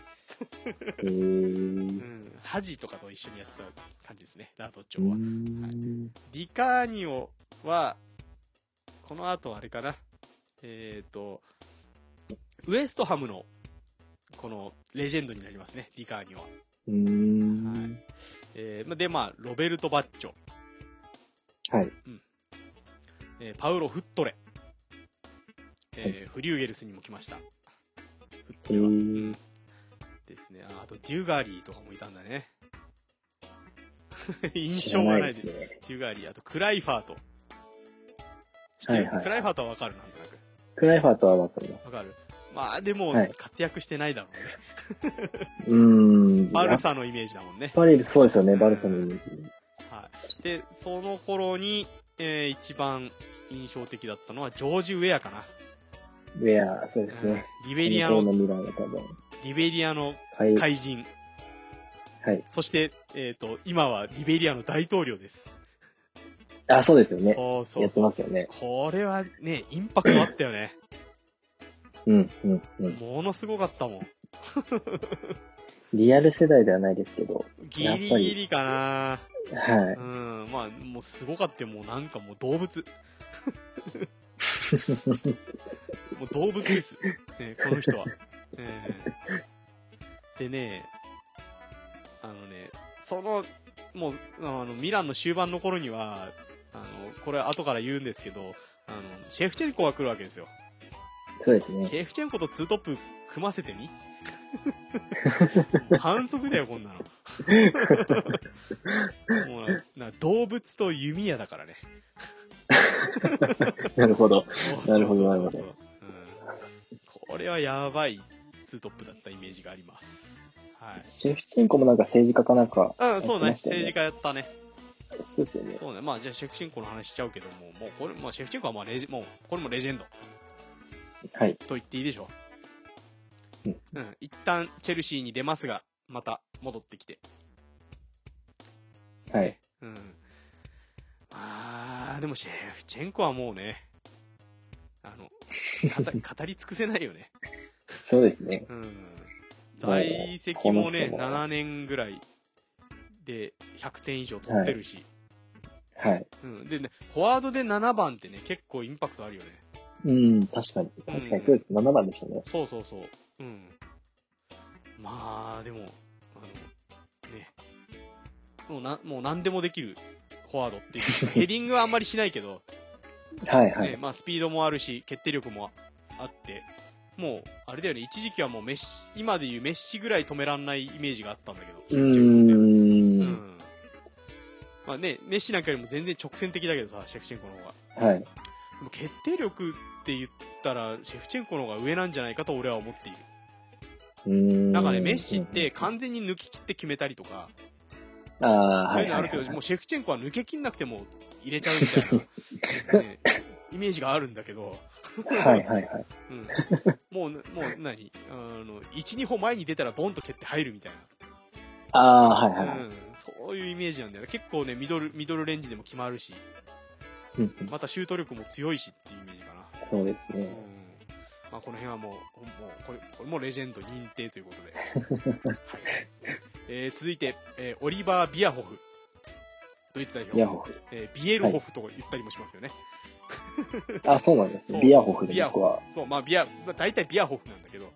Speaker 2: え
Speaker 1: う
Speaker 2: ー
Speaker 1: ん。ハジとかと一緒にやってた感じですね、ラドチ
Speaker 2: う
Speaker 1: ョウは。
Speaker 2: ん
Speaker 1: ディカーニオは、この後あれかな。えっ、と、ウエストハムの、この、レジェンドになりますね、ディカーニオは。
Speaker 2: う
Speaker 1: は
Speaker 2: ん。
Speaker 1: えーまで、まあ、ロベルト・バッチョ、
Speaker 2: はい。
Speaker 1: えーパウロ・フットレ、えーフリューゲルスにも来ました。フット
Speaker 2: え
Speaker 1: レは。
Speaker 2: ー
Speaker 1: ですね。ああと、デュガリーとかもいたんだね。 印
Speaker 2: 知
Speaker 1: 象
Speaker 2: ら
Speaker 1: が
Speaker 2: な
Speaker 1: ない
Speaker 2: いで
Speaker 1: です
Speaker 2: す。ね。
Speaker 1: デュガリー、あと、クライファーと。知ってる、
Speaker 2: はいはいはい
Speaker 1: クライファーとはわかる、なんとなく。
Speaker 2: クライファーとはわかります。
Speaker 1: わかるまあ、でも
Speaker 2: はい、
Speaker 1: 活躍してないだろうね。
Speaker 2: うーん。
Speaker 1: バル
Speaker 2: やっ
Speaker 1: サのイメージだもんね。
Speaker 2: ぱりそうですよね、バルサのイメージ。
Speaker 1: はい。で、その頃に、えー一番印象的だったのは、ジョージ・ウェアかな。
Speaker 2: ウェア、そうです
Speaker 1: うん
Speaker 2: ね。
Speaker 1: リベリア
Speaker 2: 向こ
Speaker 1: の、
Speaker 2: うのミランが多分。
Speaker 1: リベリアの
Speaker 2: はい。
Speaker 1: 怪人。
Speaker 2: はい。
Speaker 1: そして、えっ、と、今はリベリアの大統領です。
Speaker 2: あ、そうですよね。
Speaker 1: そうそ
Speaker 2: や
Speaker 1: う
Speaker 2: ってますよね。
Speaker 1: これはね、インパクトあったよね。
Speaker 2: うん、うん、うん。
Speaker 1: ものすごかったもん。
Speaker 2: リアル世代ではないですけど。
Speaker 1: ギリギリかな
Speaker 2: は
Speaker 1: うん。まあ、もうすごかったよ。もうなんかもう動物。
Speaker 2: い。
Speaker 1: もう動物です。ね、この人は。ええでね、あのね、その、もう、あの、ミランの終盤の頃には、あの、これ後から言うんですけど、あの、シェフチェンコが来るわけですよ。
Speaker 2: そうですね
Speaker 1: シ。ェフチェンコとツートップ組ませてみ反則だよ、こんなの。もうなな動物と弓矢だからね。
Speaker 2: なるほど。
Speaker 1: そうそうそうそう
Speaker 2: なるほどなるほど
Speaker 1: うんこれはやばいツートップだったイメージがあります。はい。
Speaker 2: シェフチェンコもなんか政治家かなんか。
Speaker 1: あそうね
Speaker 2: やってま。したよね
Speaker 1: 政治家やったね。
Speaker 2: そうですよね。
Speaker 1: そうね。まあ、じゃあ、シェフチェンコの話しちゃうけども、もう、これ、まあ、シェフチェンコはまあレジ、もう、これもレジェンド
Speaker 2: はい。
Speaker 1: と言っていいでしょ
Speaker 2: う
Speaker 1: う。
Speaker 2: ん
Speaker 1: うん。一旦、チェルシーに出ますが、また、戻ってきて。
Speaker 2: はい。
Speaker 1: うん。あー、でも、シェフチェンコはもうね、あの、語 り語り尽くせないよね。
Speaker 2: そうですね。
Speaker 1: うん。在籍もね、
Speaker 2: この人も
Speaker 1: 7年ぐらいで100点以上取ってるし、
Speaker 2: はい。
Speaker 1: うん。でね、フォワードで7番ってね、結構インパクトあるよね。
Speaker 2: うん、確かに。確かにそうです。7番でしたね。
Speaker 1: そうそうそう。うん。まあ、でも、あの、ね。もうな、もう何でもできるフォワード っていう。ヘディングはあんまりしないけど、
Speaker 2: はいは
Speaker 1: ね
Speaker 2: い。
Speaker 1: まあ、スピードもあるし、決定力もあって、もう、あれだよね、一時期はもうメッシ、今でいうメッシぐらい止めらんないイメージがあったんだけど。
Speaker 2: うー。
Speaker 1: うんん。まあね、メッシなんかよりも全然直線的だけどさ、シェフチェンコの方が。
Speaker 2: はい。
Speaker 1: でも決定力って言ったら、シェフチェンコの方が上なんじゃないかと俺は思っている。
Speaker 2: うーん。
Speaker 1: なんかね、メッシって完全に抜き切って決めたりとか、
Speaker 2: あ
Speaker 1: そ
Speaker 2: あ、
Speaker 1: う
Speaker 2: はいいう
Speaker 1: のあ
Speaker 2: は
Speaker 1: るけ
Speaker 2: い
Speaker 1: ど、もうシェフチェンコは抜けきんなくても入れちゃうみたい な、ね、イメージがあるんだけど、
Speaker 2: はい。はいはいはい。
Speaker 1: うん、もう、もう何あの、1、2歩前に出たらボンと蹴って入るみたい
Speaker 2: ああ、はいは
Speaker 1: な。
Speaker 2: いは
Speaker 1: う
Speaker 2: い。
Speaker 1: ん、そういうイメージなんだよね。結構ね、ミドル、ミドルレンジでも決まるし、
Speaker 2: うんうん
Speaker 1: またシュート力も強いしっていうイメージかな。
Speaker 2: そうです
Speaker 1: うん
Speaker 2: ね。
Speaker 1: まあ、この辺はもう、もうこれこれもレジェンド認定ということで。 はいえー続いて、えーオリバー・ビアホフ。ドイツ代表。
Speaker 2: ビアホフ。
Speaker 1: えービエルホフと言ったりもしますよね。
Speaker 2: あ、そうなんです
Speaker 1: そ
Speaker 2: ね。
Speaker 1: う
Speaker 2: ビアホフで
Speaker 1: ビアホ
Speaker 2: 僕は。
Speaker 1: そう、まあ、ビア、まあ、大体ビアホフなんだけど。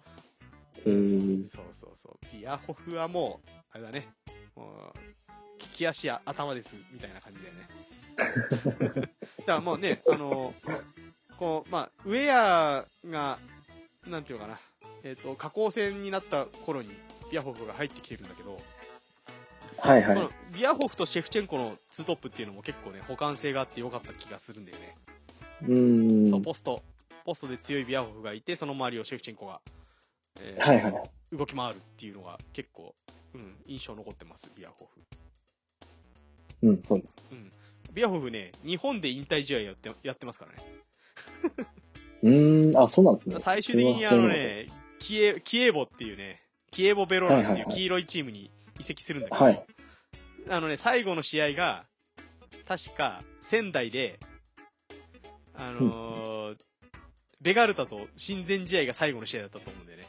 Speaker 2: うーん。
Speaker 1: そうそうそう。ビアホフはもう、あれだね。もう、利き足や頭です、みたいな感じだよね。だ からもうね、あのこう、まあ、ウェアが、なんていうのかな、えっ、と、下降線になった頃に、ビアホフが入ってきてるんだけど、
Speaker 2: はいは
Speaker 1: こ
Speaker 2: い
Speaker 1: の。ビアホフとシェフチェンコのツートップっていうのも結構ね、補完性があって良かった気がするんだよね。
Speaker 2: うーん。
Speaker 1: そ
Speaker 2: は
Speaker 1: う、ポスト、ポストで強いビアホフがいて、その周りをシェフチェンコが、えー
Speaker 2: いはい。
Speaker 1: 動き回るっていうのが結構、うん、印象残ってます、ビアホフ。
Speaker 2: うん、そうです。
Speaker 1: うん。ビアホフね、日本で引退試合やってやってますからね。
Speaker 2: うーん、あ、そうなんですね。
Speaker 1: 最終的にあ
Speaker 2: それは
Speaker 1: の
Speaker 2: そうなんで
Speaker 1: ね、キエ、キエボっていうね、キエボベローナって
Speaker 2: はいいうはい
Speaker 1: 黄色いチームに移籍するんだけど、
Speaker 2: はい
Speaker 1: あのね、最後の試合が、確か仙台で、あのーベガルタと親善試合が最後の試合だったと思うんだよね。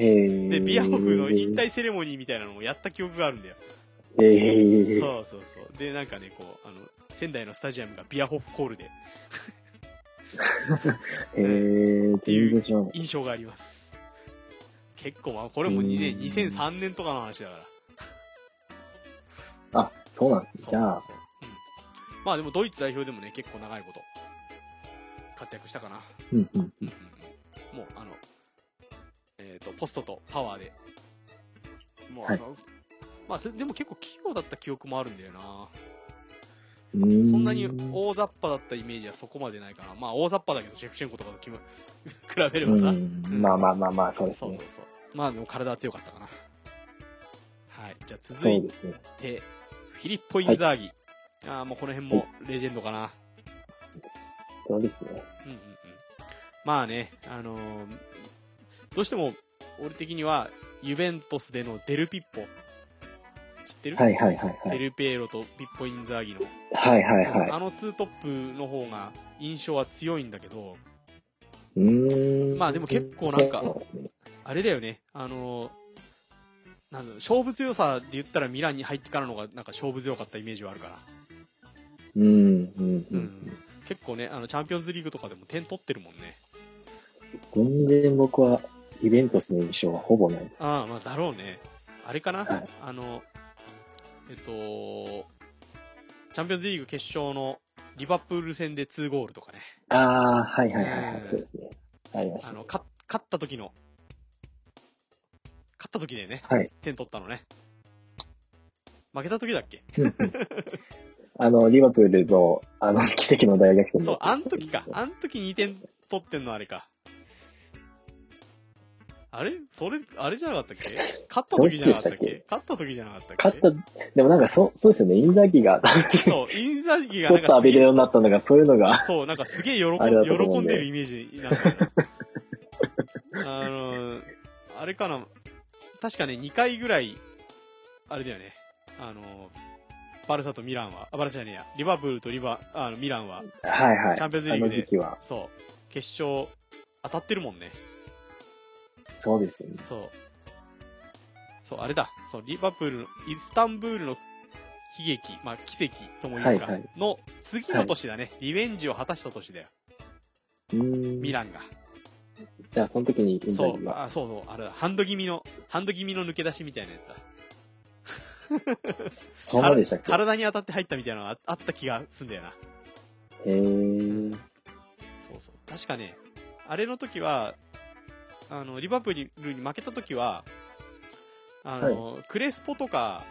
Speaker 2: えー。
Speaker 1: で、ビアホフの引退セレモニーみたいなのもやった記憶があるんだよ。
Speaker 2: えー。
Speaker 1: そうそうそう。で、なんかね、こう、あの、仙台のスタジアムがビアホフコールで
Speaker 2: えー、全然知らない。
Speaker 1: 印象があります。結構、まあ、これも2年、
Speaker 2: うん
Speaker 1: 2003年とかの話だから。
Speaker 2: あ、そうなんですね。
Speaker 1: そう
Speaker 2: じゃあ、
Speaker 1: そうそううんまあでもドイツ代表でもね、結構長いこと、活躍したかな。
Speaker 2: うんうん。
Speaker 1: うんうんうんもう、あの、えっ、と、ポストとパワーで。もう、あの、まあ、それでも結構器用だった記憶もあるんだよな。
Speaker 2: うー
Speaker 1: そんなに大雑把だったイメージはそこまでないかな。まあ大雑把だけど、シェフチェンコとかと決め 比べればさ。
Speaker 2: うんまあまあまあまあ、そうです
Speaker 1: そう
Speaker 2: ね
Speaker 1: そう。そう。まあでも体は強かったかな。はい。じゃあ続
Speaker 2: そう
Speaker 1: い
Speaker 2: ですね。
Speaker 1: て、フィリッポ・インザーギ。ああ、もうこの辺もレジェンドかな。
Speaker 2: そうですね。
Speaker 1: うんうんうん。まあね、あのーどうしても俺的には、ユベントスでのデルピッポ。知ってる、
Speaker 2: はいはいはいは
Speaker 1: デ
Speaker 2: い。
Speaker 1: ルペーロとピッポ・インザーギの。
Speaker 2: はいはいは
Speaker 1: あのツートップの方が印象は強いんだけど、
Speaker 2: い。うーん。
Speaker 1: まあでも結構なんか
Speaker 2: そうですね
Speaker 1: あれだよね、あのーなんだろう勝負強さで言ったらミランに入ってからのがなんか勝負強かったイメージはあるから、
Speaker 2: うんうんう。
Speaker 1: うんん、結構ね、あのチャンピオンズリーグとかでも点取ってるもんね。
Speaker 2: 全然僕は、イベントスの印象はほぼない。
Speaker 1: ああ、まあだろうね。あれかな、
Speaker 2: はい
Speaker 1: あの、えっと、チャンピオンズリーグ決勝のリバプール戦で2ゴールとかね、
Speaker 2: ああ、はいはいはいは
Speaker 1: う
Speaker 2: い
Speaker 1: ん。
Speaker 2: そうですね。ありまし
Speaker 1: あの、か勝った時の、勝った時でね、
Speaker 2: た。はい。
Speaker 1: 点取ったのね。負けた時だっけ
Speaker 2: あの、リバプールの、あの、 奇跡の大逆転の
Speaker 1: そう、あん時か。あん時2点取ってんのあれか。あれそれ、あれじゃなかったっけ勝った時じゃなかったっけ勝った時じゃなかったっけ
Speaker 2: 勝った、でもなんかそう、そうですよね。インザーキが、
Speaker 1: そう、インザーギが
Speaker 2: ちょ
Speaker 1: な
Speaker 2: っ
Speaker 1: んか
Speaker 2: と浴
Speaker 1: す
Speaker 2: び
Speaker 1: げ
Speaker 2: る
Speaker 1: え
Speaker 2: ようになったのが、そういうのが、
Speaker 1: そう、なんかすげえ喜ん
Speaker 2: あれだと思う
Speaker 1: 喜
Speaker 2: んで
Speaker 1: んでるイメージなんだよ な。あの、あれかな。確かね、2回ぐらい、あれだよね。あの、バルサとミランは、あ、バルサじゃねえや。リバプールとリバ、あの、ミランは、
Speaker 2: はいはい。
Speaker 1: チャンピオンズリ
Speaker 2: あ
Speaker 1: ーグ
Speaker 2: の
Speaker 1: で
Speaker 2: 時期は、
Speaker 1: そう、決勝、当たってるもんね。
Speaker 2: そうですよね。
Speaker 1: そう。そう、あれだ。そう、リバプールの、イスタンブールの悲劇、まあ奇跡とも言うか、
Speaker 2: はいはい
Speaker 1: の次の年だね、リベンジを果たした年だよ、
Speaker 2: うーん
Speaker 1: ミランが。
Speaker 2: じゃあ、その時にインタ
Speaker 1: そ
Speaker 2: ビュー
Speaker 1: う、
Speaker 2: が。
Speaker 1: あ、そうそう、あれ、ハンド気味の、ハンド気味の抜け出しみたいなやつだ。
Speaker 2: そんなでしたっけ
Speaker 1: 体に当たって入ったみたいなのがああった気がすんだよな。
Speaker 2: へー。
Speaker 1: そうそう。確かね、あれの時は、あの、リバプールに負けた時は、あの、クレスポとか、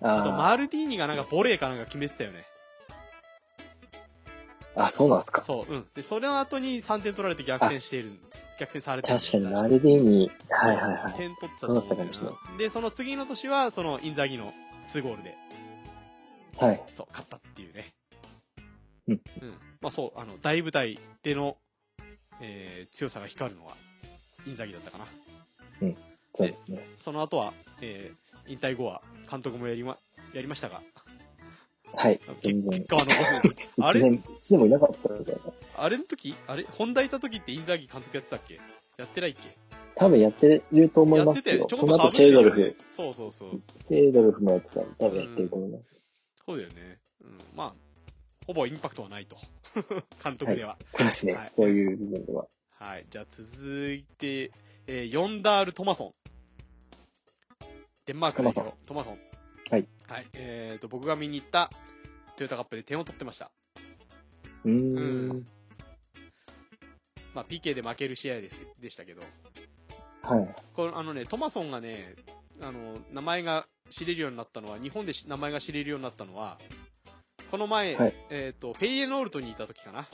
Speaker 1: あと
Speaker 2: あ
Speaker 1: マルディーニがなんかボレーかなんか決めてたよね。
Speaker 2: あ、あ、そうなんですか。
Speaker 1: そう、うん。で、それの後に3点取られて逆転している。逆転されてるんだ
Speaker 2: 確か
Speaker 1: よ。
Speaker 2: に、マルディーニ。はいはい
Speaker 1: そう
Speaker 2: はい。
Speaker 1: 点取ってたと思うんだよな
Speaker 2: そうだったかもし
Speaker 1: で、その次の年は、その、インザギの2ゴールで、
Speaker 2: はい。
Speaker 1: そう、勝ったっていうね。
Speaker 2: うん。
Speaker 1: うん。まあそう、あの、大舞台での、えー、強さが光るのは、インザギだったかな。
Speaker 2: そうですね。
Speaker 1: その後は、えー、引退後は、監督もやりま、やりましたが、
Speaker 2: はい。
Speaker 1: け
Speaker 2: 全然
Speaker 1: 結。果は残せない。あ
Speaker 2: 一
Speaker 1: れ、
Speaker 2: 年、一年もいなかったみたいな。
Speaker 1: あれの時、あれ本田いた時ってインザギ監督やってたっけやってないっけ
Speaker 2: 多分やってると思い
Speaker 1: や
Speaker 2: ま
Speaker 1: って
Speaker 2: す
Speaker 1: たよね
Speaker 2: よ。
Speaker 1: ちょ
Speaker 2: そ
Speaker 1: こっ
Speaker 2: の
Speaker 1: と
Speaker 2: 後、
Speaker 1: か
Speaker 2: セイドルフ。
Speaker 1: そうそうそう。
Speaker 2: セイドルフもやってたの多分やってると思います。
Speaker 1: そうだよね。うん。まあ、ほぼインパクトはないと。 監督では。
Speaker 2: そうです
Speaker 1: は
Speaker 2: ね
Speaker 1: い。
Speaker 2: そういう部分では。
Speaker 1: はい。じゃあ続いて、えー、ヨンダール・トマソン。デンマーク代表、トマソン。
Speaker 2: はい。
Speaker 1: はい。えっ、と、僕が見に行ったトヨタカップで点を取ってました。
Speaker 2: うー。
Speaker 1: うんまあ、PK で負ける試合ですでしたけど。
Speaker 2: はい。
Speaker 1: これ、あのね、トマソンがね、あの、名前が知れるようになったのは、日本でし名前が知れるようになったのは、この前、
Speaker 2: はい
Speaker 1: えっ、と、ペイエノールトにいた時かな。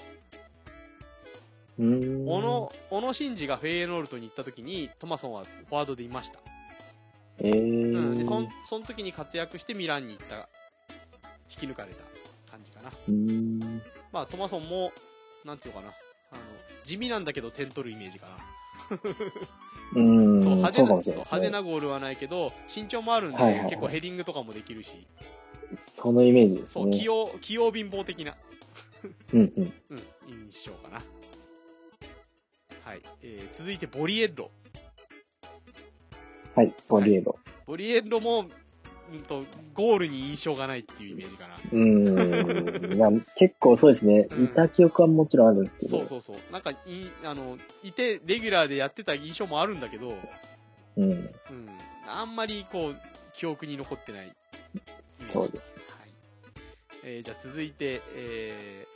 Speaker 2: うーん。
Speaker 1: 小野、小野伸二がフェイエノールトに行った時に、トマソンはフォワードでいました。
Speaker 2: えー。
Speaker 1: うん。で、そん、その時に活躍してミランに行った、引き抜かれた感じかな。
Speaker 2: うーん。
Speaker 1: まあ、トマソンも、なんていうのかな。あの、地味なんだけど点取るイメージかな。
Speaker 2: うーん。
Speaker 1: そう、派手
Speaker 2: そうか
Speaker 1: な、
Speaker 2: もし
Speaker 1: そう
Speaker 2: れないです
Speaker 1: 派手
Speaker 2: ね。
Speaker 1: なゴールはないけど、身長もあるんで、
Speaker 2: はいはいはい
Speaker 1: 結構ヘディングとかもできるし、
Speaker 2: そのイメージです
Speaker 1: そう、器
Speaker 2: ね。
Speaker 1: 用、器用貧乏的な、
Speaker 2: うんうん。
Speaker 1: うん、印象かな。はい。えー、続いて、ボリエッロ。
Speaker 2: はい。ボリエド。
Speaker 1: ボリエッロも、うんと、ゴールに印象がないっていうイメージかな。
Speaker 2: うーん。まあ結構そうですね
Speaker 1: う。ん
Speaker 2: 見た記憶はもちろんあるんですけ
Speaker 1: そ
Speaker 2: ど
Speaker 1: う。そうそう。なんか、い、あの、いて、レギュラーでやってた印象もあるんだけど、
Speaker 2: うん。
Speaker 1: うん、あんまり、こう、記憶に残ってないイメージ。
Speaker 2: そうです。
Speaker 1: はい。えーじゃあ続いて、えー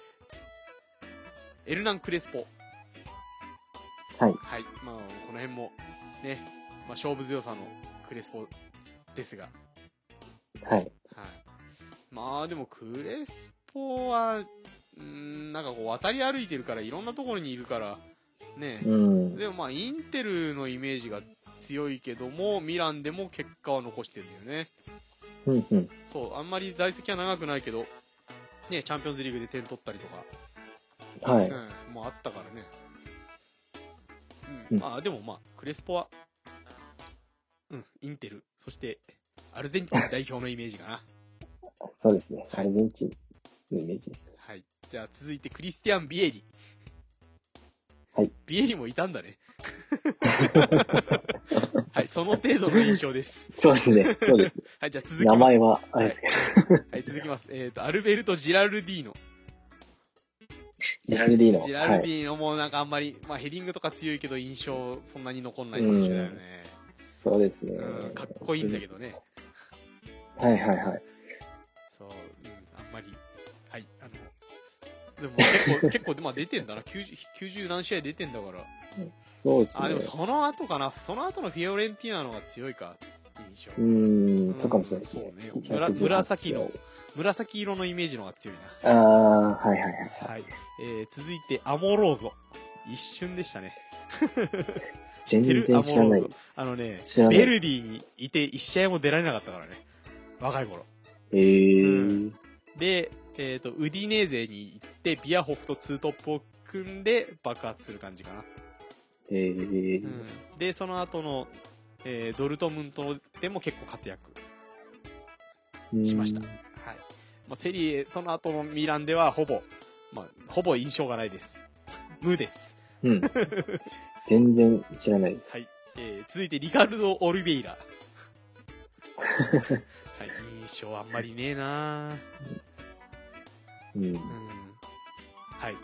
Speaker 1: エルナン・クレスポ。
Speaker 2: はい
Speaker 1: はい。まあ、この辺も、ね、まあ、勝負強さのクレスポですが、
Speaker 2: は
Speaker 1: は
Speaker 2: い。
Speaker 1: い。まあ、でも、クレスポは、うーんなんかこう、渡り歩いてるから、いろんなところにいるから、ね、
Speaker 2: うん。
Speaker 1: でもまあ、インテルのイメージが強いけども、ミランでも結果は残してるんだよね。
Speaker 2: うんうん。
Speaker 1: そう、あんまり在籍は長くないけど、ね、チャンピオンズリーグで点取ったりとか、
Speaker 2: は
Speaker 1: う
Speaker 2: い。
Speaker 1: ん、もうあったからね。う、
Speaker 2: うんん
Speaker 1: まあでもまあ、クレスポは、うん、インテル、そして、アルゼンチン代表のイメージかな。
Speaker 2: そうですね。アルゼンチンのイメージです。
Speaker 1: はい。じゃあ続いて、クリスティアン・ビエリ。
Speaker 2: はい。
Speaker 1: ビエリもいたんだね。 はい、その程度の印象です。
Speaker 2: そうですね。そうです。
Speaker 1: はい、じゃあ続きま
Speaker 2: 名
Speaker 1: す。
Speaker 2: 前は、あれですけど、
Speaker 1: はい、続きます。えっ、と、アルベルト・ジラルディーノ。
Speaker 2: ジェラルディーノ。
Speaker 1: ジェラル
Speaker 2: は
Speaker 1: デ
Speaker 2: い。
Speaker 1: ィーノもなんかあんまり、まあヘディングとか強いけど印象そんなに残んない選手だよね。
Speaker 2: そうですね
Speaker 1: うん、。かっこいいんだけどね。
Speaker 2: ど。はいはいはい。
Speaker 1: そう、うん、あんまり。はい、あの、でも結構、結構、まあ出てんだな。90, 90何試合出てんだから。
Speaker 2: そうですね。
Speaker 1: あ、でもその後かな。その後のフィオレンティーナの方が強いか、印象
Speaker 2: う。ーん、そうかもしれないです
Speaker 1: そうね
Speaker 2: ね。
Speaker 1: むら
Speaker 2: 118
Speaker 1: 紫の紫色のイメージの方が強い
Speaker 2: 試合。ああ、はいはいはい。
Speaker 1: な。はい。えー、続いて、アモローゾ。一瞬でしたね。知
Speaker 2: 全
Speaker 1: ってる
Speaker 2: 然知ら
Speaker 1: アモ
Speaker 2: な
Speaker 1: ロー
Speaker 2: い
Speaker 1: ゾ。あのね
Speaker 2: 知ら、ない
Speaker 1: ベルディにいて一試合も出られなかったからね。若い頃。
Speaker 2: え
Speaker 1: うん
Speaker 2: ー。
Speaker 1: で、えっ、と、ウディネーゼに行って、ビアホフとツートップを組んで爆発する感じかな。
Speaker 2: えー
Speaker 1: う。ん。で、その後の、えードルトムントでも結構活躍
Speaker 2: うん
Speaker 1: しました。はい。まあ、セリエ、その後のミランではほぼ、まあ、ほぼ印象がないです。無です。
Speaker 2: うん。全然知らないです。
Speaker 1: はい。えー続いて、リカルド・オルベイ ラ。はい、印象あんまりねえな
Speaker 2: うん。
Speaker 1: うん。はい。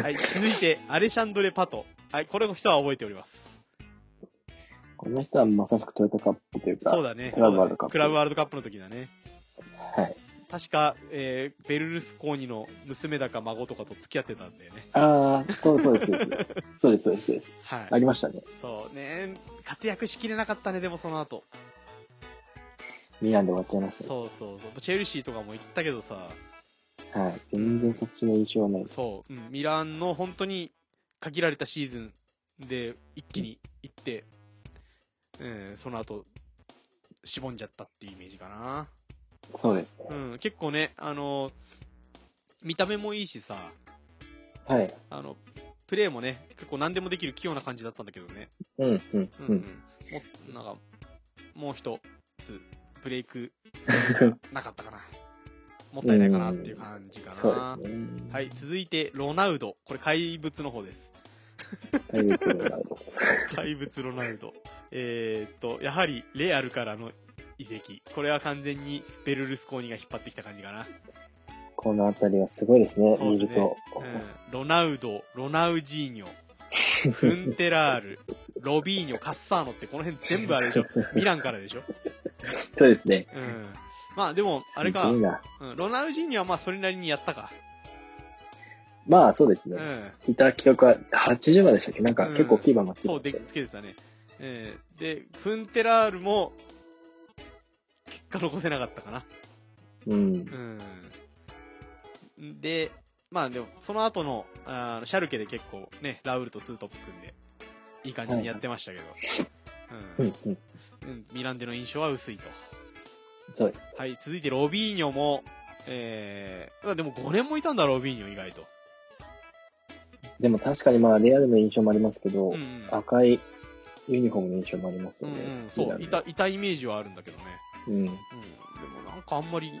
Speaker 1: はい、続いて、アレシャンドレ・パト。はい、これの人は覚えております。
Speaker 2: この人はまさしくトヨタカップというか、
Speaker 1: そうだね。
Speaker 2: クラブワールドカップ
Speaker 1: クラブワールドカップの時だね。
Speaker 2: はい。
Speaker 1: 確か、えー、ベルルスコーニの娘だか孫とかと付き合ってたんだよね。
Speaker 2: ああ、そうそうです、そうです。そうです、そうですそうです。
Speaker 1: はい。
Speaker 2: ありましたね。
Speaker 1: そうね。活躍しきれなかったね、でもその後。
Speaker 2: ミランで終わっちゃいますね。
Speaker 1: そうそうそう。チェルシーとかも行ったけどさ、
Speaker 2: はい。全然そっちの印象はないです。
Speaker 1: そう、うん、ミランの本当に限られたシーズンで一気に行って、うん、その後、しぼんじゃったっていうイメージかな。
Speaker 2: そうですね。
Speaker 1: うん、結構ね、あの、見た目もいいしさ、
Speaker 2: はい。
Speaker 1: あの、プレーもね、結構何でもできる器用な感じだったんだけどね。
Speaker 2: うん、うん、
Speaker 1: うん、
Speaker 2: う。
Speaker 1: うんん。もなんか、もう一つ、ブレイクするのがなかったか な。もったいないかなっていう感じかな。
Speaker 2: そうですね。。
Speaker 1: はいい、続いて、ロナウド。これ、怪物の方です。
Speaker 2: 大変ですねなるほど
Speaker 1: 怪物ロナウド。えーっと、やはり、レアルからの移籍。これは完全に、ベルルスコーニが引っ張ってきた感じかな。
Speaker 2: このあたりはすごいですね、
Speaker 1: そう
Speaker 2: 見
Speaker 1: で
Speaker 2: る
Speaker 1: すね
Speaker 2: と。。
Speaker 1: うん。ロナウド、ロナウジーニョ、 フンテラー ル、ロビーニョ、カッサーノって、この辺全部あれでしょ。ミランからでしょ。
Speaker 2: そうですね。
Speaker 1: うん。まあ、でも、あれか、、
Speaker 2: いいうなん
Speaker 1: ロナウジーニョはまあ、それなりにやったか。
Speaker 2: まあ、そうです
Speaker 1: う
Speaker 2: ね。
Speaker 1: ん。
Speaker 2: いた記録は80番でしたっけなんか結構キーバー待って
Speaker 1: そう、で、つけてたね。えーで、フンテラールも、結果残せなかったかな。
Speaker 2: うん。
Speaker 1: うん。で、まあでも、その後の、あのシャルケで結構ね、ラウールとツートップ組んで、いい感じにやってましたけど、
Speaker 2: うん、うん。
Speaker 1: うん、うん。ミランでの印象は薄いと。
Speaker 2: そうです。
Speaker 1: はい、続いてロビーニョも、えー、まあでも5年もいたんだ、ロビーニョ意外と。
Speaker 2: でも確かにまあ、レアルの印象もありますけど、
Speaker 1: うん、うん。
Speaker 2: 赤いユニフォームの印象もあります
Speaker 1: う
Speaker 2: よ
Speaker 1: ん
Speaker 2: ね。
Speaker 1: うん、そう、い
Speaker 2: いた。
Speaker 1: た、いたイメージはあるんだけどね。
Speaker 2: うん。
Speaker 1: うん、でもなんかあんまり、い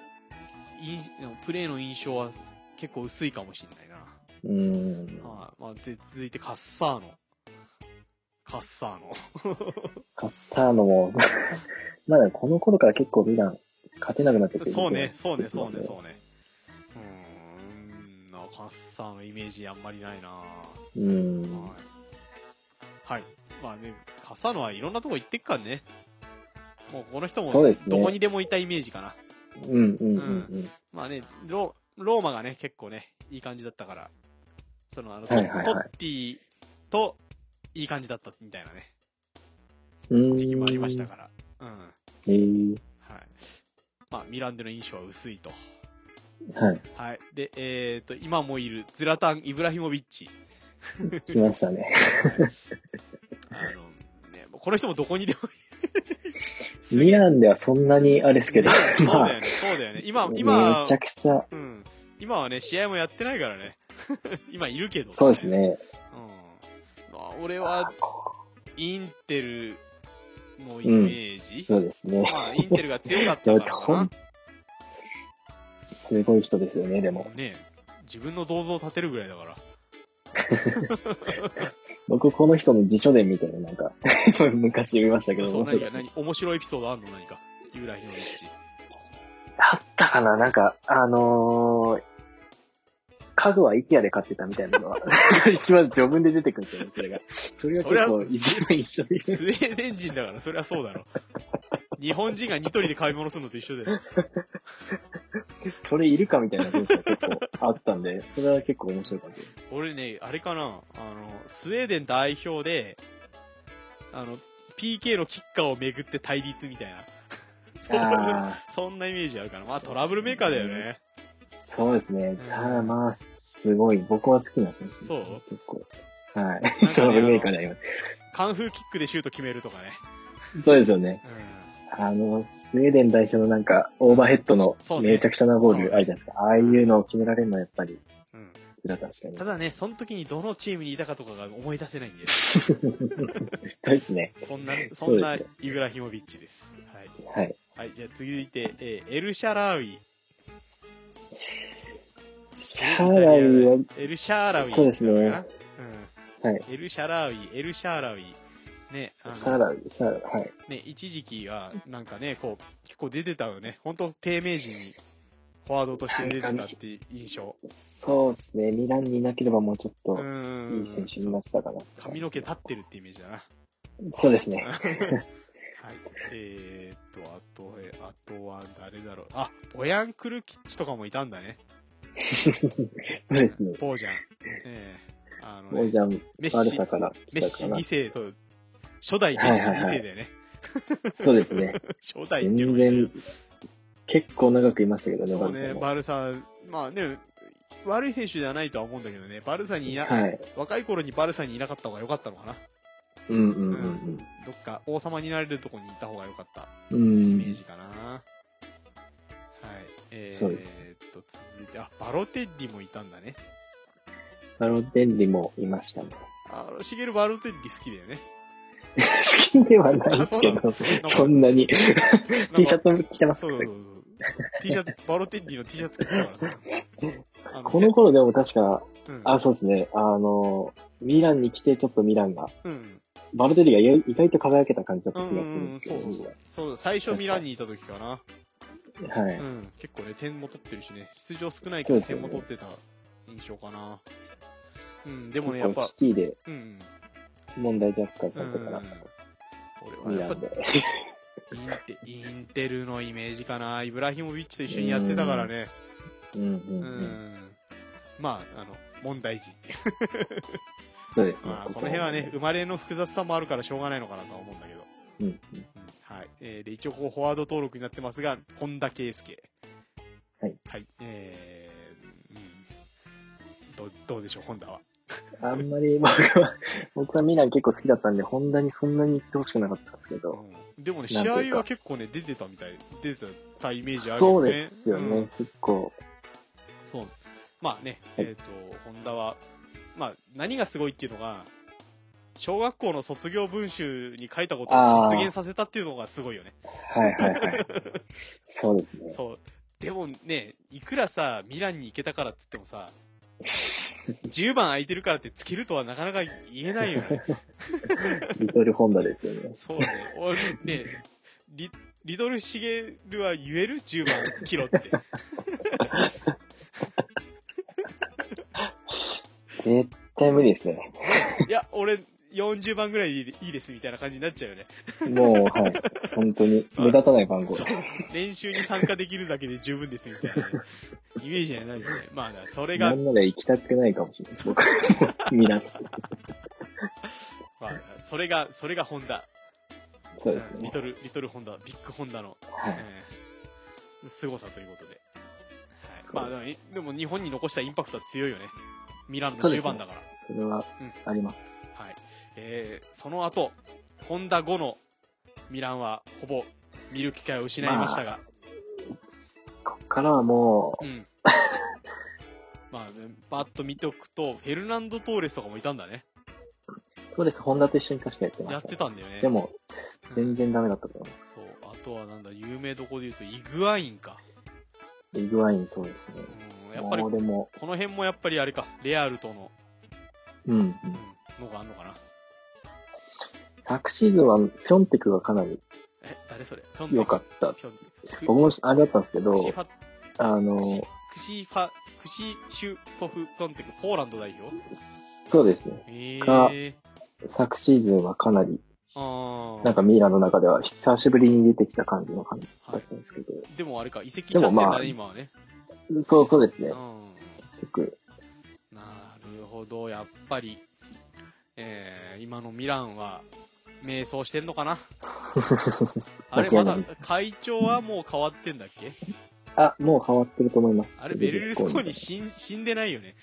Speaker 1: いプレーの印象は結構薄いかもしれないな。
Speaker 2: うん。
Speaker 1: はい、まあ、で、続いてカッサーノ。カッサー ノ。
Speaker 2: カッサーノも、 まだこの頃から結構ミラン勝てなくなってきて
Speaker 1: そうね、そうね、そうね、
Speaker 2: う。
Speaker 1: そうね。うーん、なカッサーのイメージあんまりないなは
Speaker 2: うん。
Speaker 1: い。はい。まあね、カッサーノはいろんなとこ行ってっからね。もうこの人も、
Speaker 2: そうですね
Speaker 1: どこにでもいたイメージかな。
Speaker 2: うんうんうん
Speaker 1: まあね、ロローマがね、結構ね、いい感じだったから、そのあの、
Speaker 2: はいはいはい
Speaker 1: トッティと、いい感じだったみたいなね、
Speaker 2: うん。うん。
Speaker 1: 時期もありましたから。うん。はい。
Speaker 2: えー
Speaker 1: まあ、ミランでの印象は薄いと。
Speaker 2: はい。
Speaker 1: はい。で、えっ、と、今もいるズラタン・イブラヒモビッチ。
Speaker 2: 来ましたね。
Speaker 1: あの、ね、もうこの人もどこにでもすげえ
Speaker 2: ミランではそんなにあれです けど
Speaker 1: ね、そう
Speaker 2: ま
Speaker 1: だよね、
Speaker 2: あ
Speaker 1: そうだよね。今、今
Speaker 2: めち、ゃくちゃ、
Speaker 1: うん。今はね、試合もやってないからね。 今いるけど、
Speaker 2: そうです。ね。
Speaker 1: うん。まあ、俺は、インテルのイメージ、
Speaker 2: そうですね。
Speaker 1: まあ、インテルが強かっ
Speaker 2: で
Speaker 1: た
Speaker 2: も、
Speaker 1: から
Speaker 2: ほ
Speaker 1: か
Speaker 2: ん、すごい人ですよね、で
Speaker 1: な
Speaker 2: も。。
Speaker 1: ね自分の銅像を建てるぐらいだから。
Speaker 2: 僕、この人の辞書伝みたいな、なんか、 昔読みましたけど、
Speaker 1: そう、何か、
Speaker 2: あ
Speaker 1: 何、面白いエピソードあんの何か。ユーラヒの道。
Speaker 2: ったかななんか、あのー、家具は IKEA で買ってたみたいなのは、 一番序文で出てくるんですよね、それが。それが結構、一番一緒で。
Speaker 1: スウェーデン人だから、そりゃそうだろ。日本人がニトリで買い物するのと一緒だよ。
Speaker 2: それいるかみたいな文章が結構あったんで、それは結構面白かったです。
Speaker 1: 俺ね、あれかな、あの、スウェーデン代表で、あの、PK のキッカーをめぐって対立みたいな。そんな、
Speaker 2: あ
Speaker 1: そんなイメージあるかな。まあトラブルメーカーだよね。
Speaker 2: ーそうですね。
Speaker 1: ん
Speaker 2: ただまあ、すごい、僕は好きなんですね。
Speaker 1: そう
Speaker 2: 結構。は
Speaker 1: な
Speaker 2: い
Speaker 1: んかね。
Speaker 2: トラブルメーカーであります。
Speaker 1: カンフーキックでシュート決めるとかね。
Speaker 2: そうですよね。
Speaker 1: うん。
Speaker 2: あの、スウェーデン代表のなんか、オーバーヘッドの
Speaker 1: そうね
Speaker 2: めちゃくちゃなゴールあるじゃないですか。ああいうのを決められるのはやっぱり、
Speaker 1: うん
Speaker 2: ズラ確かに
Speaker 1: た。だね、その時にどのチームにいたかとかが思い出せない んで、
Speaker 2: そうですね。
Speaker 1: そんな、そん
Speaker 2: そ
Speaker 1: な
Speaker 2: うで
Speaker 1: イブラヒモビッチです。はい。
Speaker 2: はい。
Speaker 1: はい、じゃあ続いて、えーエルシャラウィ。
Speaker 2: シャーライは、
Speaker 1: エルシャーラウィ。
Speaker 2: そうですね
Speaker 1: だからうん。
Speaker 2: はい。
Speaker 1: エルシャラウィ、エルシャーラウィ。ね、あの
Speaker 2: シャーライ、シャーライ、はい。
Speaker 1: ね、一時期は、なんかね、こう、結構出てたよね。ほんと、低迷時にフォワードとして出てたっていう印象。
Speaker 2: そうですね。ミランにいなければもうちょっ
Speaker 1: う
Speaker 2: と
Speaker 1: ん。
Speaker 2: いい選手になってたかな。
Speaker 1: 髪の毛立ってるってイメージ だな。
Speaker 2: そうですね。
Speaker 1: はい。えー、っと、あと、えあとは誰だろう。あ、ボヤン・クルキッチとかもいたんだね。
Speaker 2: そうですね。
Speaker 1: ボージャン。ええあの、
Speaker 2: も
Speaker 1: ね
Speaker 2: うじゃあ、
Speaker 1: メッ
Speaker 2: バル
Speaker 1: シ
Speaker 2: サ、から
Speaker 1: メ
Speaker 2: 来
Speaker 1: ッシ
Speaker 2: たかな
Speaker 1: 2。世と、初代メッシ2世だよね。
Speaker 2: そうですね。
Speaker 1: 初代っていう
Speaker 2: 全
Speaker 1: のがいいね
Speaker 2: 然、結構長くいましたけどね、
Speaker 1: そうね、
Speaker 2: バル
Speaker 1: バルサ、まあね、悪い選手ではないとは思うんだけどね、バルサにいな、
Speaker 2: サもはい。
Speaker 1: 若い頃にバルサにいなかった方が良かったのかな。
Speaker 2: うんうんうん
Speaker 1: どっか王様になれるとこにいた方が良かった
Speaker 2: う
Speaker 1: イ
Speaker 2: ん。う
Speaker 1: メー
Speaker 2: ん。
Speaker 1: ジかな。はい。え
Speaker 2: そう
Speaker 1: ー、
Speaker 2: です
Speaker 1: っと、続いて、あ、バロテッリもいたんだね。
Speaker 2: バロテンリもいましたね。
Speaker 1: あの、シゲルバロテッリ好きだよね。
Speaker 2: 好きではないですけど、
Speaker 1: か
Speaker 2: そんなに。
Speaker 1: なんか
Speaker 2: T シャツも着てます
Speaker 1: そうそうそうそう。T シャツ、バロテッリの T シャツ着てたから さ。あ
Speaker 2: この頃でも確か、
Speaker 1: せうん、
Speaker 2: あ、そうですね。あの、ミランに来てちょっとミランが、
Speaker 1: うん。
Speaker 2: バルデリが意外と輝けた感じだっ
Speaker 1: う
Speaker 2: た
Speaker 1: ん
Speaker 2: 気
Speaker 1: う
Speaker 2: がする
Speaker 1: ん
Speaker 2: ん
Speaker 1: うん、
Speaker 2: です
Speaker 1: そ
Speaker 2: け
Speaker 1: う
Speaker 2: ど、
Speaker 1: そうそう。そう、最初ミランにいた時かな。
Speaker 2: は
Speaker 1: う
Speaker 2: い。
Speaker 1: ん、結構ね、点も取ってるしね、出場少ないけど点も取ってた印象かな。うん、でもね、やっ
Speaker 2: 結構
Speaker 1: ぱ
Speaker 2: シ、ティで
Speaker 1: うん、
Speaker 2: 問題ジャッカー
Speaker 1: う
Speaker 2: さ
Speaker 1: ん
Speaker 2: れてから、
Speaker 1: 俺
Speaker 2: ミ
Speaker 1: はや
Speaker 2: ラ
Speaker 1: っ
Speaker 2: ン
Speaker 1: ぱ
Speaker 2: で。
Speaker 1: インテ、インテルのイメージかな。イブラヒモビッチと一緒にやってたからね。
Speaker 2: うんうん
Speaker 1: う
Speaker 2: うん。
Speaker 1: ん。まあ、あの、問題児。
Speaker 2: そうですね。
Speaker 1: まあ、この辺はね、生まれの複雑さもあるからしょうがないのかなとは思うんだけど。
Speaker 2: うん。
Speaker 1: うんはい。えーで、一応、こう、フォワード登録になってますが、本田圭佑。
Speaker 2: はい。
Speaker 1: はい。えー、うん。ど、どうでしょう、本田は。
Speaker 2: あんまり僕は、僕はミラン結構好きだったんで、ホンダにそんなに行ってほしくなかったんですけど、
Speaker 1: うんでもね、
Speaker 2: なん
Speaker 1: 試
Speaker 2: ていうか
Speaker 1: 合は結構ね、出てたみたい、出てたイメージある
Speaker 2: そ
Speaker 1: よ
Speaker 2: う
Speaker 1: ね。
Speaker 2: ですよね。
Speaker 1: うん
Speaker 2: 結構、
Speaker 1: そう。まあね、
Speaker 2: はい
Speaker 1: えっ、と、ホンダは、まあ、何がすごいっていうのが、小学校の卒業文集に書いたことを実現させたっていうのがすごいよね。
Speaker 2: はいはいはい。そうですね。
Speaker 1: そう。でもね、いくらさ、ミランに行けたからって言っても さ、10番空いてるからってつけるとはなかなか言えないよね。
Speaker 2: リトルホンダですよね。
Speaker 1: そうね。俺、ね、リ、リドルシゲルは言える ?10 番切ろって。
Speaker 2: 絶対無理ですね。
Speaker 1: いや、俺、40番ぐらいでいいですみたいな感じになっちゃうよね。
Speaker 2: もう、はい。本当に、目立たない番号
Speaker 1: そう。練習に参加できるだけで十分ですみたいなね、イメージにはなるよね。まあだ、それ
Speaker 2: な
Speaker 1: が、
Speaker 2: んなら行きたくないかもしれない。僕、ミラン。
Speaker 1: まあ、それが、それがホンダ。
Speaker 2: そうです
Speaker 1: うんリ
Speaker 2: ね。
Speaker 1: トル、リトルホンダ、ビッグホンダの
Speaker 2: はい。
Speaker 1: えー凄さということで。はい、
Speaker 2: そう
Speaker 1: まあでもい、でも日本に残したインパクトは強いよね。ミランの
Speaker 2: そうです
Speaker 1: 10
Speaker 2: ね
Speaker 1: 番だから。
Speaker 2: それは
Speaker 1: うん、
Speaker 2: あります。
Speaker 1: はい。えー、その後、ホンダ5のミランはほぼ見る機会を失いましたが、
Speaker 2: こっからはも
Speaker 1: うん。まあね、パッと見ておくと、フェルナンド・トーレスとかもいたんだね。
Speaker 2: う、そうです。ホンダと一緒に確かやってました。
Speaker 1: やってたんだよね。
Speaker 2: でも、
Speaker 1: うん、
Speaker 2: 全然ダメだったと思いま
Speaker 1: そう。あとはなんだ、有名どこで言うと、イグアインか。
Speaker 2: す。イグワイン、そうですね。
Speaker 1: うん、やっぱり、
Speaker 2: もう
Speaker 1: こ
Speaker 2: でも、
Speaker 1: の辺もやっぱりあれか、レアルとの、
Speaker 2: うん、う
Speaker 1: う
Speaker 2: ん。
Speaker 1: ん、のがあんのかな。
Speaker 2: 昨シーズンは、ピョンテクがかなり
Speaker 1: え、誰それピョンテ
Speaker 2: 良かった。
Speaker 1: ピョンテク
Speaker 2: 僕もあれだったんですけど
Speaker 1: ク、シファ、
Speaker 2: あの
Speaker 1: ク、シ、クシファ、クシシュトフピョンテク、ポーランド代表
Speaker 2: そうですね。
Speaker 1: え
Speaker 2: か
Speaker 1: え
Speaker 2: 昨シーズンはかなり、
Speaker 1: あー
Speaker 2: なんかミランの中では久しぶりに出てきた感じの感じだ
Speaker 1: は
Speaker 2: ったんですけど、
Speaker 1: い。でもあれか、移籍し
Speaker 2: で
Speaker 1: ちゃって
Speaker 2: も
Speaker 1: んだね、
Speaker 2: まあ
Speaker 1: 今はね。
Speaker 2: そう、そうです
Speaker 1: う
Speaker 2: ね。
Speaker 1: ん。
Speaker 2: 結 局、
Speaker 1: なるほど、やっぱり、えー、今のミランは、迷走してんのかなあれ、
Speaker 2: 間違
Speaker 1: ま
Speaker 2: いな
Speaker 1: だ
Speaker 2: い、
Speaker 1: 会長はもう変わってんだっけ
Speaker 2: あ、もう変わってると思います。
Speaker 1: あれ、ベルルスコーニ
Speaker 2: い
Speaker 1: 死ん死んでないよね。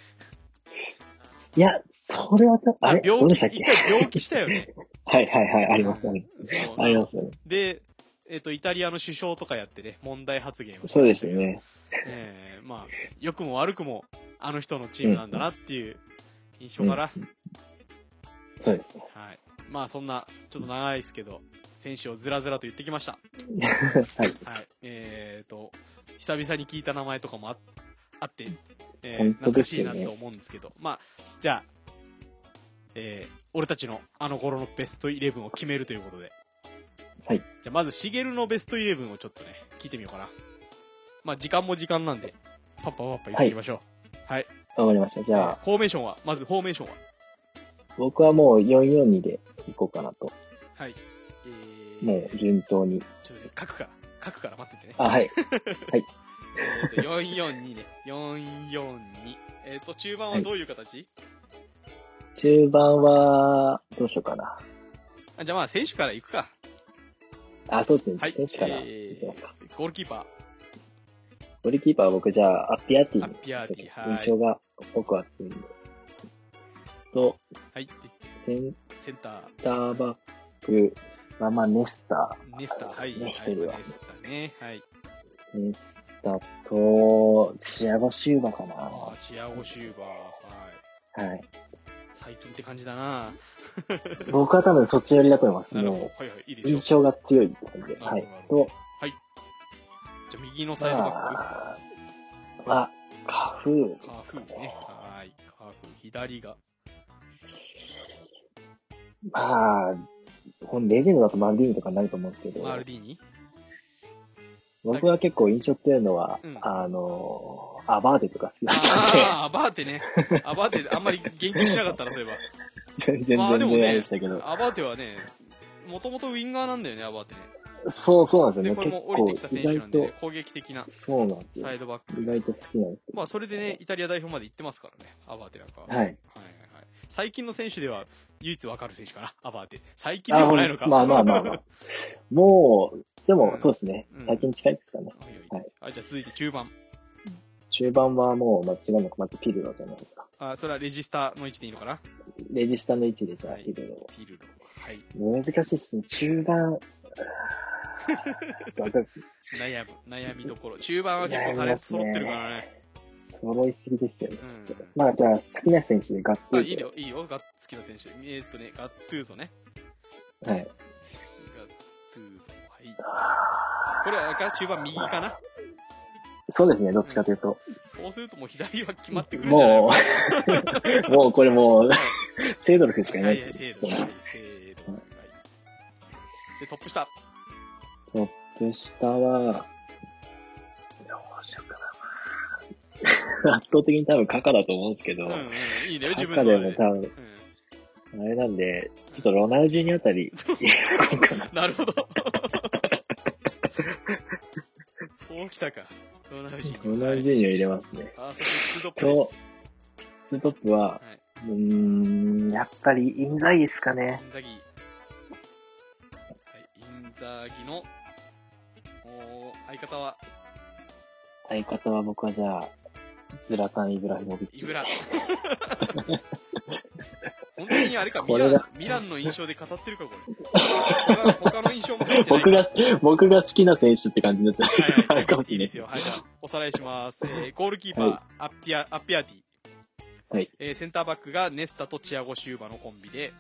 Speaker 2: や、それはちょっと、あ
Speaker 1: あ、
Speaker 2: れど
Speaker 1: 病
Speaker 2: うで
Speaker 1: 気、
Speaker 2: したっ
Speaker 1: 一
Speaker 2: け
Speaker 1: 回病気したよね。
Speaker 2: はいはいはい、 あります、あります。
Speaker 1: そう
Speaker 2: ありますよね。
Speaker 1: で、えっ、と、イタリアの首相とかやってね、問題発言をして
Speaker 2: そう
Speaker 1: ま
Speaker 2: で
Speaker 1: し
Speaker 2: す
Speaker 1: たけ
Speaker 2: よ
Speaker 1: ど。
Speaker 2: ね。
Speaker 1: えーまあ、良くも悪くも、あの人のチームなんだなっていう印象から、
Speaker 2: そうです ね。
Speaker 1: はい。まあ、そんな、ちょっと長いですけど、選手をずらずらと言ってきました。
Speaker 2: はい。
Speaker 1: はい。えっ、と、久々に聞いた名前とかもああって、えー
Speaker 2: 本当
Speaker 1: 懐
Speaker 2: で
Speaker 1: か
Speaker 2: す
Speaker 1: しい
Speaker 2: よね
Speaker 1: なと思うんですけど、まあ、じゃあ、えー俺たちのあの頃のベストイレブンを決めるということで。
Speaker 2: はい。
Speaker 1: じゃあ、まず、しげるのベストイレブンをちょっとね、聞いてみようかな。まあ、時間も時間なんで、パッパパッパ言っていきましょう。はい。
Speaker 2: わかりました。じゃあ、
Speaker 1: えーフォーメーションは、まずフォーメーションは。
Speaker 2: 僕はもう442で行こうかなと。
Speaker 1: はい。えー、
Speaker 2: もう順当に。
Speaker 1: ちょっとね、書くから、書くから待っててね。
Speaker 2: あ、はい。
Speaker 1: えーと442ね。442。えっ、と、中盤はどういう形、
Speaker 2: 中盤は、どうしようかな。
Speaker 1: あじゃあまあ、選手から行くか。
Speaker 2: あ、そうですね。
Speaker 1: はい。
Speaker 2: 選手から
Speaker 1: え
Speaker 2: 行きますか。
Speaker 1: ー、ゴールキーパ
Speaker 2: ゴールキーパーは僕じゃあ、アッピアティ
Speaker 1: アッピアティはい
Speaker 2: 印象が僕は強いんで。と、
Speaker 1: ー。はい。で
Speaker 2: セン
Speaker 1: センタ
Speaker 2: ターバック、まあまあ、ネスタ
Speaker 1: ー、ネスター。はい。
Speaker 2: ネ
Speaker 1: はい、
Speaker 2: スターは
Speaker 1: ネスターね。はい。
Speaker 2: ー、ネスタと、チアゴシューバかな。
Speaker 1: あ
Speaker 2: は
Speaker 1: ーチアゴシューバー。はい。
Speaker 2: い。
Speaker 1: 最近って感じだな
Speaker 2: 僕は多分そっち寄りだと思います。
Speaker 1: なるほど
Speaker 2: も。
Speaker 1: はいはい。いいで
Speaker 2: う、
Speaker 1: すよ。
Speaker 2: 印
Speaker 1: じ
Speaker 2: 象が強いって感じで。
Speaker 1: な
Speaker 2: は
Speaker 1: る
Speaker 2: い
Speaker 1: ほ。ど
Speaker 2: と、
Speaker 1: ゃあ、右のサイドバ
Speaker 2: まあ、まあ、カフー
Speaker 1: ック。カーフーね。はい。カーフー。左が。
Speaker 2: まあ、このレジェンドだとマルディーニとかになると思うんですけど、
Speaker 1: マルディ ーニ
Speaker 2: 僕は結構印象強いのは、
Speaker 1: うん
Speaker 2: あの、アバーデとか好きだったんで、
Speaker 1: ああ、アバーテね。アバーテ、あんまり言及しなかったら、そういえば。
Speaker 2: 全然
Speaker 1: まあ
Speaker 2: 全
Speaker 1: でも
Speaker 2: 然
Speaker 1: ね
Speaker 2: あれでしたけど、
Speaker 1: アバーテはね、もともとウィンガーなんだよね、アバーテね。
Speaker 2: そうそうなんです
Speaker 1: で、
Speaker 2: よ
Speaker 1: これ
Speaker 2: ね。
Speaker 1: も降りてき
Speaker 2: 結
Speaker 1: た
Speaker 2: 構
Speaker 1: 選
Speaker 2: 意
Speaker 1: 手
Speaker 2: 外
Speaker 1: なんでね、
Speaker 2: と、
Speaker 1: 攻撃的な
Speaker 2: そうなんです
Speaker 1: サ
Speaker 2: よ
Speaker 1: イ。ドバック。
Speaker 2: 意外と好きなんですけど。
Speaker 1: まあ、それでね、イタリア代表まで行ってますからね、アバーテなんかは。
Speaker 2: はい
Speaker 1: はいはい最近の選手では、唯一わかる選手かな、アバーテ。最近で
Speaker 2: あ
Speaker 1: もないのか。
Speaker 2: まあまあま あまあ。もう、でもそうですね
Speaker 1: うん。
Speaker 2: 最近近いですかね。
Speaker 1: あいいよいいよ
Speaker 2: はい
Speaker 1: あじゃあ続いて中盤。
Speaker 2: 中盤はもう間違いなくまたピルロじゃないですか。
Speaker 1: あそれはレジスタの位置でいいのかな
Speaker 2: レジスタの位置でじゃあ
Speaker 1: はい
Speaker 2: ピルロを。
Speaker 1: ピルロ。はい。
Speaker 2: 難しいですね。中盤。わかる
Speaker 1: 悩む。悩みどころ。中盤は結構タレント揃ってるからね。
Speaker 2: 揃いすぎですよね。
Speaker 1: うん
Speaker 2: まあじゃあ、好きな選手でガッ
Speaker 1: あ
Speaker 2: ツ
Speaker 1: い
Speaker 2: リ
Speaker 1: いよ、いいよ。が好きな選手。えーっとね、ガットゥーゾね。
Speaker 2: は
Speaker 1: ガ
Speaker 2: い。
Speaker 1: ットゥーゾ。はい。これはが中盤右かな
Speaker 2: そうですね、どっちかというと。
Speaker 1: そうするともう左は決まってくるんじゃない
Speaker 2: もう、 もうこれもう、セイドルフしかいな
Speaker 1: はいいはい、
Speaker 2: です
Speaker 1: 精
Speaker 2: よ。
Speaker 1: 度。はい、精度。はい。で、トップ下。
Speaker 2: で、下は、どうしようかな。圧倒的に多分カカだと思うんですけど、
Speaker 1: うんうん。いいね、自
Speaker 2: カ
Speaker 1: 分
Speaker 2: カ
Speaker 1: のあれ。
Speaker 2: でも多
Speaker 1: う
Speaker 2: 分、あれなんで、ちょっとロナウジーニあた り、入れとこうかな。
Speaker 1: んなるほど。そうきたか。ロナウジー
Speaker 2: ロ
Speaker 1: ニ。
Speaker 2: ナウジーニを入れますね。
Speaker 1: あ、そしてツートップです。
Speaker 2: ツートップは、
Speaker 1: はいう
Speaker 2: ーん、やっぱりインザイですかね。
Speaker 1: インザギ。はい、インザギの、おー相方は、
Speaker 2: 相方は僕はじゃあ、ズラタン・イブラヒモビッチ。
Speaker 1: イブラ。 本当にあれか、ミ
Speaker 2: こ
Speaker 1: ラ
Speaker 2: れ
Speaker 1: ン
Speaker 2: が、
Speaker 1: ミランの印象で語ってるか、これ。他他の印象も入ってない。
Speaker 2: 僕が、僕が好きな選手って感じになっちゃ
Speaker 1: はいはい、
Speaker 2: うかもし
Speaker 1: いいで
Speaker 2: れない
Speaker 1: すよ。はい、じゃあ、おさらいします。えー、ゴールキーパー、
Speaker 2: はい
Speaker 1: アッピア、アッピアティ。
Speaker 2: はい
Speaker 1: えーセンターバックがネスタとチアゴ・シューバのコンビで、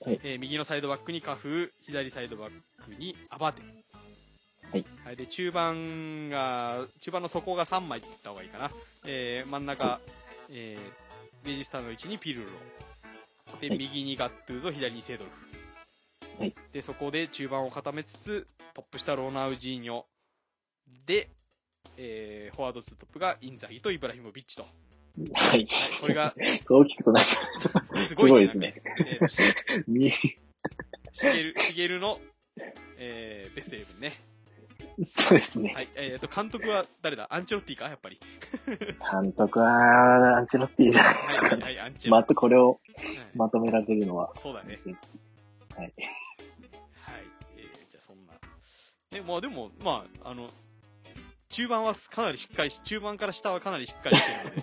Speaker 2: はい
Speaker 1: えー右のサイドバックにカフー、左サイドバックにアバテ。
Speaker 2: はい。
Speaker 1: で、中盤が、中盤の底が3枚って言った方がいいかな。えー真ん中、えーレジスタの位置にピルロ。で、
Speaker 2: はい
Speaker 1: 右にガットゥーゾ、左にセドルフ。
Speaker 2: はい
Speaker 1: で、そこで中盤を固めつつ、トップ下ロナウジーニョ。で、えーフォワード2トップがインザギとイブラヒモビッチと。は
Speaker 2: はい。
Speaker 1: い、これ が、
Speaker 2: そう聞く となんか、
Speaker 1: すごい,、
Speaker 2: すごいです
Speaker 1: なんか。えーとし
Speaker 2: 見
Speaker 1: しげる、しげるの、えーベストイレブンね。
Speaker 2: そうですね。
Speaker 1: はい、えーと、監督は誰だアンチェロッティかやっぱり。
Speaker 2: 監督は、アンチェロッティじゃないです
Speaker 1: は
Speaker 2: か
Speaker 1: い、
Speaker 2: ね。
Speaker 1: はい、アンチェロ
Speaker 2: ま
Speaker 1: ッテ
Speaker 2: たこれを
Speaker 1: ィ。はい
Speaker 2: まとめられるのは。
Speaker 1: そうだね。
Speaker 2: はい。
Speaker 1: はい。えーじゃあそんな。ね、まあでも、まあ、あの、中盤はかなりしっかりし、中盤から下はかなりしっかりしてるの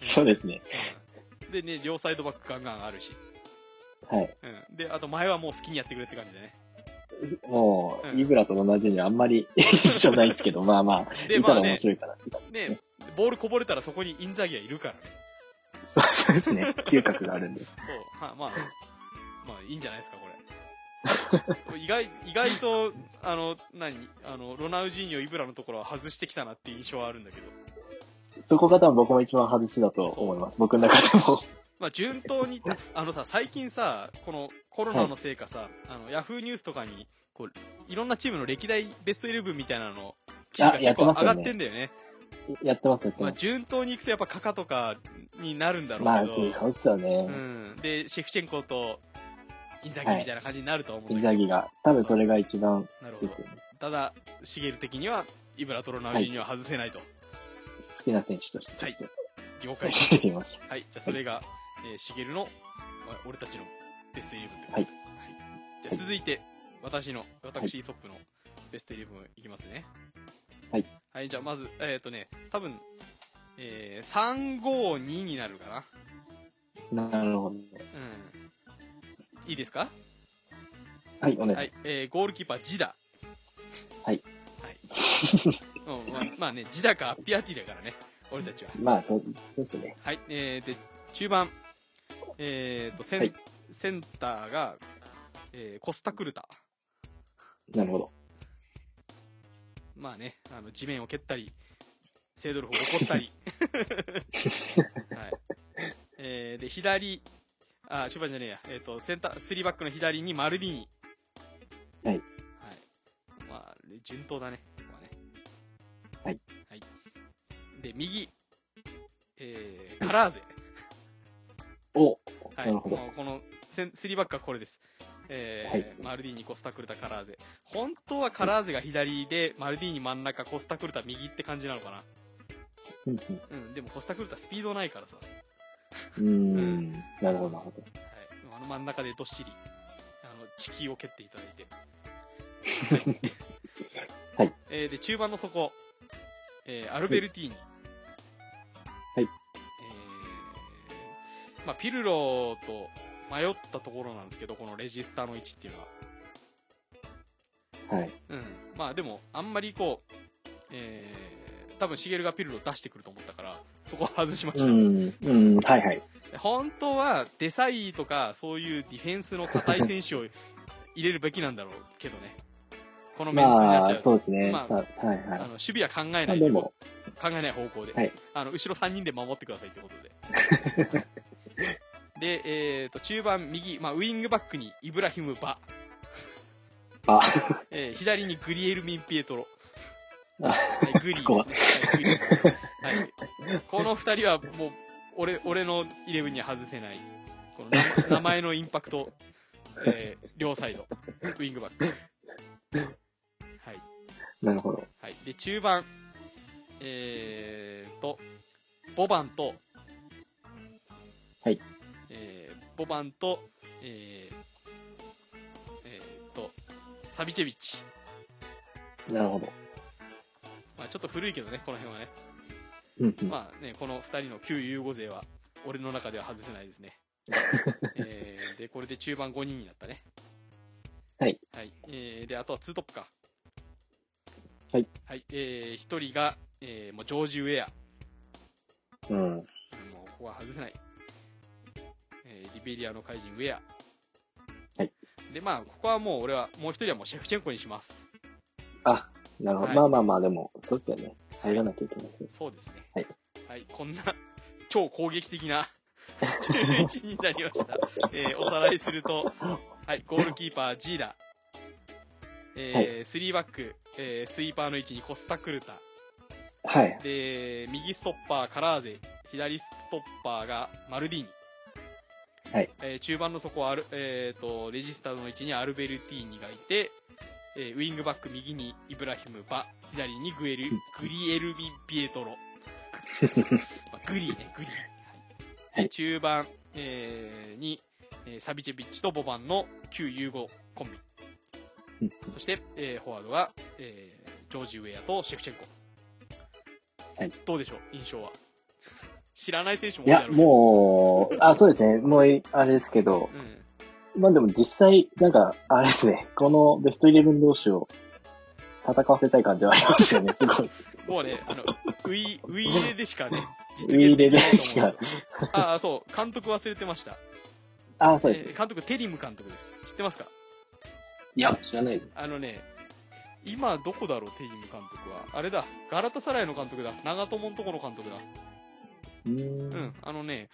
Speaker 1: で。
Speaker 2: そうですね。
Speaker 1: うんでね、両サイドバックガンガンあるし。
Speaker 2: はい。
Speaker 1: うん。で、あと前はもう好きにやってくれって感じでね。
Speaker 2: も
Speaker 1: うん
Speaker 2: う、イブラと同じにあんまり 一緒ないですけど、まあまあ、
Speaker 1: で、
Speaker 2: い
Speaker 1: ま
Speaker 2: た
Speaker 1: あ
Speaker 2: ら
Speaker 1: ね
Speaker 2: 面、白いから。
Speaker 1: ね、ボールこぼれたらそこにインザギアいるからね。
Speaker 2: そうそうですね。嗅覚があるんで。
Speaker 1: そう。はまあ、まあいいんじゃないですか、こ れ。意外、意外と、あの、何あの、ロナウジーニョ、イブラのところは外してきたなっていう印象はあるんだけど。
Speaker 2: そこが多分僕も一番外しだと思います。僕の中でも。
Speaker 1: まあ、順当に、あのさ、最近さ、このコロナのせいかさ、あの、ヤフーニュースとかに、こう、いろんなチームの歴代ベストイレブンみたいなの記事が
Speaker 2: あ
Speaker 1: 結
Speaker 2: やって
Speaker 1: 構
Speaker 2: ま
Speaker 1: 上
Speaker 2: すよね
Speaker 1: がってんだよね。
Speaker 2: やってます、やって
Speaker 1: まあ、
Speaker 2: ます。
Speaker 1: 順当に行くとやっぱカカとかになるんだろ
Speaker 2: まあ、
Speaker 1: う
Speaker 2: そう
Speaker 1: けど、
Speaker 2: そうっすよね
Speaker 1: う。ん。で、シェフチェンコとインザギみたいな感じになると思う
Speaker 2: イ
Speaker 1: ん
Speaker 2: ン
Speaker 1: だ
Speaker 2: ザ
Speaker 1: けど。
Speaker 2: ギが。多分それが一番
Speaker 1: なるほ
Speaker 2: で
Speaker 1: ど
Speaker 2: す。よね。
Speaker 1: ただ、シゲル的には、イブラトロナウジーには外せないと。
Speaker 2: 好きな選手として。
Speaker 1: はい。了解です。
Speaker 2: ています。
Speaker 1: はい、じゃあそれが、えー、しげるの、あ俺たちのベストイレブンってこと
Speaker 2: はい
Speaker 1: じゃあ続いて、私の、私、イソップのベストイレブンいきますね。
Speaker 2: はい。
Speaker 1: はい、じゃあまず、えっ、とね、多分、えー、352になるかな。
Speaker 2: なるほど。
Speaker 1: うん。いいですか
Speaker 2: はい、お願いしま
Speaker 1: はい、えー、ゴールキーパー、ジダ。
Speaker 2: はい。
Speaker 1: はい。うんまあ、まあね、ジダかアピアティだからね、俺たちは。
Speaker 2: す。まあ、そうそうですね。
Speaker 1: はい、えー、で、中盤、えーと、セン、
Speaker 2: はい
Speaker 1: センターが、えーコスタクルタ。
Speaker 2: なるほど。
Speaker 1: まあね、あの、地面を蹴ったり、セイドルフを怒った り。はい。えーで、左、あ、中盤じゃねえや、えーと、センター、スリーバックの左にマルディーニ。
Speaker 2: は
Speaker 1: は
Speaker 2: い
Speaker 1: い。まあ、順当だね、ここはね。
Speaker 2: はい。
Speaker 1: はい。で、右、えー、カラーゼ。
Speaker 2: お
Speaker 1: は、
Speaker 2: ないるほど
Speaker 1: もうこのセンスリーバックはこれです、えー
Speaker 2: はい
Speaker 1: マルディーニ、コスタクルタ、カラーゼ、本当はカラーゼが左で、マルディーニ真ん中、コスタクルタ右って感じなのかな、
Speaker 2: うん
Speaker 1: うん、でもコスタクルタスピードないからさ、はい、
Speaker 2: うん。うーん。なるほど、なるほど。
Speaker 1: あの真ん中でどっしりあの地球を蹴っていただいて、
Speaker 2: はい
Speaker 1: えーで中盤の底、えーアルベルティーニ、
Speaker 2: いは
Speaker 1: え
Speaker 2: い
Speaker 1: ーまあ、ピルロと迷ったところなんですけど、このレジスタの位置っていうのは。
Speaker 2: はい。
Speaker 1: うん、まあでも、あんまりこう、えー、多分シゲルがピルロを出してくると思ったから、そこは外しまし
Speaker 2: う
Speaker 1: た。
Speaker 2: ん。うん。はいはい。
Speaker 1: 本当は、デサイとか、そういうディフェンスの硬い選手を入れるべきなんだろうけどね。このメンツにな
Speaker 2: ま
Speaker 1: っちゃう、
Speaker 2: あ
Speaker 1: と。
Speaker 2: そうですね。
Speaker 1: まあ
Speaker 2: さはい
Speaker 1: あ
Speaker 2: は
Speaker 1: の
Speaker 2: い。
Speaker 1: 守備は考え
Speaker 2: ま
Speaker 1: な
Speaker 2: あ
Speaker 1: い
Speaker 2: でも、
Speaker 1: 考えない方向で、
Speaker 2: はい
Speaker 1: あの後ろ3人で守ってくださいってことで。 で、えー、と中盤右、まあ、ウイングバックにイブラヒム・バ、
Speaker 2: あ、
Speaker 1: えー左にグリエル・ミン・ピエトロ、
Speaker 2: あ
Speaker 1: はい、グリーですね。はい、グリーですね。 はい。この二人はもう、俺、俺のイレブンには外せない。この名前名前のインパクト、えー両サイド、ウイングバック。はい。
Speaker 2: なるほど。
Speaker 1: はい。で、中盤、えーと、ボバンと、
Speaker 2: はい。
Speaker 1: えー、ボバンと、えー、えーと、サビチェビッチ。
Speaker 2: なるほど。
Speaker 1: まあちょっと古いけどね、この辺はね。
Speaker 2: うんうん。
Speaker 1: まあね、この2人の旧融合勢は、俺の中では外せないです ね。えー、で、これで中盤5人になったね。
Speaker 2: はい。
Speaker 1: はい。えー、で、あとは2トップか。
Speaker 2: はい。
Speaker 1: はい。えー、1人が、えー、もうジョージ・ウェア。
Speaker 2: うん。
Speaker 1: もうここは外せない。えー、リベリアの怪人、ウェア。
Speaker 2: はい。
Speaker 1: で、まあ、ここはもう俺は、もう1人はもうシェフチェンコにします。
Speaker 2: あ、なるほ
Speaker 1: は
Speaker 2: ど。
Speaker 1: い
Speaker 2: まあまあまあ、でも、そうですよね。入らなきゃいけないですよ。
Speaker 1: そうですね。
Speaker 2: はい。
Speaker 1: はい、こんな 超攻撃的 な11になりました。えーおさらいすると、はい、ゴールキーパー、ジーダ。えー、3バック、えースイーパーの位置にコスタクルタ。
Speaker 2: はい。
Speaker 1: で、右ストッパー、カラーゼ。左ストッパーがマルディーニ。
Speaker 2: はい。
Speaker 1: えー中盤の底はアル、えーと、レジスタードの位置にアルベルティーニがいて、えーウィングバック右にイブラヒム・バ、左にグエル、グリエルビン・ピエト ロ。まあ、グリーね、グリー。
Speaker 2: はい
Speaker 1: で中盤、えーに、えーサビチェビッチとボバンの旧融合コンビ。
Speaker 2: うん
Speaker 1: そして、えーフォワードが、えージョージ・ウェアとシェフチェンコ。
Speaker 2: はい
Speaker 1: どうでしょう、印象は。 知らない選手も多
Speaker 2: い
Speaker 1: いだ
Speaker 2: や、
Speaker 1: ろうけど
Speaker 2: もう、あ、そうですね。もう、あれですけど、
Speaker 1: うん。
Speaker 2: まあでも実際、なんか、あれですね。このベストイレブン同士を戦わせたい感じはあります よね。すごい。
Speaker 1: もうね、あの、ウィ、ウィーレでしかね、
Speaker 2: ウィーレで
Speaker 1: 実現き
Speaker 2: し
Speaker 1: ない
Speaker 2: か
Speaker 1: と。思う。ああ、そう、監督忘れてました。
Speaker 2: あ、そうです。
Speaker 1: えー監督、テリム監督です。知ってますか
Speaker 2: いや、知らないです。
Speaker 1: あのね、今どこだろう、テイム監督は。あれだ、ガラタサライの監督だ。長友のとこの監督だ。
Speaker 2: うーん。。
Speaker 1: うん、あのね、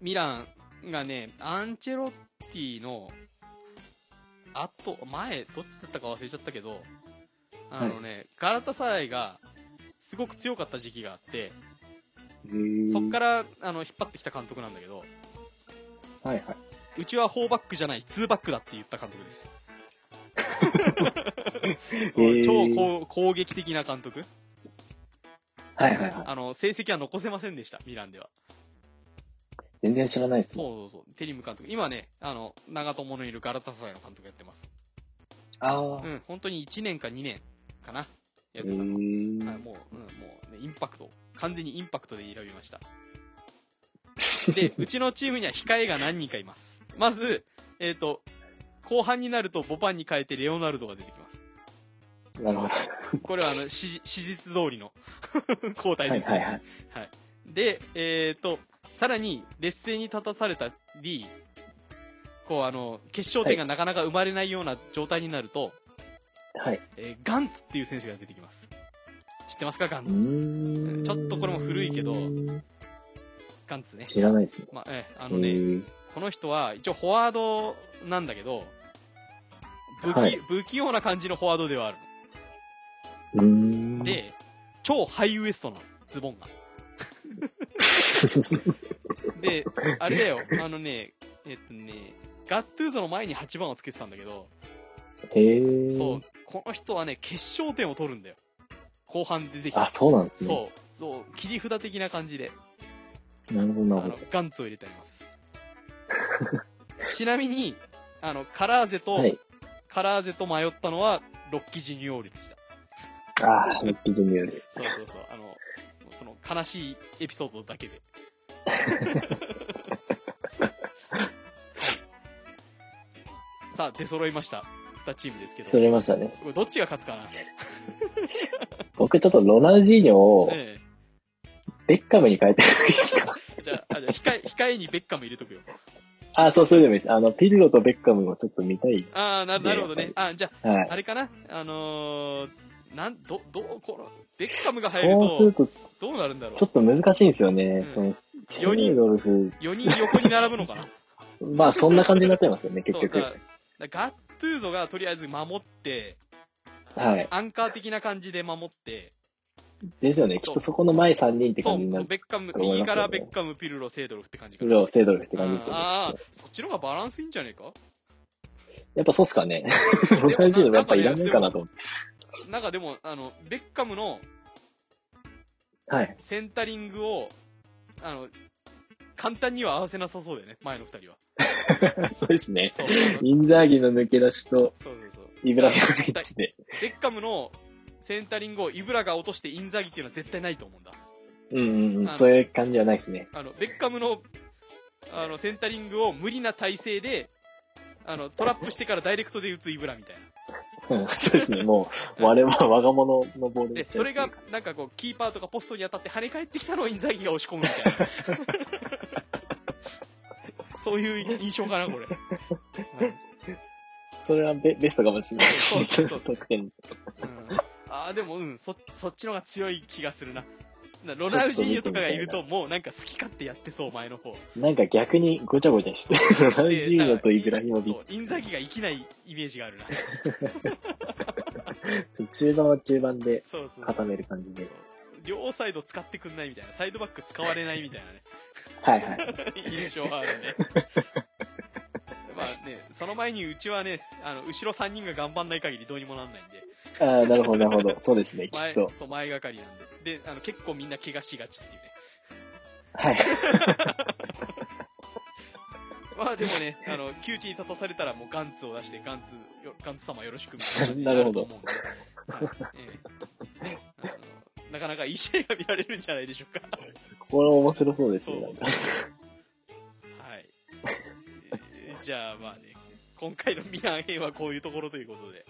Speaker 1: ミランがね、アンチェロッティの、あと、前、どっちだったか忘れちゃったけど、あのね、ガラタサライがすごく強かった時期があって、そっかららあの引っ張ってきた監督なんだけど、
Speaker 2: はいは
Speaker 1: うちは4バックじゃない、2バックだって言った監督 です。
Speaker 2: ー
Speaker 1: 超攻攻撃的な監督
Speaker 2: い。はいはいはい。
Speaker 1: あの、成績は残せませんでした、ミランでは。
Speaker 2: 全然知らないです。
Speaker 1: そうそうそう、テリム監督。今ね、あの、長友のいるガラタサライの監督やってます。
Speaker 2: ああ。
Speaker 1: うん、本当に1年か2年かな。や
Speaker 2: え
Speaker 1: ってたの。
Speaker 2: ー
Speaker 1: はい、もう、うん、もう、ね、インパクト。完全にインパクトで選びました。 で、うちのチームには控えが何人かいます。まず、えっ、と、後半になるとボパンに変えてレオナルドが出てきます。
Speaker 2: なるほど。
Speaker 1: これはあの、史史実通りの 交代
Speaker 2: は
Speaker 1: で
Speaker 2: い
Speaker 1: す
Speaker 2: はい
Speaker 1: ね。
Speaker 2: はい。
Speaker 1: で、えっ、と、さらに劣勢に立たされたり、こうあの、決勝点がなかなか生まれないような状態になると、
Speaker 2: はい。
Speaker 1: えーガンツっていう選手が出てきます。知ってますかガン
Speaker 2: う
Speaker 1: ツ。
Speaker 2: ーん
Speaker 1: ちょっとこれも古いけどガンツね。
Speaker 2: 知らないですね。
Speaker 1: まあ、ええあ
Speaker 2: あ
Speaker 1: のね、この人は一応フォワードなんだけど、不器,、
Speaker 2: はい
Speaker 1: 不器用な感じのフォワードではある
Speaker 2: うーん
Speaker 1: の。、 で、超ハイウエストなの、ズボンが。で、あれだよ、あのね、えっとね、ガットゥーゾの前に8番をつけてたんだけど、
Speaker 2: へー
Speaker 1: そう、この人はね、決勝点を取るんだよ。後半出てき
Speaker 2: あ
Speaker 1: た、。
Speaker 2: そうなんですね。
Speaker 1: そう、そう、切り札的な感じで。
Speaker 2: なるほど、な
Speaker 1: あ
Speaker 2: る
Speaker 1: のガンツを入れてあります。ち なみに、あの、カラーゼと、
Speaker 2: ほど。はい。
Speaker 1: カラーゼと迷ったのは、ロッキジニョールでした。
Speaker 2: ああ、ミッキー・ジュニアで。
Speaker 1: そうそうそう、あの、その悲しいエピソードだけ で。さあ、出揃いました。2チームですけど。
Speaker 2: そ
Speaker 1: こ
Speaker 2: れましたね。
Speaker 1: れどっちが勝つかな、
Speaker 2: 僕ちょっとロナウジーニョを
Speaker 1: え
Speaker 2: ベッカムに変えてもいいですか
Speaker 1: え、じゃあ、あじゃあ控え、控えにベッカム入れとくよ。
Speaker 2: あ、そう、それでもいいです。あの、ピルロとベッカムをちょっと見たい。
Speaker 1: ああ、ななるほどね。あじゃあ、
Speaker 2: はい。
Speaker 1: あれかなあのー、なん、ど、どう、この、ベッカムが入る
Speaker 2: そうする
Speaker 1: と、
Speaker 2: と、
Speaker 1: どうなるんだろ
Speaker 2: ちょ
Speaker 1: う
Speaker 2: っと難しいんですよね。
Speaker 1: うん
Speaker 2: その、
Speaker 1: 四人
Speaker 2: セドルフ、
Speaker 1: ?4 人横に並ぶのかな
Speaker 2: まあ、そんな感じになっちゃいますよ ね、 結
Speaker 1: そう、だ
Speaker 2: 局。
Speaker 1: か
Speaker 2: は
Speaker 1: らだからガットゥーゾがとりあえず守って、
Speaker 2: い。
Speaker 1: アンカー的な感じで守って、
Speaker 2: ですよね。きっとそこの前3人って
Speaker 1: そう、
Speaker 2: 感じにな
Speaker 1: そう
Speaker 2: る。
Speaker 1: ベッカム、
Speaker 2: と思いますよね
Speaker 1: 右からベッカム、ピルロ、セイドルフって感じか
Speaker 2: ピル
Speaker 1: な。
Speaker 2: ロ、セドルフって感じですよ
Speaker 1: あ
Speaker 2: ね。
Speaker 1: ーあー、そっちの方がバランスいいんじゃねえか
Speaker 2: やっぱそうっす かね。ロナウジーニョやっぱいらないかなと思って。
Speaker 1: なんかでも、あの、ベッカムの
Speaker 2: はい。
Speaker 1: センタリングを、あの、簡単には合わせなさそうだよね、前の二人は。
Speaker 2: そうですね。
Speaker 1: そう、あの
Speaker 2: インザーギの抜け出しと、
Speaker 1: そうそうそう。
Speaker 2: イブラヒモビッチで。
Speaker 1: ベッカムのセンタリングをイブラが落としてインザギっていうのは絶対ないと思うんだ。
Speaker 2: うんうん
Speaker 1: あ
Speaker 2: う
Speaker 1: の
Speaker 2: ん。そういう感じはないですね。
Speaker 1: あの、ベッカムの、あの、センタリングを無理な体勢で、あの、トラップしてからダイレクトで打つイブラみたい
Speaker 2: うんそうですね。もう、我々は我が物のボール
Speaker 1: な。
Speaker 2: に
Speaker 1: で、
Speaker 2: しちゃ
Speaker 1: そうれが、なんかこう、キーパーとかポストに当たって跳ね返ってきたのをインザギが押し込むみたいな。 そういう印象かな、これ。うん
Speaker 2: それはベベストかもしれない。
Speaker 1: そうそうそうそう
Speaker 2: 得点。
Speaker 1: うんああ、でもうん、そ、そっちの方が強い気がするな。なロナウジーニョとかがいると、もうなんか好き勝手やってそう、前の方。
Speaker 2: なんか逆にごちゃごちゃしてる。ロナウジ
Speaker 1: で
Speaker 2: ーニョとイブラヒモビ
Speaker 1: そ
Speaker 2: ッ
Speaker 1: う、インザギが生きないイメージがあ るな。
Speaker 2: チ。中盤は中盤で
Speaker 1: そうそうそ
Speaker 2: 固
Speaker 1: う。
Speaker 2: める感じで。
Speaker 1: 両サイド使ってくんないみたいな、サイドバック使われないみたいな ね、
Speaker 2: はいはい。
Speaker 1: 印象はあるね。まあね、その前にうちはね、あの、後ろ3人が頑張んない限りどうにもなんないんで、
Speaker 2: ああ、なるほどなるほど。そうですね、きっ
Speaker 1: 前
Speaker 2: と、。
Speaker 1: そう、前がかりなんで。で、あの、結構みんな怪我しがちっていうね。
Speaker 2: はい。
Speaker 1: まあでもね、 あの、窮地に立たされたらもうガンツを出して、ガンツよ、ガンツ様よろしくみたいな感じに なると思うんで。はいええあのなかなかいい試合が見られるんじゃないでしょうか。
Speaker 2: これ面白 そうです
Speaker 1: そう
Speaker 2: ね。なんか
Speaker 1: はい。えーじゃあまあね、今回のミラン編はこういうところということで、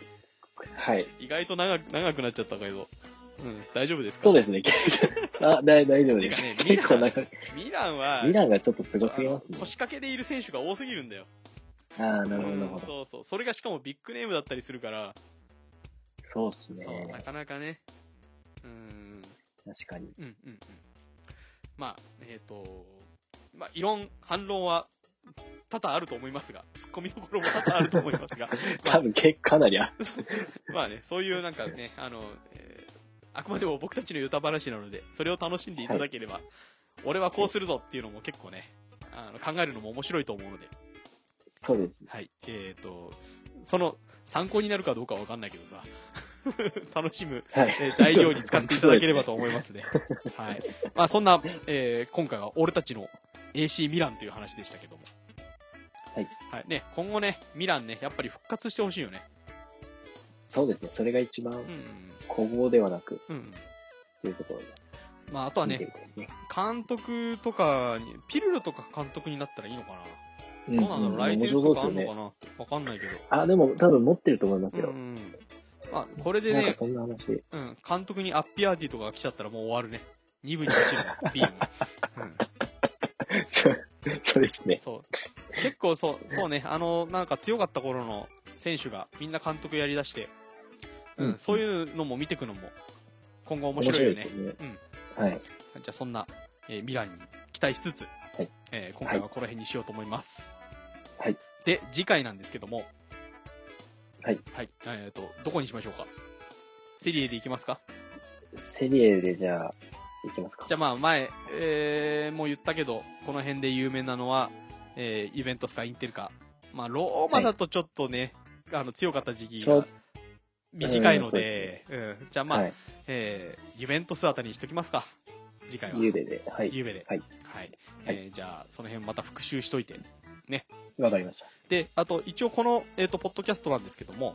Speaker 2: はい。
Speaker 1: 意外と長く、長くなっちゃったけど、うん、大丈夫ですか
Speaker 2: そうですね。あ、大大丈夫です
Speaker 1: て。かね
Speaker 2: 結構なんか、
Speaker 1: ミランは、
Speaker 2: ミランがちょっとす
Speaker 1: ちょ
Speaker 2: ごすぎます
Speaker 1: あの
Speaker 2: ね。
Speaker 1: 腰掛けでいる選手が多すぎるんだよ。
Speaker 2: ああー、なるほどなるほ
Speaker 1: うん
Speaker 2: ど。
Speaker 1: そうそう。それがしかもビッグネームだったりするから、
Speaker 2: そうですね。
Speaker 1: そう、なかなかね。うん。
Speaker 2: 確かに。
Speaker 1: うんうんうん。まあ、えっ、と、まあ、異論、反論は、多々あると思いますが、ツッコミどころも多々あると思います が、ま
Speaker 2: 多
Speaker 1: あ、
Speaker 2: 分結構かなりある。
Speaker 1: まあね、そういうなんかね、あの、えーあくまでも僕たちの歌話なので、それを楽しんでいただければ、俺はこうするぞっていうのも結構ね、あの考えるのも面白いと思うので、
Speaker 2: そうです。
Speaker 1: はい。えっ、と、その、参考になるかどうかはわかんないけどさ、 楽しむ、
Speaker 2: はい
Speaker 1: えー材料に使っていただければと思います ね。はい。まあそんな、えー今回は俺たちの AC ミランという話でしたけども。
Speaker 2: はい。
Speaker 1: はい。ね、今後ね、ミランね、やっぱり復活してほしいよね。
Speaker 2: そうですね。それが一番
Speaker 1: うん
Speaker 2: 古豪ではなく、
Speaker 1: うん。うんうん。
Speaker 2: というところが
Speaker 1: まああとは
Speaker 2: 見て
Speaker 1: ね
Speaker 2: る、ですね。
Speaker 1: 監督とかに、ピルロとか監督になったらいいのか
Speaker 2: ど
Speaker 1: な。どうなんだろう、ライセンスとかあんのかなわかんないけど。
Speaker 2: あ、でも多分持ってると思います
Speaker 1: うんう
Speaker 2: よ。
Speaker 1: ん。まあ、これで
Speaker 2: なん
Speaker 1: ね
Speaker 2: か、そんな話。
Speaker 1: うん、監督にアッピアーティとかが来ちゃったらもう終わるね。2部に落ちるね、B に。
Speaker 2: そうそうです
Speaker 1: うん、
Speaker 2: ね。
Speaker 1: そう。結構そう、そうね、あの、なんか強かった頃の選手がみんな監督やりだして、うん、
Speaker 2: うん
Speaker 1: そういうのも見てくのも今後面白いよね。
Speaker 2: 面白です
Speaker 1: う
Speaker 2: よ
Speaker 1: ん。
Speaker 2: はい。
Speaker 1: じゃあそんな、えーミランに期待しつつ、
Speaker 2: い
Speaker 1: えー今回はこの辺にしようと思います。
Speaker 2: はい。
Speaker 1: で、次回なんですけども、
Speaker 2: はい。
Speaker 1: はい。えっ、と、どこにしましょうかセリエでいきますか
Speaker 2: セリエでじゃあ、いきますか。
Speaker 1: じゃあまあ前、えー、もう言ったけど、この辺で有名なのは、えー、ユベントスかインテルか。まあローマだとちょっとね、あの強かった時期
Speaker 2: ちょ
Speaker 1: が短いので、うんじゃあまあ、
Speaker 2: はい。
Speaker 1: えー、ユベントスあたりにしときますか。次回は。
Speaker 2: ゆでで。はい。
Speaker 1: ゆうべで。
Speaker 2: はい。
Speaker 1: はい。えー、じゃあその辺また復習しといて。
Speaker 2: わかりました。
Speaker 1: で、あと一応この、えっ、と、ポッドキャストなんですけども、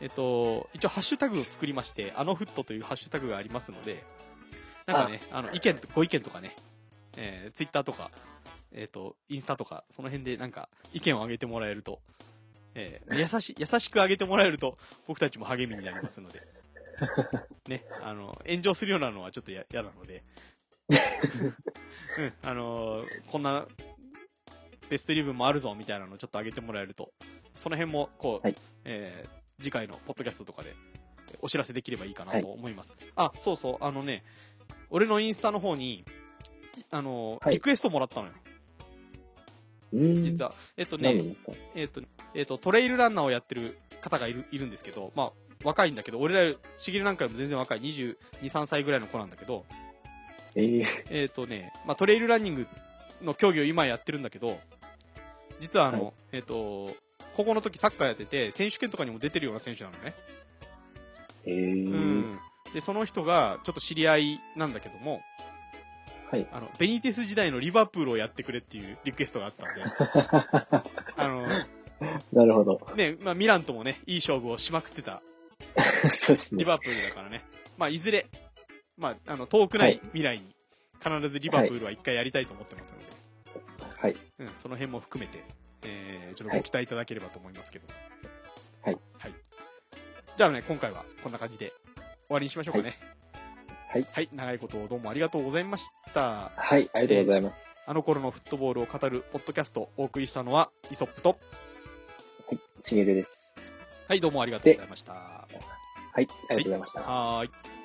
Speaker 1: えっ、と、一応ハッシュタグを作りまして、あのフットというハッシュタグがありますので、なんかね、あの、意見、ご意見とかね、えー、ツイッターとか、えっ、と、インスタとか、その辺でなんか意見を上げてもらえると、えー優し、優しく上げてもらえると、僕たちも励みになりますので、ね、あの、炎上するようなのはちょっとや嫌なので、うん、あのーこんなベストイレブンもあるぞみたいなのをちょっと上げてもらえると、その辺も、こう、
Speaker 2: はい
Speaker 1: えー次回のポッドキャストとかでえーお知らせできればいいかなと思います。あ、そうそう、あのね、俺のインスタの方に、いあのー
Speaker 2: はい
Speaker 1: リクエストもらったのよ、
Speaker 2: うーん。
Speaker 1: 実は。えっと
Speaker 2: 何
Speaker 1: ね、
Speaker 2: ですか
Speaker 1: えっと、えっと、トレイルランナーをやってる方がいるいるんですけど、まあ、若いんだけど、俺らより、しげるなんかよりも全然若い、22、3歳ぐらいの子なんだけど、
Speaker 2: ええ。
Speaker 1: えっ、とね、まあ、トレイルランニングの競技を今やってるんだけど、実はあの、
Speaker 2: は
Speaker 1: えっ、と、高校の時サッカーやってて、選手権とかにも出てるような選手なのね。
Speaker 2: ええ
Speaker 1: う。ん。で、その人が、ちょっと知り合いなんだけども、
Speaker 2: はい。
Speaker 1: あの、ベニテス時代のリバプールをやってくれっていうリクエストがあった んで、あの、
Speaker 2: なるほど。
Speaker 1: ね、まあ、ミランともね、いい勝負をしまくってた
Speaker 2: そうです
Speaker 1: リ
Speaker 2: ね。
Speaker 1: バプールだからね。まあ、いずれ、まあ、あの、遠くない未来に、必ずリバプールは一回やりたいと思ってますので、
Speaker 2: はい。
Speaker 1: うん、その辺も含めて、えー、ちょっとご期待いただければと思いますけど。
Speaker 2: はい。
Speaker 1: はい。じゃあね、今回はこんな感じで終わりにしましょうかね。
Speaker 2: はいはい。
Speaker 1: 長いことどうもありがとうございました。
Speaker 2: はい。ありがとうございます。
Speaker 1: あの頃のフットボールを語るポッドキャストをお送りしたのは、イソップと。
Speaker 2: はい。しげるです。
Speaker 1: はい、どうもありがとうございました。
Speaker 2: はい。ありがとうございました。
Speaker 1: はーい。